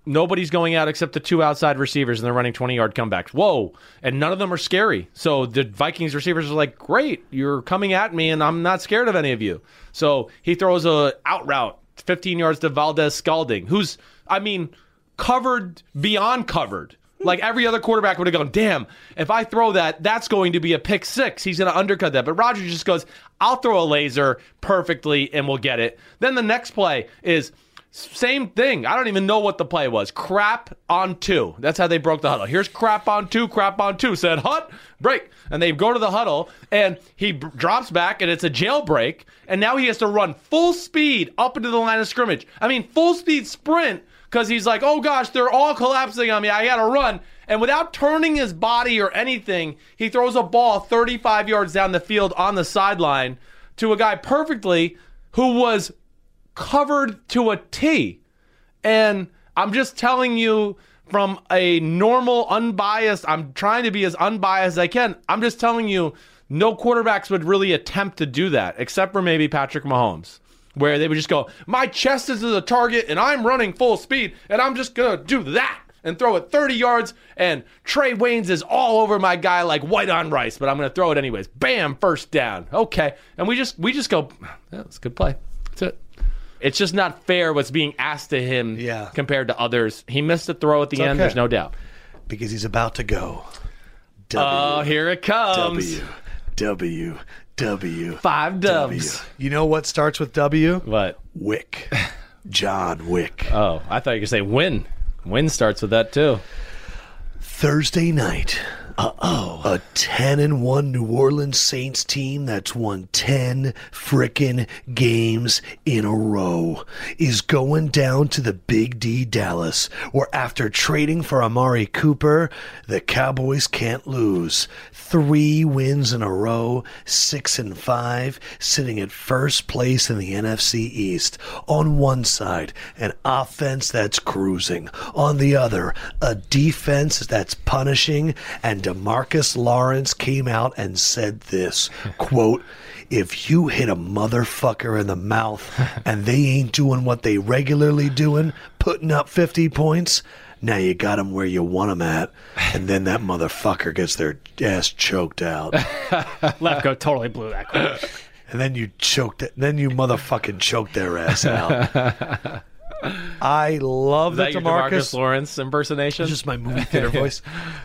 S2: nobody's going out except the two outside receivers and they're running 20 yard comebacks. Whoa. And none of them are scary. So the Vikings receivers are like, great, you're coming at me and I'm not scared of any of you. So he throws a out route, 15 yards to Valdez Scalding, who's, I mean, covered beyond covered. Like every other quarterback would have gone, damn, if I throw that, that's going to be a pick six. He's going to undercut that. But Rogers just goes, I'll throw a laser perfectly and we'll get it. Then the next play is same thing. I don't even know what the play was. Crap on two. That's how they broke the huddle. Here's crap on two, crap on two. Said hut, break. And they go to the huddle, and he b- drops back, and it's a jailbreak. And now he has to run full speed up into the line of scrimmage. I mean, full speed sprint, because he's like, oh gosh, they're all collapsing on me. I got to run. And without turning his body or anything, he throws a ball 35 yards down the field on the sideline to a guy perfectly who was covered to a T. And I'm just telling you from a normal, unbiased, I'm trying to be as unbiased as I can. I'm just telling you, no quarterbacks would really attempt to do that, except for maybe Patrick Mahomes, where they would just go, My chest is the target and I'm running full speed and I'm just going to do that and throw it 30 yards. And Trey Waynes is all over my guy like white on rice, but I'm going to throw it anyways. Bam, first down. Okay. And we just, we just go, That's a good play. That's it. It's just not fair what's being asked to him
S1: Yeah.
S2: compared to others. He missed a throw at the end,
S1: okay.
S2: there's no doubt.
S1: because he's about to go.
S2: Oh, here it comes.
S1: W W W
S2: Five
S1: W.
S2: dubs.
S1: You know what starts with W?
S2: What?
S1: Wick. John Wick.
S2: Oh, I thought you could say win. Win starts with that too.
S1: Thursday night. Uh oh. A 10 and 1 New Orleans Saints team that's won 10 frickin' games in a row is going down to the Big D Dallas, where after trading for Amari Cooper, the Cowboys can't lose. Three wins in a row, 6 and 5, sitting at first place in the NFC East. On one side, an offense that's cruising. On the other, a defense that's punishing. And Demarcus Lawrence came out and said this quote, if you hit a motherfucker in the mouth and they ain't doing what they regularly doing, putting up 50 points, now you got them where you want them at. And then that motherfucker gets their ass choked out.
S3: Lefko totally blew that. Call.
S1: and then you choked it. Then you motherfucking choked their ass out. I love
S2: Is
S1: that,
S2: that your
S1: Demarcus.
S2: Demarcus Lawrence impersonation?
S1: That's just my movie theater voice.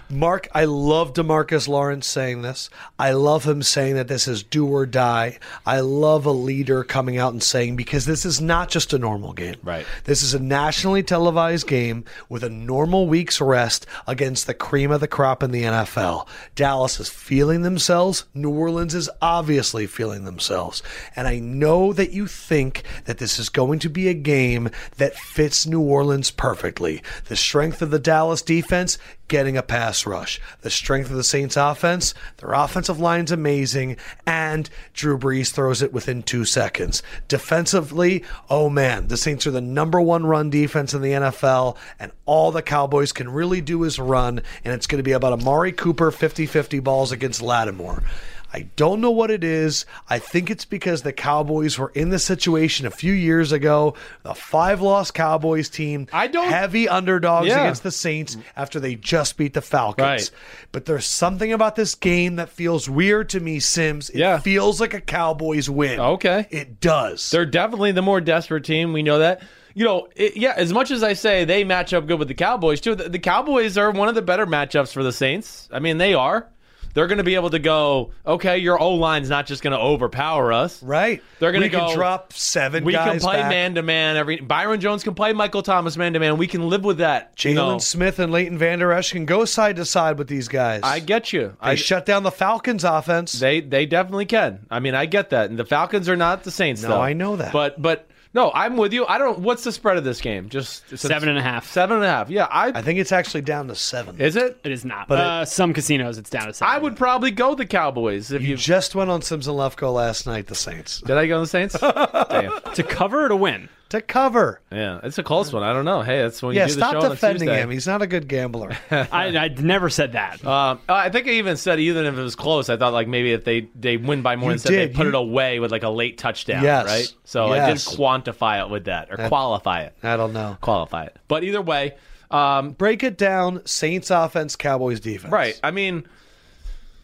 S1: Mark, I love Demarcus Lawrence saying this. I love him saying that this is do or die. I love a leader coming out and saying because this is not just a normal game.
S2: Right.
S1: This is a nationally televised game with a normal week's rest against the cream of the crop in the NFL. Dallas is feeling themselves. New Orleans is obviously feeling themselves. And I know that you think that this is going to be a game that fits New Orleans perfectly. The strength of the Dallas defense, getting a pass rush. The strength of the Saints offense, their offensive line's amazing, and Drew Brees throws it within two seconds. Defensively, oh man, the Saints are the number one run defense in the NFL, and all the Cowboys can really do is run, and it's going to be about Amari Cooper 50 50 balls against Lattimore. I don't know what it is. I think it's because the Cowboys were in this situation a few years ago. The five loss Cowboys team,
S2: I don't-
S1: heavy underdogs
S2: Yeah.
S1: against the Saints after they just beat the Falcons.
S2: Right.
S1: But there's something about this game that feels weird to me, Sims. It
S2: Yeah.
S1: feels like a Cowboys win.
S2: Okay.
S1: It does.
S2: They're definitely the more desperate team. We know that. You know, it, yeah, as much as I say they match up good with the Cowboys, too, the, the Cowboys are one of the better matchups for the Saints. I mean, they are. They're going to be able to go, okay, your O line's not just going to overpower us.
S1: right.
S2: They're gonna
S1: We can
S2: go-
S1: drop seven
S2: We can
S1: guys
S2: play
S1: back.
S2: man to man. Every Byron Jones can play Michael Thomas man to man. We can live with that.
S1: Jalen
S2: you know.
S1: Smith and Leighton Vander Esch can go side to side with these guys.
S2: I get you.
S1: They
S2: I,
S1: shut down the Falcons offense.
S2: They they definitely can. I mean, I get that. And the Falcons are not the Saints.
S1: No,
S2: though.
S1: I know that.
S2: But but no, I'm with you. I don't. What's the spread of this game? Just since-
S3: Seven and a half.
S2: Seven and a half. Yeah, I,
S1: I think it's actually down to seven.
S2: is it.
S3: It is not.
S1: But it-
S3: uh, some casinos, it's down to seven.
S2: I would probably go the Cowboys if you.
S1: you just went on Sims and Lefko last night, the Saints.
S2: did I go the Saints? Damn.
S3: to cover or to win.
S1: to cover.
S2: Yeah, it's a close one. I don't know. Hey, that's when you
S1: Yeah,
S2: do the show
S1: stop
S2: on a
S1: defending
S2: Tuesday.
S1: him. He's not a good gambler.
S3: I, I never said that.
S2: Um, I think I even said even if it was close, I thought like maybe if they they win by more
S1: You
S2: than seven, they
S1: did.
S2: put
S1: You-
S2: it away with like a late touchdown,
S1: Yes.
S2: right? So I did
S1: Yes.
S2: quantify it with that or qualify it,
S1: I don't know.
S2: qualify it. But either way, um,
S1: Break it down. Saints offense, Cowboys defense.
S2: Right. I mean,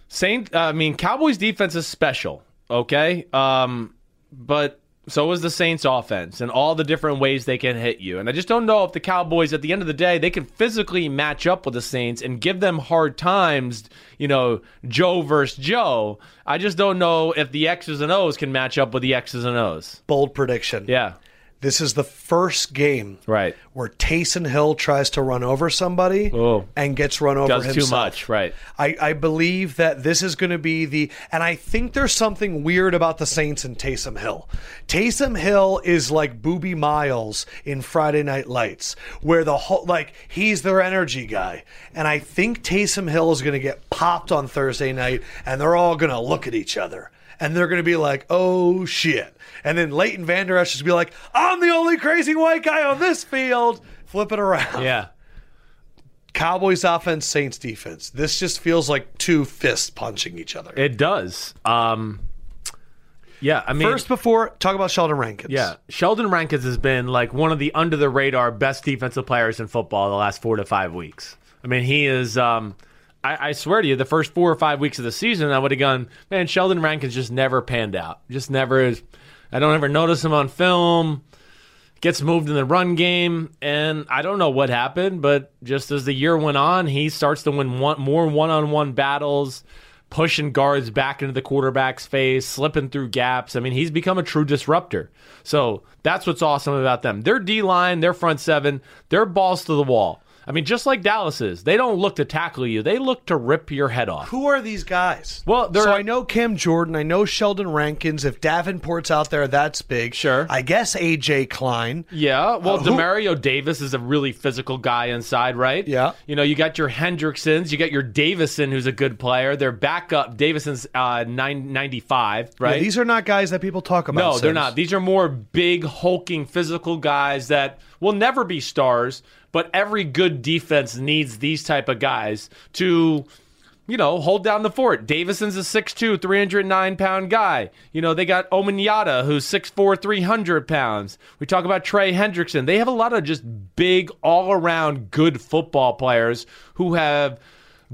S2: Saint. I mean, Cowboys defense is special. Okay. Um, but so is the Saints offense and all the different ways they can hit you. And I just don't know if the Cowboys, at the end of the day, they can physically match up with the Saints and give them hard times. You know, Joe versus Joe. I just don't know if the X's and O's can match up with the X's and O's.
S1: Bold prediction.
S2: Yeah.
S1: This is the first game
S2: Right.
S1: where Taysom Hill tries to run over somebody
S2: Oh.
S1: and gets run over
S2: Does
S1: himself.
S2: too much. Right.
S1: I, I believe that this is going to be the, and I think there's something weird about the Saints and Taysom Hill. Taysom Hill is like Booby Miles in Friday Night Lights, where the whole, like, he's their energy guy. And I think Taysom Hill is going to get popped on Thursday night, and they're all going to look at each other. And they're going to be like, oh shit. And then Leighton Vander Esch is going to be like, I'm the only crazy white guy on this field. Flip it around.
S2: Yeah.
S1: Cowboys offense, Saints defense. This just feels like two fists punching each other.
S2: It does. Um. Yeah. I mean,
S1: First, before talk about Sheldon Rankins.
S2: Yeah, Sheldon Rankins has been like one of the under the radar best defensive players in football the last four to five weeks. I mean, he is. Um, I, I swear to you, the first four or five weeks of the season, I would have gone, man. Sheldon Rankins just never panned out. Just never. is- I don't ever notice him on film. Gets moved in the run game, and I don't know what happened, but just as the year went on, he starts to win one, more one-on-one battles, pushing guards back into the quarterback's face, slipping through gaps. I mean, he's become a true disruptor. So that's what's awesome about them. Their D line, their front seven, their balls to the wall. I mean, just like Dallas is, they don't look to tackle you; they look to rip your head off.
S1: Who are these guys?
S2: Well, they're-
S1: so I know Cam Jordan. I know Sheldon Rankins. If Davenport's out there, that's big.
S2: Sure.
S1: I guess AJ Klein.
S2: Yeah, well,
S1: Uh, who-
S2: Demario Davis is a really physical guy inside, right?
S1: Yeah.
S2: You know, you got your Hendricksons, you got your Davison, who's a good player. Their backup, Davison's uh, nine ninety five, right?
S1: Yeah, these are not guys that people talk about.
S2: no, they're
S1: Sims.
S2: not. These are more big, hulking, physical guys that will never be stars, but every good defense needs these type of guys to, you know, hold down the fort. Davison's a 6'2", 309 pound guy. You know, they got Omenyata, who's 6'4", 300 pounds. We talk about Trey Hendrickson. They have a lot of just big, all around good football players who have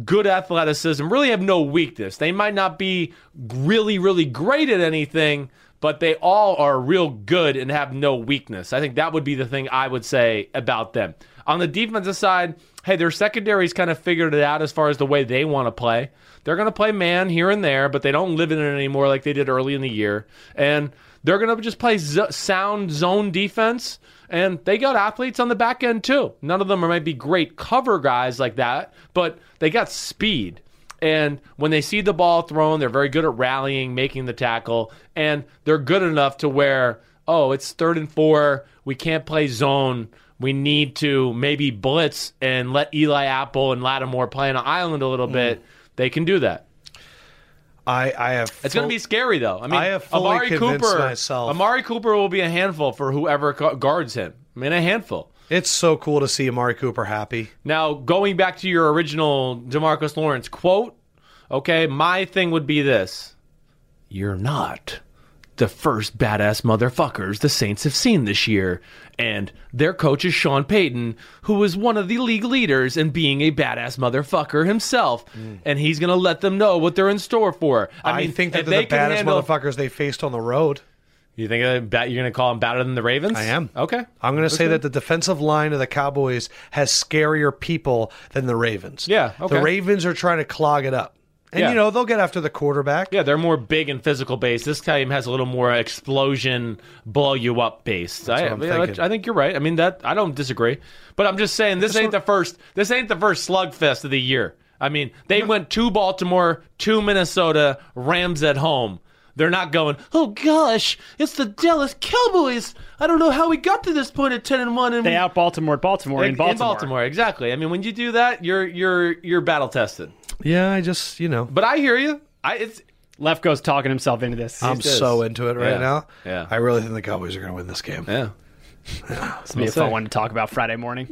S2: good athleticism, really have no weakness. They might not be really, really great at anything, but they all are real good and have no weakness. I think that would be the thing I would say about them. On the defensive side, hey, their secondary's kind of figured it out as far as the way they want to play. They're going to play man here and there, but they don't live in it anymore like they did early in the year. And they're going to just play z- sound zone defense. And they got athletes on the back end too. None of them are maybe great cover guys like that, but they got speed. And when they see the ball thrown, they're very good at rallying, making the tackle, and they're good enough to where, oh, it's third and four. We can't play zone. We need to maybe blitz and let Eli Apple and Lattimore play on an island a little bit. They can do that.
S1: I, I have.
S2: It's going to be scary, though. I mean,
S1: I have fully
S2: Amari
S1: convinced
S2: Cooper.
S1: myself.
S2: Amari Cooper will be a handful for whoever gu- guards him. I mean, a handful.
S1: It's so cool to see Amari Cooper happy.
S2: Now, going back to your original Demarcus Lawrence quote, okay, my thing would be this You're not the first badass motherfuckers the Saints have seen this year. And their coach is Sean Payton, who is one of the league leaders in being a badass motherfucker himself. And he's going to let them know what they're in store for. I,
S1: Mm. I,
S2: mean,
S1: think that
S2: if
S1: they're
S2: they
S1: the
S2: can
S1: baddest
S2: handle-
S1: motherfuckers they faced on the road.
S2: You think they're ba- you're going to call them badder than the Ravens?
S1: I am.
S2: Okay.
S1: I'm going to say that the defensive line of the Cowboys has scarier people than the Ravens.
S2: Yeah, okay.
S1: The Ravens are trying to clog it up. And,
S2: Yeah.
S1: you know, they'll get after the quarterback.
S2: Yeah, they're more big and physical based. This team has a little more explosion, blow you up based. I,
S1: what I'm
S2: yeah,
S1: thinking.
S2: I think you're right. I mean that I don't disagree, but I'm just saying this ain't the first. This ain't the first slugfest of the year. I mean they went to Baltimore, to Minnesota, Rams at home. They're not going. Oh gosh, it's the Dallas Cowboys. I don't know how we got to this point at ten and one. And
S3: They
S2: we-
S3: out Baltimore, Baltimore, in Baltimore.
S2: exactly. I mean when you do that, you're you're you're battle tested.
S1: Yeah, I just, you know,
S2: But I hear you. I it's
S3: Left goes talking himself into this.
S1: I'm
S2: does.
S1: so into it right
S2: Yeah.
S1: now.
S2: Yeah.
S1: I really think the Cowboys are going to win this game.
S2: yeah.
S3: It's gonna be a
S2: say.
S3: fun one to talk about Friday morning.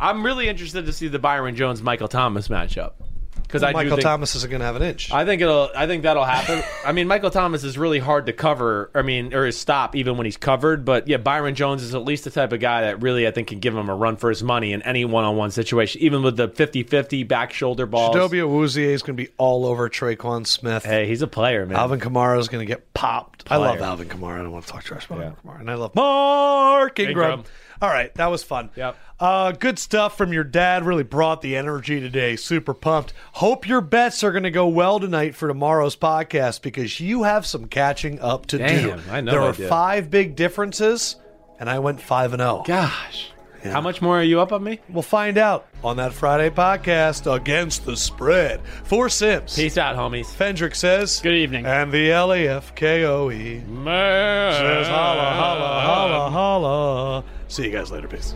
S2: I'm really interested to see the Byron Jones Michael Thomas matchup because I do
S1: Michael
S2: think-
S1: Thomas isn't going to have an inch.
S2: I think it'll. I think that'll happen. I mean, Michael Thomas is really hard to cover. I mean, or stop even when he's covered. But yeah, Byron Jones is at least the type of guy that really I think can give him a run for his money in any one-on-one situation, even with the 50-50 back shoulder balls.
S1: Dobia Awuzie is going to be all over Traquan Smith.
S2: Hey, he's a player, man.
S1: Alvin Kamara is going to get popped. I love
S2: Player.
S1: Alvin Kamara. I don't want to talk trash about
S2: Yeah.
S1: Alvin Kamara. And I love Mark Ingram.
S2: Ingram.
S1: All right, that was fun.
S2: Yep.
S1: Uh, good stuff from your dad. Really brought the energy today. Super pumped. Hope your bets are going to go well tonight for tomorrow's podcast because you have some catching up to do.
S2: Damn, I know
S1: there
S2: I
S1: were
S2: did.
S1: five big differences, and I went five and zero.
S2: Gosh, how much more are you up on me?
S1: We'll find out on that Friday podcast against the spread. Four Sims.
S2: Peace out, homies.
S1: Fendrick says.
S3: Good evening.
S1: And the LAFKOE. Says holla, holla, holla, holla. See you guys later. Peace.